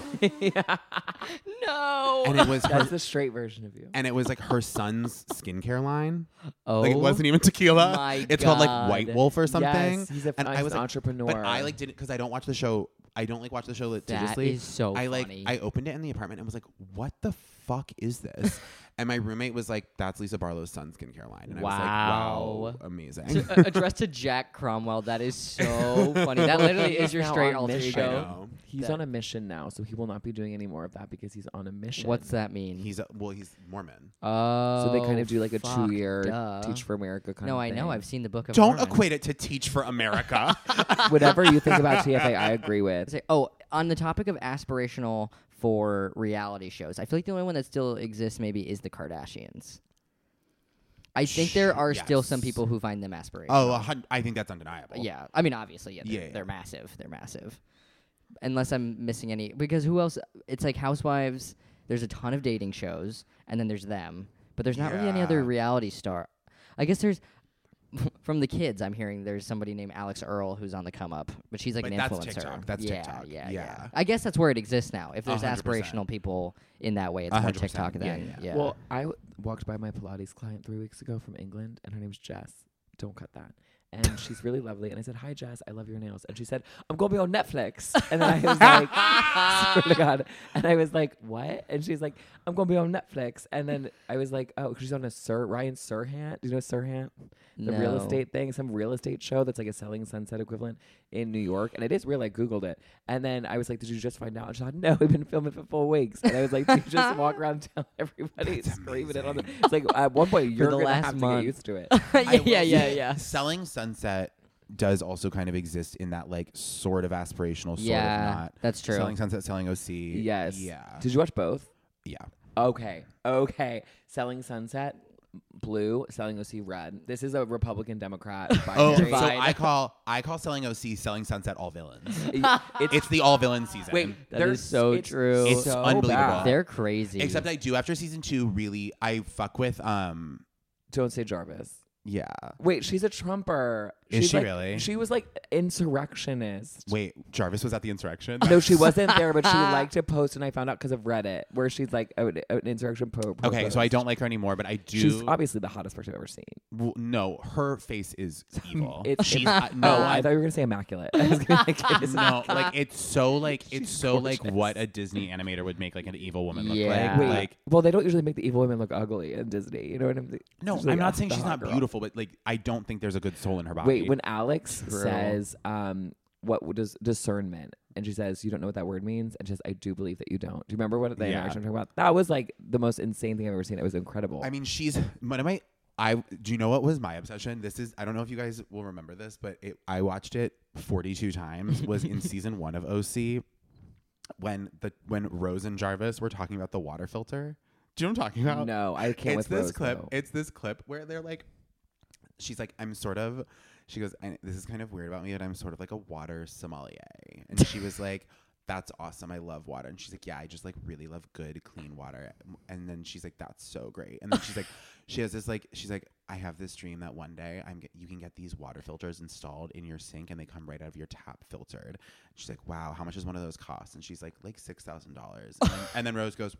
Speaker 3: No.
Speaker 1: and it was her,
Speaker 4: That's the straight version of you.
Speaker 1: and it was like her son's skincare line.
Speaker 3: oh,
Speaker 1: Like it wasn't even tequila.
Speaker 3: my
Speaker 1: it's called like
Speaker 3: God.
Speaker 1: White Wolf or something.
Speaker 4: Yes, he's a,
Speaker 1: and I
Speaker 4: he's
Speaker 1: was
Speaker 4: an
Speaker 1: like-
Speaker 4: entrepreneur.
Speaker 1: But I like didn't because I don't watch the show. I don't like watch the show
Speaker 3: that
Speaker 1: litigiously.
Speaker 3: is so
Speaker 1: I like
Speaker 3: funny.
Speaker 1: I opened it in the apartment and was like, "What the fuck is
Speaker 3: [LAUGHS]
Speaker 1: this?" and my roommate was like, "That's Lisa Barlow's son's skincare line." And I was
Speaker 3: Wow.
Speaker 1: like, "Wow, amazing." [LAUGHS]
Speaker 3: [LAUGHS] to, uh, addressed to Jack Cromwell. That is so funny.
Speaker 1: [LAUGHS]
Speaker 3: That literally is your
Speaker 4: Now
Speaker 3: straight
Speaker 4: on
Speaker 3: alter
Speaker 1: I
Speaker 4: mission.
Speaker 3: ego.
Speaker 1: know.
Speaker 4: he's
Speaker 3: that-
Speaker 4: on a mission now, so he will not be doing any more of that because he's on a mission.
Speaker 3: What's that mean?
Speaker 1: He's a, well, he's Mormon.
Speaker 3: oh,
Speaker 4: so they kind of do like a
Speaker 3: fuck,
Speaker 4: two-year
Speaker 3: duh.
Speaker 4: Teach for America kind
Speaker 3: No,
Speaker 4: of
Speaker 3: I
Speaker 4: thing.
Speaker 3: know. I've seen the book of.
Speaker 1: Don't
Speaker 3: Mormon.
Speaker 1: equate it to Teach for
Speaker 3: [LAUGHS]
Speaker 1: America.
Speaker 4: Whatever you think about TFA, I agree with.
Speaker 3: Say, oh, on the topic of aspirational for reality shows, I feel like the only one that still exists maybe is the Kardashians. I think there are still some
Speaker 1: Yes.
Speaker 3: people who find them aspirational.
Speaker 1: oh, a hun- I think that's undeniable. [LAUGHS]
Speaker 3: yeah. I mean, obviously, yeah, they're,
Speaker 1: Yeah, yeah.
Speaker 3: they're massive. They're massive. Unless I'm missing any, because who else? It's like Housewives. There's a ton of dating shows, and then there's them, but there's not really any other
Speaker 1: Yeah.
Speaker 3: reality star. I guess there's. [LAUGHS] From the kids, I'm hearing there's somebody named Alex Earl who's on the come up, but she's like
Speaker 1: But
Speaker 3: an
Speaker 1: that's
Speaker 3: influencer.
Speaker 1: TikTok. That's
Speaker 3: yeah,
Speaker 1: TikTok.
Speaker 3: Yeah, yeah,
Speaker 1: Yeah.
Speaker 3: I guess that's where it exists now. If there's
Speaker 1: 100%.
Speaker 3: aspirational people in that way, it's more
Speaker 1: 100%.
Speaker 3: TikTok
Speaker 1: Yeah,
Speaker 3: than yeah.
Speaker 1: yeah.
Speaker 4: Well, I w- walked by my Pilates client three weeks ago from England, and her name's Jess. Don't cut that. And she's really lovely. And I said, "Hi, Jess. I love your nails." And she said, "I'm gonna be on Netflix." And then I was like, "Swear to God!" And I was like, "What?" And she's like, "I'm gonna be on Netflix." And then I was like, "Oh, 'cause she's on a Sir Ryan Serhant. Do you know Serhant? The real
Speaker 3: No.
Speaker 4: estate thing, some real estate show that's like a Selling Sunset equivalent in New York." And it is real. I googled it, and then I was like, "Did you just find out?" And she's like, "No, we've been filming for four weeks." And I was like, "Did you
Speaker 3: [LAUGHS]
Speaker 4: just walk around and tell everybody?" screaming it on the. It's like at one point you're
Speaker 3: the
Speaker 4: gonna
Speaker 3: last
Speaker 4: have to
Speaker 3: month.
Speaker 4: get used
Speaker 3: [LAUGHS]
Speaker 4: to it.
Speaker 1: [LAUGHS] I
Speaker 3: [LAUGHS] yeah,
Speaker 1: will [LAUGHS]
Speaker 3: yeah, yeah,
Speaker 1: say
Speaker 3: yeah.
Speaker 1: Selling Sunset does also kind of exist in that like sort of aspirational, sort
Speaker 3: Yeah,
Speaker 1: of not.
Speaker 3: that's true.
Speaker 1: Selling Sunset, Selling OC.
Speaker 4: yes.
Speaker 1: Yeah.
Speaker 4: Did you watch both?
Speaker 1: Yeah.
Speaker 4: Okay. Okay. Selling Sunset, blue. Selling OC, red. This is a
Speaker 3: [LAUGHS]
Speaker 4: Republican Democrat.
Speaker 1: Oh, so
Speaker 4: binary.
Speaker 1: I call I call Selling OC Selling Sunset all
Speaker 4: [LAUGHS]
Speaker 1: villains.
Speaker 4: it's,
Speaker 1: It's the all villain season.
Speaker 4: wait.
Speaker 3: That
Speaker 4: they're
Speaker 3: is so
Speaker 4: it's
Speaker 3: true.
Speaker 1: It's
Speaker 4: so
Speaker 1: unbelievable.
Speaker 4: bad.
Speaker 3: They're crazy.
Speaker 1: Except I do after season two. Really, I fuck with um.
Speaker 4: Don't say Jarvis.
Speaker 1: Yeah.
Speaker 4: Wait, she's a Trumper.
Speaker 1: Is
Speaker 4: She's
Speaker 1: she
Speaker 4: like-
Speaker 1: really?
Speaker 4: She was like insurrectionist.
Speaker 1: Wait, Jarvis was at the insurrection.
Speaker 4: No, she wasn't there, [LAUGHS] but she liked to post, and I found out because of Reddit, where she's like oh, an an insurrection pro.
Speaker 1: Okay, so I don't like her anymore, but I do.
Speaker 4: She's obviously the hottest person I've ever seen.
Speaker 1: w- no, her face is evil.
Speaker 4: [LAUGHS] It's-
Speaker 1: she's
Speaker 4: it's- [LAUGHS]
Speaker 1: uh, no,
Speaker 4: oh,
Speaker 1: I
Speaker 4: I thought you were gonna say immaculate. [LAUGHS] I was gonna be like, it is-
Speaker 1: no, like it's
Speaker 4: [LAUGHS]
Speaker 1: so like it's so like what a Disney animator would make like an evil woman look
Speaker 3: Yeah.
Speaker 1: like.
Speaker 4: Wait,
Speaker 1: Like
Speaker 4: well, they don't usually make the evil women look ugly in Disney. You know what I'm saying?
Speaker 1: no,
Speaker 4: It's like,
Speaker 1: I'm not
Speaker 4: ah,
Speaker 1: saying
Speaker 4: the
Speaker 1: she's
Speaker 4: hot
Speaker 1: not
Speaker 4: girl.
Speaker 1: beautiful, but like I don't think there's a good soul in her body.
Speaker 4: Wait, when Alex
Speaker 3: True.
Speaker 4: says, um, "What does discernment?" and she says, "You don't know what that word means," and she says, "I do believe that you don't." Do you remember what the
Speaker 1: Yeah.
Speaker 4: interaction I'm talking about? That was like the most insane thing I've ever seen. It was incredible.
Speaker 1: I mean, she's one of my. I do you know what was my obsession? This is I don't know if you guys will remember this, but it, I watched it 42 times. Was in season one of OC when the when Rose and Jarvis were talking about the water filter. Do you know what I'm talking about?
Speaker 4: no, I can't.
Speaker 1: Oh, it's
Speaker 4: with
Speaker 1: this
Speaker 4: Rose,
Speaker 1: clip.
Speaker 4: though.
Speaker 1: It's this clip where they're like, she's like, I'm sort of. She goes, I, this is kind of weird about me, but I'm sort of like a water sommelier. And she was like, that's awesome. I love water. And she's like, yeah, I just like really love good, clean water. And then she's like, that's so great. And then she's
Speaker 4: [LAUGHS]
Speaker 1: like, she has this like, she's like, I have this dream that one day I'm get, you can get these water filters installed in your sink and they come right out of your tap filtered. She's like, wow, how much does one of those cost? And she's like, like six thousand dollars. And then Rose goes,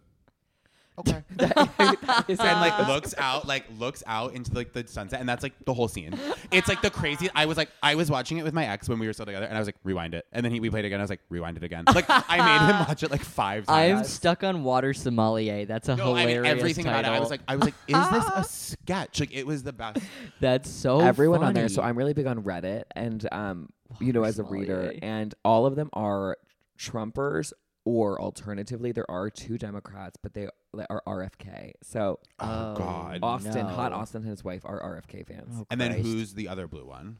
Speaker 1: okay and like looks out like looks out into like the sunset and that's like the whole scene it's like the crazy i was like i was watching it with my ex when we were still together and i was like rewind it and then he we played again i was like rewind it again like i made him watch it like five times
Speaker 3: I'm stuck on water sommelier. That's a
Speaker 1: no, I
Speaker 3: hilarious
Speaker 1: mean everything
Speaker 3: title.
Speaker 1: about it. I was like, I was like, is this a sketch? Like it was the best.
Speaker 3: that's so
Speaker 4: everyone on there.
Speaker 3: funny.
Speaker 4: So I'm really big on Reddit and um, you know, as a reader,
Speaker 3: Sommelier.
Speaker 4: and all of them are Trumpers, or alternatively, there are two Democrats, but they are RFK. So
Speaker 1: Oh, God.
Speaker 4: Austin, hot
Speaker 3: no.
Speaker 4: Austin, and his wife are RFK fans.
Speaker 1: and then
Speaker 3: Christ.
Speaker 1: who's the other blue one?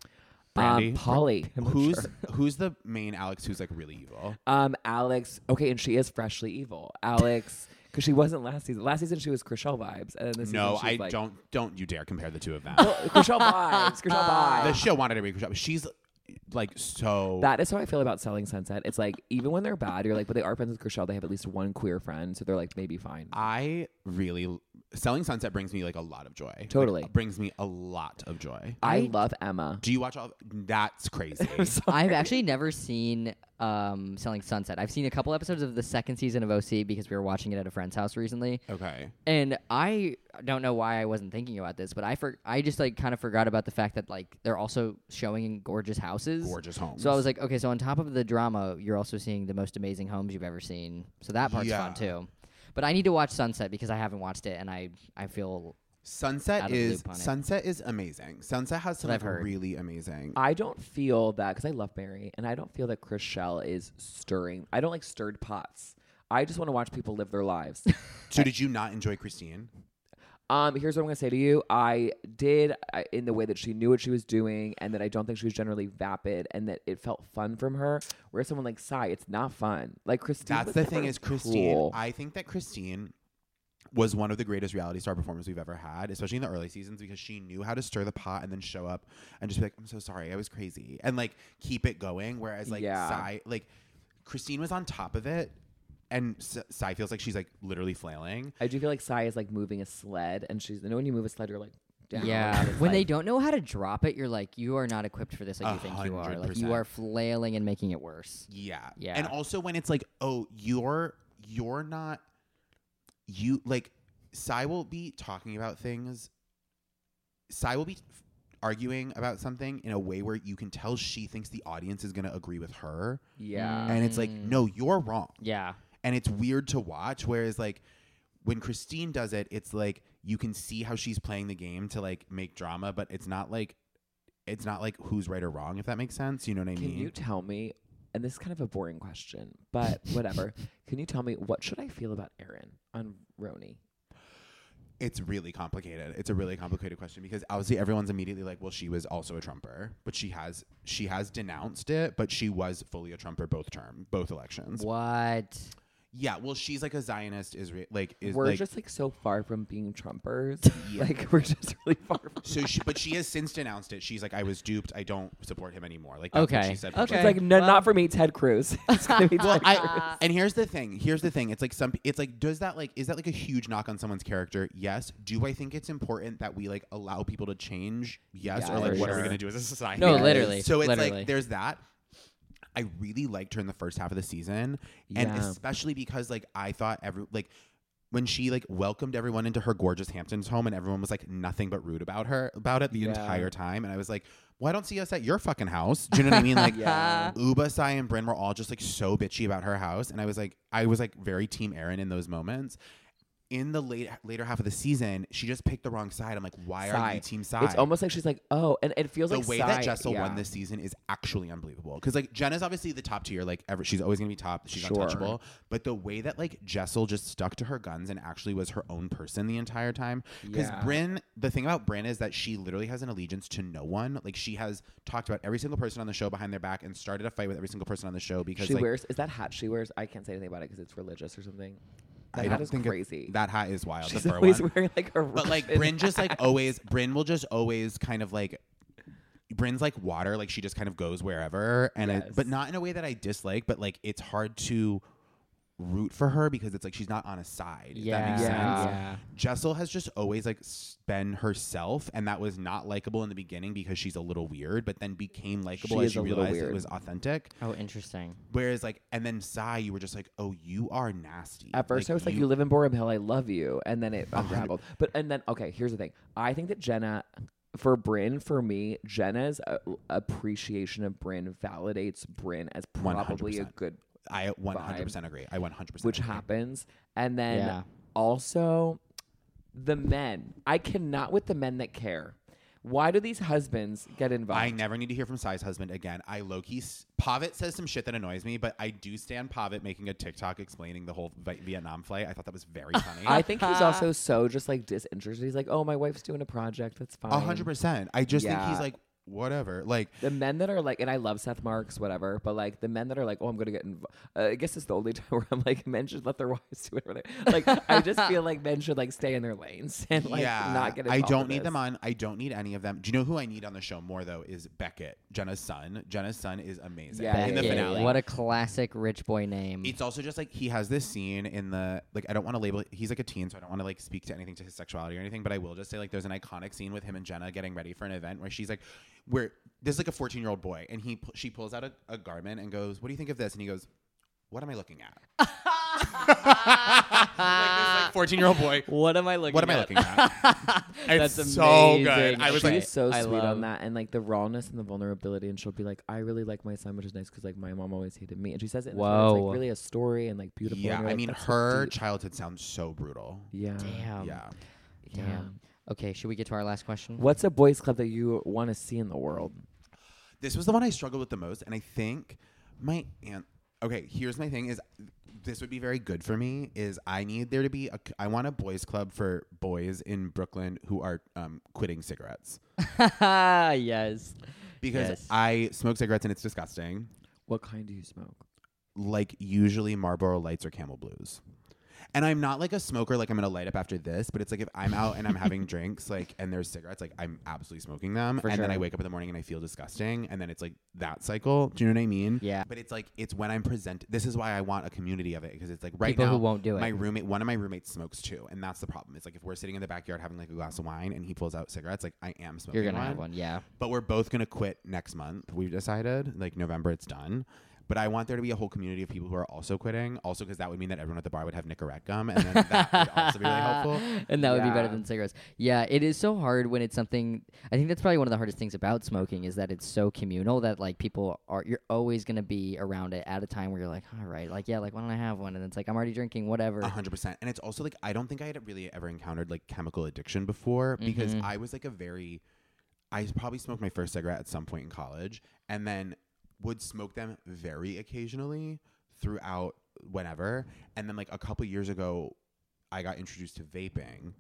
Speaker 1: Brandy.
Speaker 4: Um,
Speaker 1: [LAUGHS]
Speaker 4: Polly,
Speaker 1: who's who's the main Alex? Who's like really evil?
Speaker 4: um, Alex. Okay, and she is freshly evil, Alex, because she wasn't last season. Last season she was Chriselle vibes, and then this
Speaker 1: No,
Speaker 4: season
Speaker 1: I
Speaker 4: she's like,
Speaker 1: don't. Don't you dare compare the two of them.
Speaker 4: Chriselle vibes, Chriselle
Speaker 1: the
Speaker 4: vibes.
Speaker 1: show wanted to be. She's like so
Speaker 4: That is how I feel about selling Sunset. It's like even when they're bad, you're like, but they are friends with Chriselle. They have at least one queer friend, so they're like maybe fine.
Speaker 1: I really selling sunset brings me like a lot of joy. Like,
Speaker 4: Totally.
Speaker 1: brings me a lot of joy.
Speaker 4: I
Speaker 3: I-
Speaker 4: love Emma.
Speaker 1: Do you watch all? That's
Speaker 3: [LAUGHS]
Speaker 1: crazy.
Speaker 3: I've actually never seen um, Selling Sunset. I've seen a couple episodes of the second season of OC because we were watching it at a friend's house recently.
Speaker 1: okay.
Speaker 3: And I don't know why I wasn't thinking about this, but I for- I just like kind of forgot about the fact that like they're also showing gorgeous houses.
Speaker 1: Gorgeous homes.
Speaker 3: So I was like, okay, so on top of the drama, you're also seeing the most amazing homes you've ever seen. So that part's
Speaker 1: Yeah.
Speaker 3: fun too. But I need to watch Sunset because I haven't watched it, and I I feel out
Speaker 1: sunset
Speaker 3: of the
Speaker 1: is
Speaker 3: loop on it.
Speaker 1: sunset is amazing. Sunset has some
Speaker 3: That's what
Speaker 1: like,
Speaker 3: I've heard.
Speaker 1: really amazing.
Speaker 4: I don't feel that because I love Mary, and I don't feel that Chriselle is stirring. I don't like stirred pots. I just want to watch people live their lives.
Speaker 1: so did you not enjoy Christine?
Speaker 4: Um, here's what I'm gonna say to you. I did I, in the way that she knew what she was doing, and that I don't think she was generally vapid, and that it felt fun from her. Where someone like Sai, it's not fun. Like Christine.
Speaker 1: That's
Speaker 4: was
Speaker 1: the thing
Speaker 4: never
Speaker 1: is Christine.
Speaker 4: cool.
Speaker 1: I think that Christine was one of the greatest reality star performers we've ever had, especially in the early seasons, because she knew how to stir the pot and then show up and just be like, "I'm so sorry, I was crazy," and like keep it going. Whereas like
Speaker 4: Yeah.
Speaker 1: Sai, like Christine was on top of it, and S- Sai feels like she's like literally flailing.
Speaker 4: I do feel like Sai is like moving a sled, and she's. You know when you move a sled, you're like. Down.
Speaker 3: yeah.
Speaker 4: and it's
Speaker 3: When they
Speaker 4: like-
Speaker 3: don't know how to drop it, you're like, you are not equipped for this. Like
Speaker 1: A
Speaker 3: you think you are.
Speaker 1: hundred
Speaker 3: Like
Speaker 1: percent.
Speaker 3: you are flailing and making it worse.
Speaker 1: Yeah.
Speaker 3: Yeah.
Speaker 1: And also when it's like, oh, you're you're not you like Sai will be talking about things. Sai will be f- arguing about something in a way where you can tell she thinks the audience is going to agree with her
Speaker 4: Yeah.
Speaker 1: and it's like
Speaker 3: Mm.
Speaker 1: no you're wrong
Speaker 3: Yeah.
Speaker 1: and it's weird to watch whereas like when Christine does it it's like you can see how she's playing the game to like make drama but it's not like it's not like who's right or wrong if that makes sense you know what I
Speaker 4: Can
Speaker 1: mean
Speaker 4: you tell me? And this is kind of a boring question, but [LAUGHS] whatever. Can you tell me what should I feel about Aaron on Roni?
Speaker 1: It's really complicated. It's a really complicated question because obviously everyone's immediately like, well, she was also a Trumper, but she has she has denounced it, but she was fully a Trumper both term, both elections.
Speaker 3: What?
Speaker 1: Yeah, well, she's like a Zionist Israel, like is
Speaker 4: we're
Speaker 1: like
Speaker 4: just like so far from being Trumpers.
Speaker 1: Yeah.
Speaker 4: [LAUGHS] Like we're just really far
Speaker 1: [LAUGHS]
Speaker 4: from.
Speaker 1: so she, but she has since denounced it. She's like, I was duped. I don't support him anymore. Like that's what
Speaker 3: Okay.
Speaker 1: she said.
Speaker 3: Okay.
Speaker 4: It's like
Speaker 1: publicly.
Speaker 4: no,
Speaker 3: Well-
Speaker 4: not for me, Ted Cruz. it's gonna
Speaker 1: [LAUGHS]
Speaker 4: be
Speaker 1: well,
Speaker 4: Ted Cruz.
Speaker 1: I, and here's the thing. Here's the thing. It's like some. It's like does that like is that like a huge knock on someone's character? Yes. Do I think it's important that we like allow people to change? Yes.
Speaker 4: Yeah,
Speaker 1: or like
Speaker 4: for
Speaker 1: what are we
Speaker 4: sure.
Speaker 1: gonna do as a society?
Speaker 3: No,
Speaker 1: Yes.
Speaker 3: literally,
Speaker 1: So it's
Speaker 3: literally.
Speaker 1: like there's that. I really liked her in the first half of the season, and
Speaker 4: Yeah.
Speaker 1: especially because like I thought every like when she like welcomed everyone into her gorgeous Hamptons home, and everyone was like nothing but rude about her about it the
Speaker 4: Yeah.
Speaker 1: entire time, and I was like, "Well, I don't see us at your fucking house." Do you know what I mean? Like,
Speaker 4: [LAUGHS] Yeah.
Speaker 1: Uba, Sai, and Bryn were all just like so bitchy about her house, and I was like, I was like very team Aaron in those moments. In the late later half of the season, she just picked the wrong side. I'm like, why are you
Speaker 4: Sigh.
Speaker 1: team side?
Speaker 4: It's almost like she's like, oh, and it feels
Speaker 1: the
Speaker 4: like
Speaker 1: way
Speaker 4: Psy-
Speaker 1: that Jessel
Speaker 4: yeah.
Speaker 1: won this season is actually unbelievable. Because like Jenna's obviously the top tier, like ever she's always gonna be top, she's
Speaker 4: Sure.
Speaker 1: untouchable. But the way that like Jessel just stuck to her guns and actually was her own person the entire time. Because
Speaker 4: Yeah.
Speaker 1: Bryn, the thing about Bryn is that she literally has an allegiance to no one. Like she has talked about every single person on the show behind their back and started a fight with every single person on the show because
Speaker 4: She
Speaker 1: like
Speaker 4: wears is that hat she wears? I can't say anything about it because it's religious or something. That
Speaker 1: I
Speaker 4: hat
Speaker 1: don't
Speaker 4: is
Speaker 1: think it-
Speaker 4: crazy.
Speaker 1: that hat is wild.
Speaker 4: she's
Speaker 1: the fur
Speaker 4: always
Speaker 1: one.
Speaker 4: wearing like a.
Speaker 1: but
Speaker 4: [LAUGHS]
Speaker 1: like
Speaker 4: Russian
Speaker 1: Bryn just like
Speaker 4: hat.
Speaker 1: always Bryn will just always kind of like Bryn's like water, like she just kind of goes wherever and I,
Speaker 4: Yes.
Speaker 1: but not in a way that I dislike, but like it's hard to root for her because it's like she's not on a side. if that
Speaker 3: Yeah.
Speaker 1: makes
Speaker 4: Yeah.
Speaker 1: sense.
Speaker 3: Yeah.
Speaker 1: Jessel has just always like s- been herself and that was not likable in the beginning because she's a little weird, but then became likable
Speaker 4: She
Speaker 1: as
Speaker 4: is
Speaker 1: she
Speaker 4: a little
Speaker 1: realized it
Speaker 4: weird.
Speaker 1: was authentic.
Speaker 3: Oh, interesting.
Speaker 1: Whereas like and then Sai, you were just like, Oh, you are nasty.
Speaker 4: At first, I was like, you, live in Borum Hill. I love you," and then it unraveled. But and then okay, here's the thing. I think that Jenna, for Bryn, for me, Jenna's uh, appreciation of Bryn validates Bryn as probably a
Speaker 1: 100%.
Speaker 4: good
Speaker 1: I one hundred percent agree. I one hundred percent
Speaker 4: which happens. And then
Speaker 3: Yeah.
Speaker 4: also the men. I cannot with the men that care. [LAUGHS] Why do these husbands get involved?
Speaker 1: I never need to hear from Sai's husband again. I low key s- Pavitt says some shit that annoys me, but I do stand Pavitt making a TikTok explaining the whole Vi- Vietnam flight. I thought that was
Speaker 4: [LAUGHS]
Speaker 1: very funny.
Speaker 4: I think
Speaker 3: [LAUGHS]
Speaker 4: he's also so just like disinterested. He's like, oh, my wife's doing a project. That's fine.
Speaker 1: A hundred percent. I just think
Speaker 4: Yeah.
Speaker 1: he's like, whatever. Like,
Speaker 4: The men that are like, and I love Seth Marks, whatever, but like the men that are like, oh, I'm gonna get involved. Uh, I guess it's the only [LAUGHS] time where I'm like, men should let their [LAUGHS] wives do whatever. They- like, I just feel like men should like stay in their lanes [LAUGHS] and [LAUGHS] like
Speaker 1: yeah,
Speaker 4: not get.
Speaker 1: I
Speaker 4: involved
Speaker 1: don't
Speaker 4: in
Speaker 1: need
Speaker 4: this.
Speaker 1: them on. I don't need any of them. Do you know who I need on the show more though? Is Beckett, Jenna's son. Jenna's son is amazing
Speaker 4: Yeah,
Speaker 1: in the
Speaker 3: Beckett.
Speaker 1: finale.
Speaker 3: What a classic rich boy name.
Speaker 1: It's also just like he has this scene in the like I don't want to label it, he's like a teen so I don't want to like speak to anything to his sexuality or anything but I will just say like there's an iconic scene with him and Jenna getting ready for an event where she's like where there's like a 14 year old boy and he pu- she pulls out a, a garment and goes what do you think of this and he goes what am I looking at like this 14 year old boy
Speaker 3: what am I
Speaker 1: [LAUGHS]
Speaker 3: looking?
Speaker 1: what am I looking at
Speaker 3: That's
Speaker 1: It's so good.
Speaker 3: amazing.
Speaker 1: I was
Speaker 4: She
Speaker 1: like-
Speaker 4: is so
Speaker 3: I
Speaker 4: sweet
Speaker 3: love-
Speaker 4: on that, and like the rawness and the vulnerability, and she'll be like, "I really like my son, which is nice because like my mom always hated me," and she says it. in this way that's,
Speaker 3: Whoa.
Speaker 4: like really a story and like beautiful.
Speaker 1: yeah
Speaker 4: and you're
Speaker 1: I
Speaker 4: like,
Speaker 1: mean
Speaker 4: "That's so
Speaker 1: her
Speaker 4: deep."
Speaker 1: childhood sounds so brutal
Speaker 4: yeah.
Speaker 3: Damn.
Speaker 1: yeah
Speaker 3: Damn. Okay, should we get to our last
Speaker 1: [LAUGHS]
Speaker 3: question?
Speaker 4: What's a boys' club that you want to see in the world?
Speaker 1: this was the one I struggled with the most, and I think my aunt. Okay, here's my thing: is this would be very good for me. Is I need there to be a. I want a boys' club for boys in Brooklyn who are um, quitting cigarettes
Speaker 3: yes.
Speaker 1: because
Speaker 3: Yes.
Speaker 1: I smoke cigarettes and it's disgusting.
Speaker 4: What kind do you smoke?
Speaker 1: Like usually Marlboro Lights or Camel Blues. And I'm not like a smoker, like I'm gonna light up after this, but it's like if I'm out and I'm
Speaker 3: [LAUGHS]
Speaker 1: having drinks, like, and there's cigarettes, like I'm absolutely smoking them. and then I
Speaker 4: sure.
Speaker 1: wake up in the morning and I feel disgusting. And then it's like that cycle. Do you know what I mean?
Speaker 3: Yeah.
Speaker 1: But it's like it's when I'm present. This is why I want a community of it because it's like right
Speaker 3: People
Speaker 1: now
Speaker 3: who won't do it.
Speaker 1: My roommate, one of my roommates smokes too, and that's the problem. It's like if we're sitting in the backyard having like a glass of wine and he pulls out cigarettes, like I am smoking.
Speaker 3: You're gonna have one. Yeah.
Speaker 1: But we're both gonna quit next month. We've decided like November, it's done. But I want there to be a whole community of people who are also quitting, also because that would mean that everyone at the bar would have Nicorette gum, and then that would also be really helpful.
Speaker 3: Uh, [LAUGHS] and that would be better
Speaker 4: Yeah.
Speaker 3: than cigarettes. Yeah, it is so hard when it's something. I think that's probably one of the hardest things about smoking is that it's so communal that like people are. You're always gonna be around it at a time where you're like, all right, like yeah, like why don't I have one? And it's like I'm already drinking whatever.
Speaker 1: A hundred percent. And it's also like I don't think I had really ever encountered like chemical addiction before because
Speaker 3: Mm-hmm.
Speaker 1: I was like a very I probably smoked my first cigarette at some point in college and then would smoke them very occasionally throughout whenever. And then like a couple years ago I got introduced to vaping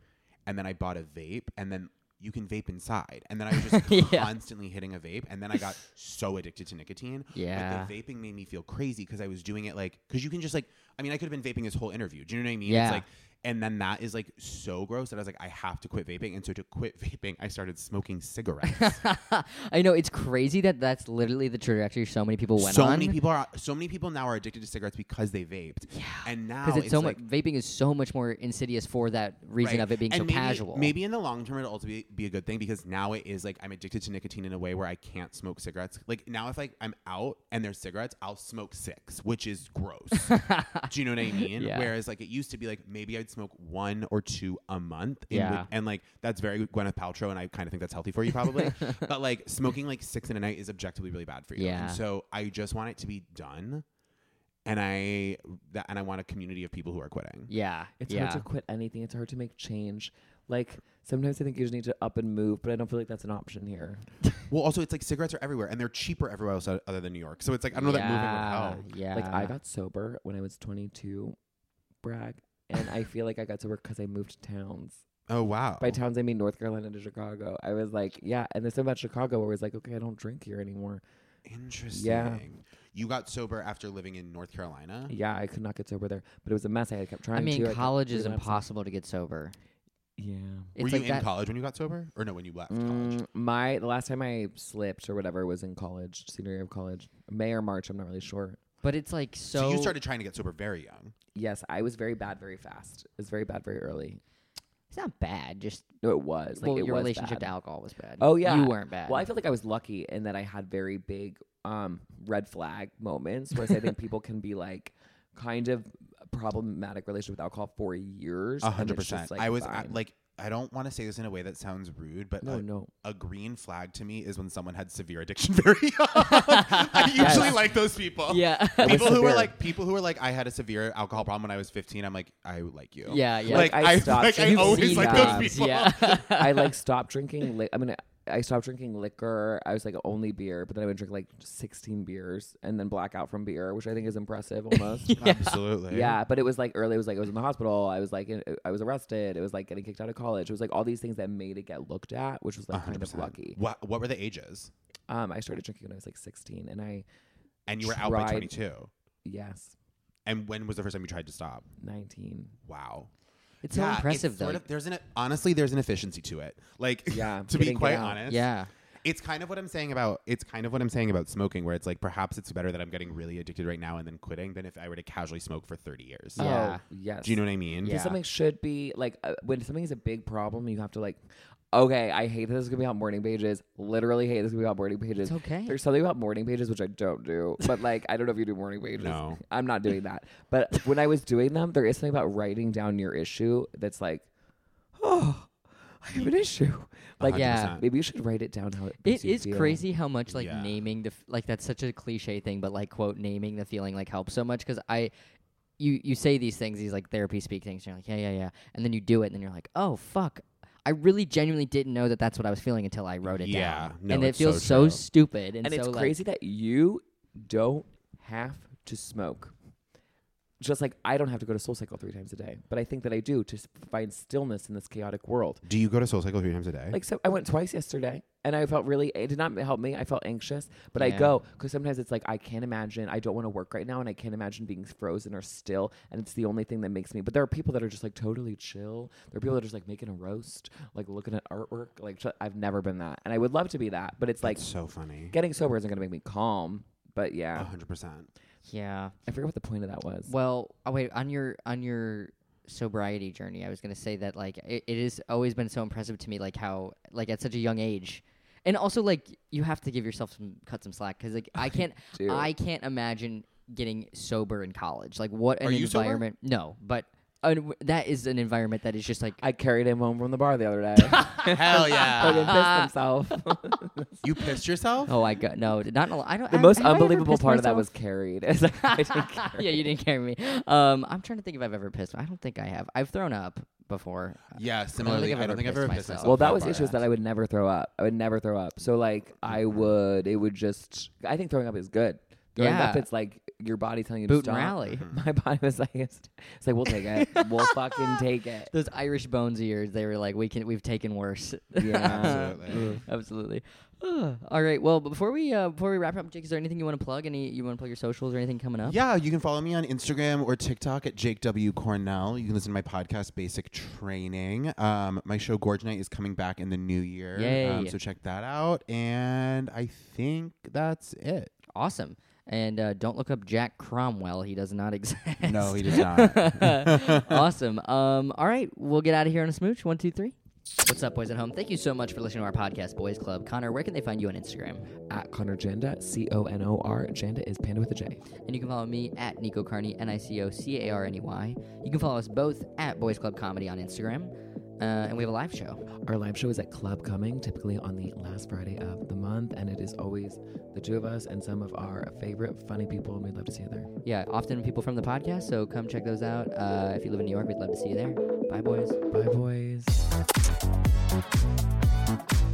Speaker 1: and then I bought a vape and then you can vape inside. And then I was just
Speaker 3: [LAUGHS] Yeah.
Speaker 1: constantly hitting a vape and then I got so addicted to nicotine.
Speaker 3: Yeah.
Speaker 1: But the vaping made me feel crazy because I was doing it like because you can just like I mean I could have been vaping this whole interview. Do you know what I mean?
Speaker 3: Yeah.
Speaker 1: It's like and then that is like so gross that I was like I have to quit vaping and so to quit [LAUGHS] vaping I started smoking cigarettes.
Speaker 3: I know it's crazy that that's literally the trajectory so many people [LAUGHS] went
Speaker 1: so
Speaker 3: on.
Speaker 1: many people are so many people now are addicted to cigarettes because they vaped. Yeah. And now
Speaker 3: because it's, so
Speaker 1: like,
Speaker 3: much vaping is so much more insidious for that reason
Speaker 1: Right.
Speaker 3: of it being
Speaker 1: And
Speaker 3: so
Speaker 1: maybe,
Speaker 3: casual.
Speaker 1: Maybe in the long term it'll also be, be a good thing because now it is like I'm addicted to nicotine in a way where I can't smoke cigarettes. Like now if like I'm out and there's cigarettes, I'll smoke six, which is
Speaker 3: [LAUGHS]
Speaker 1: gross. Do you know what I mean?
Speaker 3: Yeah.
Speaker 1: Whereas like it used to be like maybe I'd smoke one or two a month. in
Speaker 3: Yeah.
Speaker 1: which- and like that's very Gwyneth Paltrow and I kind of think that's healthy for you
Speaker 3: [LAUGHS]
Speaker 1: probably. but like smoking like six in a night is objectively really bad for you.
Speaker 3: Yeah.
Speaker 1: And so I just want it to be done. And I that, and I want a community of people who are quitting.
Speaker 3: Yeah.
Speaker 4: It's
Speaker 3: yeah.
Speaker 4: hard to quit anything. It's hard to make change. Like sometimes I think you just need to up and move, but I don't feel like that's an option here.
Speaker 1: Well, also, it's like cigarettes are everywhere, and they're cheaper everywhere else o- other than New York. So it's like I don't know that moving would help.
Speaker 3: Yeah.
Speaker 4: Like I got sober when I was 22, brag, and I feel like I got sober because I moved towns.
Speaker 1: Oh wow!
Speaker 4: By towns I mean North Carolina to Chicago. I was like, yeah, and there's something about Chicago where it's like, okay, I don't drink here anymore.
Speaker 1: Interesting. You got sober after living in North Carolina.
Speaker 4: Yeah, I could not get sober there, but it was a mess. I had kept trying.
Speaker 3: I
Speaker 4: to.
Speaker 3: mean,
Speaker 4: kept
Speaker 3: college is
Speaker 4: relapsing.
Speaker 3: impossible to get sober.
Speaker 4: Yeah.
Speaker 3: It's
Speaker 1: Were you
Speaker 3: like
Speaker 1: in
Speaker 3: that,
Speaker 1: college when you got sober, or no, when you left college?
Speaker 4: Mm, my the last time I slipped or whatever was in college, senior year of college, May or March. I'm not really sure.
Speaker 3: But it's like so.
Speaker 1: So, you started trying to get sober very young.
Speaker 4: Yes, I was very bad, very fast. It was very bad, very early.
Speaker 3: It's not bad. Just
Speaker 4: No, it was. Like,
Speaker 3: well,
Speaker 4: it
Speaker 3: your
Speaker 4: was
Speaker 3: relationship
Speaker 4: bad.
Speaker 3: to alcohol was bad.
Speaker 4: Oh, yeah.
Speaker 3: you weren't bad.
Speaker 4: Well, I feel like I was lucky in that I had very big um, red flag moments, whereas
Speaker 1: [LAUGHS]
Speaker 4: I think people can be like kind of problematic relationship with alcohol for years.
Speaker 1: A
Speaker 4: and
Speaker 1: hundred
Speaker 4: it's just,
Speaker 1: percent.
Speaker 4: like,
Speaker 1: I was
Speaker 4: fine.
Speaker 1: at, like, I don't want to say this in a way that sounds rude, but
Speaker 4: no,
Speaker 1: a, [LAUGHS]
Speaker 4: no.
Speaker 1: a green flag to me is when someone had severe addiction [LAUGHS] very young. I usually like those people.
Speaker 4: [LAUGHS]
Speaker 3: yeah, [LAUGHS]
Speaker 1: People who were
Speaker 4: severe.
Speaker 1: like people who were like I had a severe alcohol problem when I was 15. I'm like I like you.
Speaker 3: yeah, yeah.
Speaker 1: Like,
Speaker 4: Like, I
Speaker 1: I,
Speaker 4: stopped
Speaker 1: like, I
Speaker 4: drinking.
Speaker 1: always
Speaker 4: You've
Speaker 1: like
Speaker 4: seen
Speaker 1: [LAUGHS] those
Speaker 4: jobs.
Speaker 1: people.
Speaker 3: yeah. [LAUGHS]
Speaker 4: I like stopped drinking. Late. I mean, I- I stopped drinking liquor. I was like only beer, but then I would drink like 16 beers and then black out from beer, which I think is
Speaker 1: [LAUGHS]
Speaker 4: impressive almost.
Speaker 1: Absolutely.
Speaker 4: Yeah, but it was like early. It was like I was in the hospital. I was like, in, I was arrested. It was like getting kicked out of college. It was like all these things that made it get looked at, which was like kind of
Speaker 1: 100%.
Speaker 4: lucky.
Speaker 1: What What were the ages?
Speaker 4: Um, I started drinking when I was like 16, and I
Speaker 1: And you were out by
Speaker 4: Tried-
Speaker 1: 22.
Speaker 4: yes,
Speaker 1: And when was the first time you tried to stop?
Speaker 4: 19.
Speaker 1: Wow.
Speaker 3: It's so
Speaker 1: Yeah,
Speaker 3: impressive,
Speaker 1: sort
Speaker 3: though.
Speaker 1: of- there's an honestly, there's an efficiency to it. Like,
Speaker 4: Yeah,
Speaker 1: [LAUGHS] to be
Speaker 4: getting it
Speaker 1: quite
Speaker 4: out.
Speaker 1: honest,
Speaker 3: yeah.
Speaker 1: it's kind of what I'm saying about it's kind of what I'm saying about smoking, where it's like perhaps it's better that I'm getting really addicted right now and then quitting than if I were to casually smoke for 30 years.
Speaker 3: Yeah.
Speaker 4: Oh, yes.
Speaker 1: Do you know what I mean?
Speaker 3: Yeah.
Speaker 4: Something should be like uh, when something is a big problem, you have to like, okay, I hate that this is gonna be on morning pages. Literally hate this is gonna be on morning pages.
Speaker 3: It's okay.
Speaker 4: There's something about morning pages which I don't do, but like I don't know if you do morning pages.
Speaker 1: No.
Speaker 4: I'm not doing
Speaker 3: [LAUGHS]
Speaker 4: that. But when I was doing them, there is something about writing down your issue that's like, oh, I have an issue. Like,
Speaker 3: yeah.
Speaker 1: 100%.
Speaker 4: maybe you should write it down how it.
Speaker 3: It
Speaker 4: makes you
Speaker 3: is
Speaker 4: feel.
Speaker 3: crazy how much like
Speaker 1: Yeah.
Speaker 3: naming the f- like that's such a cliche thing, but like quote naming the feeling like helps so much because I, you you say these things these like therapy speak things and you're like yeah yeah yeah and then you do it and then you're like oh fuck I really genuinely didn't know that that's what I was feeling until I wrote it
Speaker 1: Yeah.
Speaker 3: down
Speaker 1: No,
Speaker 3: and it
Speaker 1: it's so
Speaker 3: feels so,
Speaker 1: true.
Speaker 3: stupid and,
Speaker 4: And it's
Speaker 3: so, like,
Speaker 4: crazy that you don't have to smoke. Just like I don't have to go to Soul Cycle three times a day, but I think that I do to s- find stillness in this chaotic world.
Speaker 1: Do you go to Soul Cycle three times a day?
Speaker 4: Like so, I went twice yesterday, and I felt really. It did not help me. I felt anxious, but I
Speaker 3: Yeah.
Speaker 4: go because sometimes it's like I can't imagine. I don't want to work right now, and I can't imagine being frozen or still. And it's the only thing that makes me. But there are people that are just like totally chill. There are people that are just like making a roast, like looking at artwork. Like ch- I've never been that, and I would love to be that. But it's like
Speaker 1: That's so funny.
Speaker 4: getting sober isn't going to make me calm. But yeah,
Speaker 1: 100%.
Speaker 3: yeah
Speaker 4: I forget what the point of that was.
Speaker 3: Well, oh, wait on your on your sobriety journey, I was gonna say that like it, it has always been so impressive to me, like how like at such a young age, and also like you have to give yourself some cut some slack because like I
Speaker 4: [LAUGHS]
Speaker 3: can't
Speaker 4: do.
Speaker 3: I can't imagine getting sober in college. Like what an
Speaker 1: Are you sober?
Speaker 3: environment? No, but uh, w- that is an environment that is just like
Speaker 4: I carried him home from the bar the other
Speaker 1: [LAUGHS]
Speaker 3: [LAUGHS]
Speaker 4: day.
Speaker 1: Hell
Speaker 4: Fucking
Speaker 1: yeah.
Speaker 4: pissed himself.
Speaker 1: you pissed yourself?
Speaker 3: oh I got no not in a, I don't
Speaker 4: the
Speaker 3: I-
Speaker 4: most
Speaker 3: have I ever
Speaker 4: unbelievable
Speaker 3: pissed
Speaker 4: part of that
Speaker 3: myself?
Speaker 4: was [LAUGHS] carried. It's
Speaker 3: [LAUGHS]
Speaker 4: like, I didn't care.
Speaker 3: yeah you didn't carry me. Um, I'm trying to think if I've ever pissed. I don't think I have. I've thrown up before.
Speaker 1: Yeah, similarly.
Speaker 3: I've
Speaker 1: I don't
Speaker 3: ever
Speaker 1: think I've
Speaker 3: pissed
Speaker 1: ever pissed
Speaker 3: myself.
Speaker 1: myself.
Speaker 4: Well, that
Speaker 1: at
Speaker 4: was
Speaker 1: a bar.
Speaker 4: issues that I would never throw up. I would never throw up. So like I would, it would just. I think throwing up is [LAUGHS] good. Throwing
Speaker 3: Yeah.
Speaker 4: up, it's like your body telling you to [LAUGHS]
Speaker 3: Boot
Speaker 4: stop.
Speaker 3: and rally.
Speaker 1: Mm-hmm.
Speaker 4: My body was like, it's it's like we'll take it. We'll fucking take it.
Speaker 3: [LAUGHS] Those Irish bones of yours, they were like, we can, we've taken worse. [LAUGHS]
Speaker 4: Yeah.
Speaker 3: Mm.
Speaker 1: Absolutely.
Speaker 3: Absolutely. [SIGHS] Ugh. all right. Well, before we uh, before we wrap up, Jake, is there anything you want to plug? Any you want to plug your socials or anything coming up?
Speaker 1: Yeah, you can follow me on Instagram or TikTok at Jake W Cornell. You can listen to my podcast, Basic Training. Um, my show Gorge Night is coming back in the new year,
Speaker 3: Yay.
Speaker 1: Um, so check that out. And I think that's it.
Speaker 3: Awesome. And uh, don't look up Jack Cromwell. He does not exist.
Speaker 1: No, he does not.
Speaker 3: [LAUGHS] awesome. Um, all right, we'll get out of here on a smooch. One, two, three. What's up, boys at home? Thank you so much for listening to our podcast, Boys Club. Connor, where can they find you on Instagram?
Speaker 4: At Connor Janda, C O N O R Janda is panda with a J.
Speaker 3: And you can follow me at Nico Carney, N I C O C A R N E Y. You can follow us both at Boys Club Comedy on Instagram. Uh, and we have a live show.
Speaker 4: Our live show is at Club Coming, typically on the last Friday of the month, and it is always the two of us and some of our favorite funny people, and we'd love to see you there.
Speaker 3: Yeah, often people from the podcast, so come check those out. Uh, if you live in New York, we'd love to see you there. Bye, boys.
Speaker 4: Bye, boys.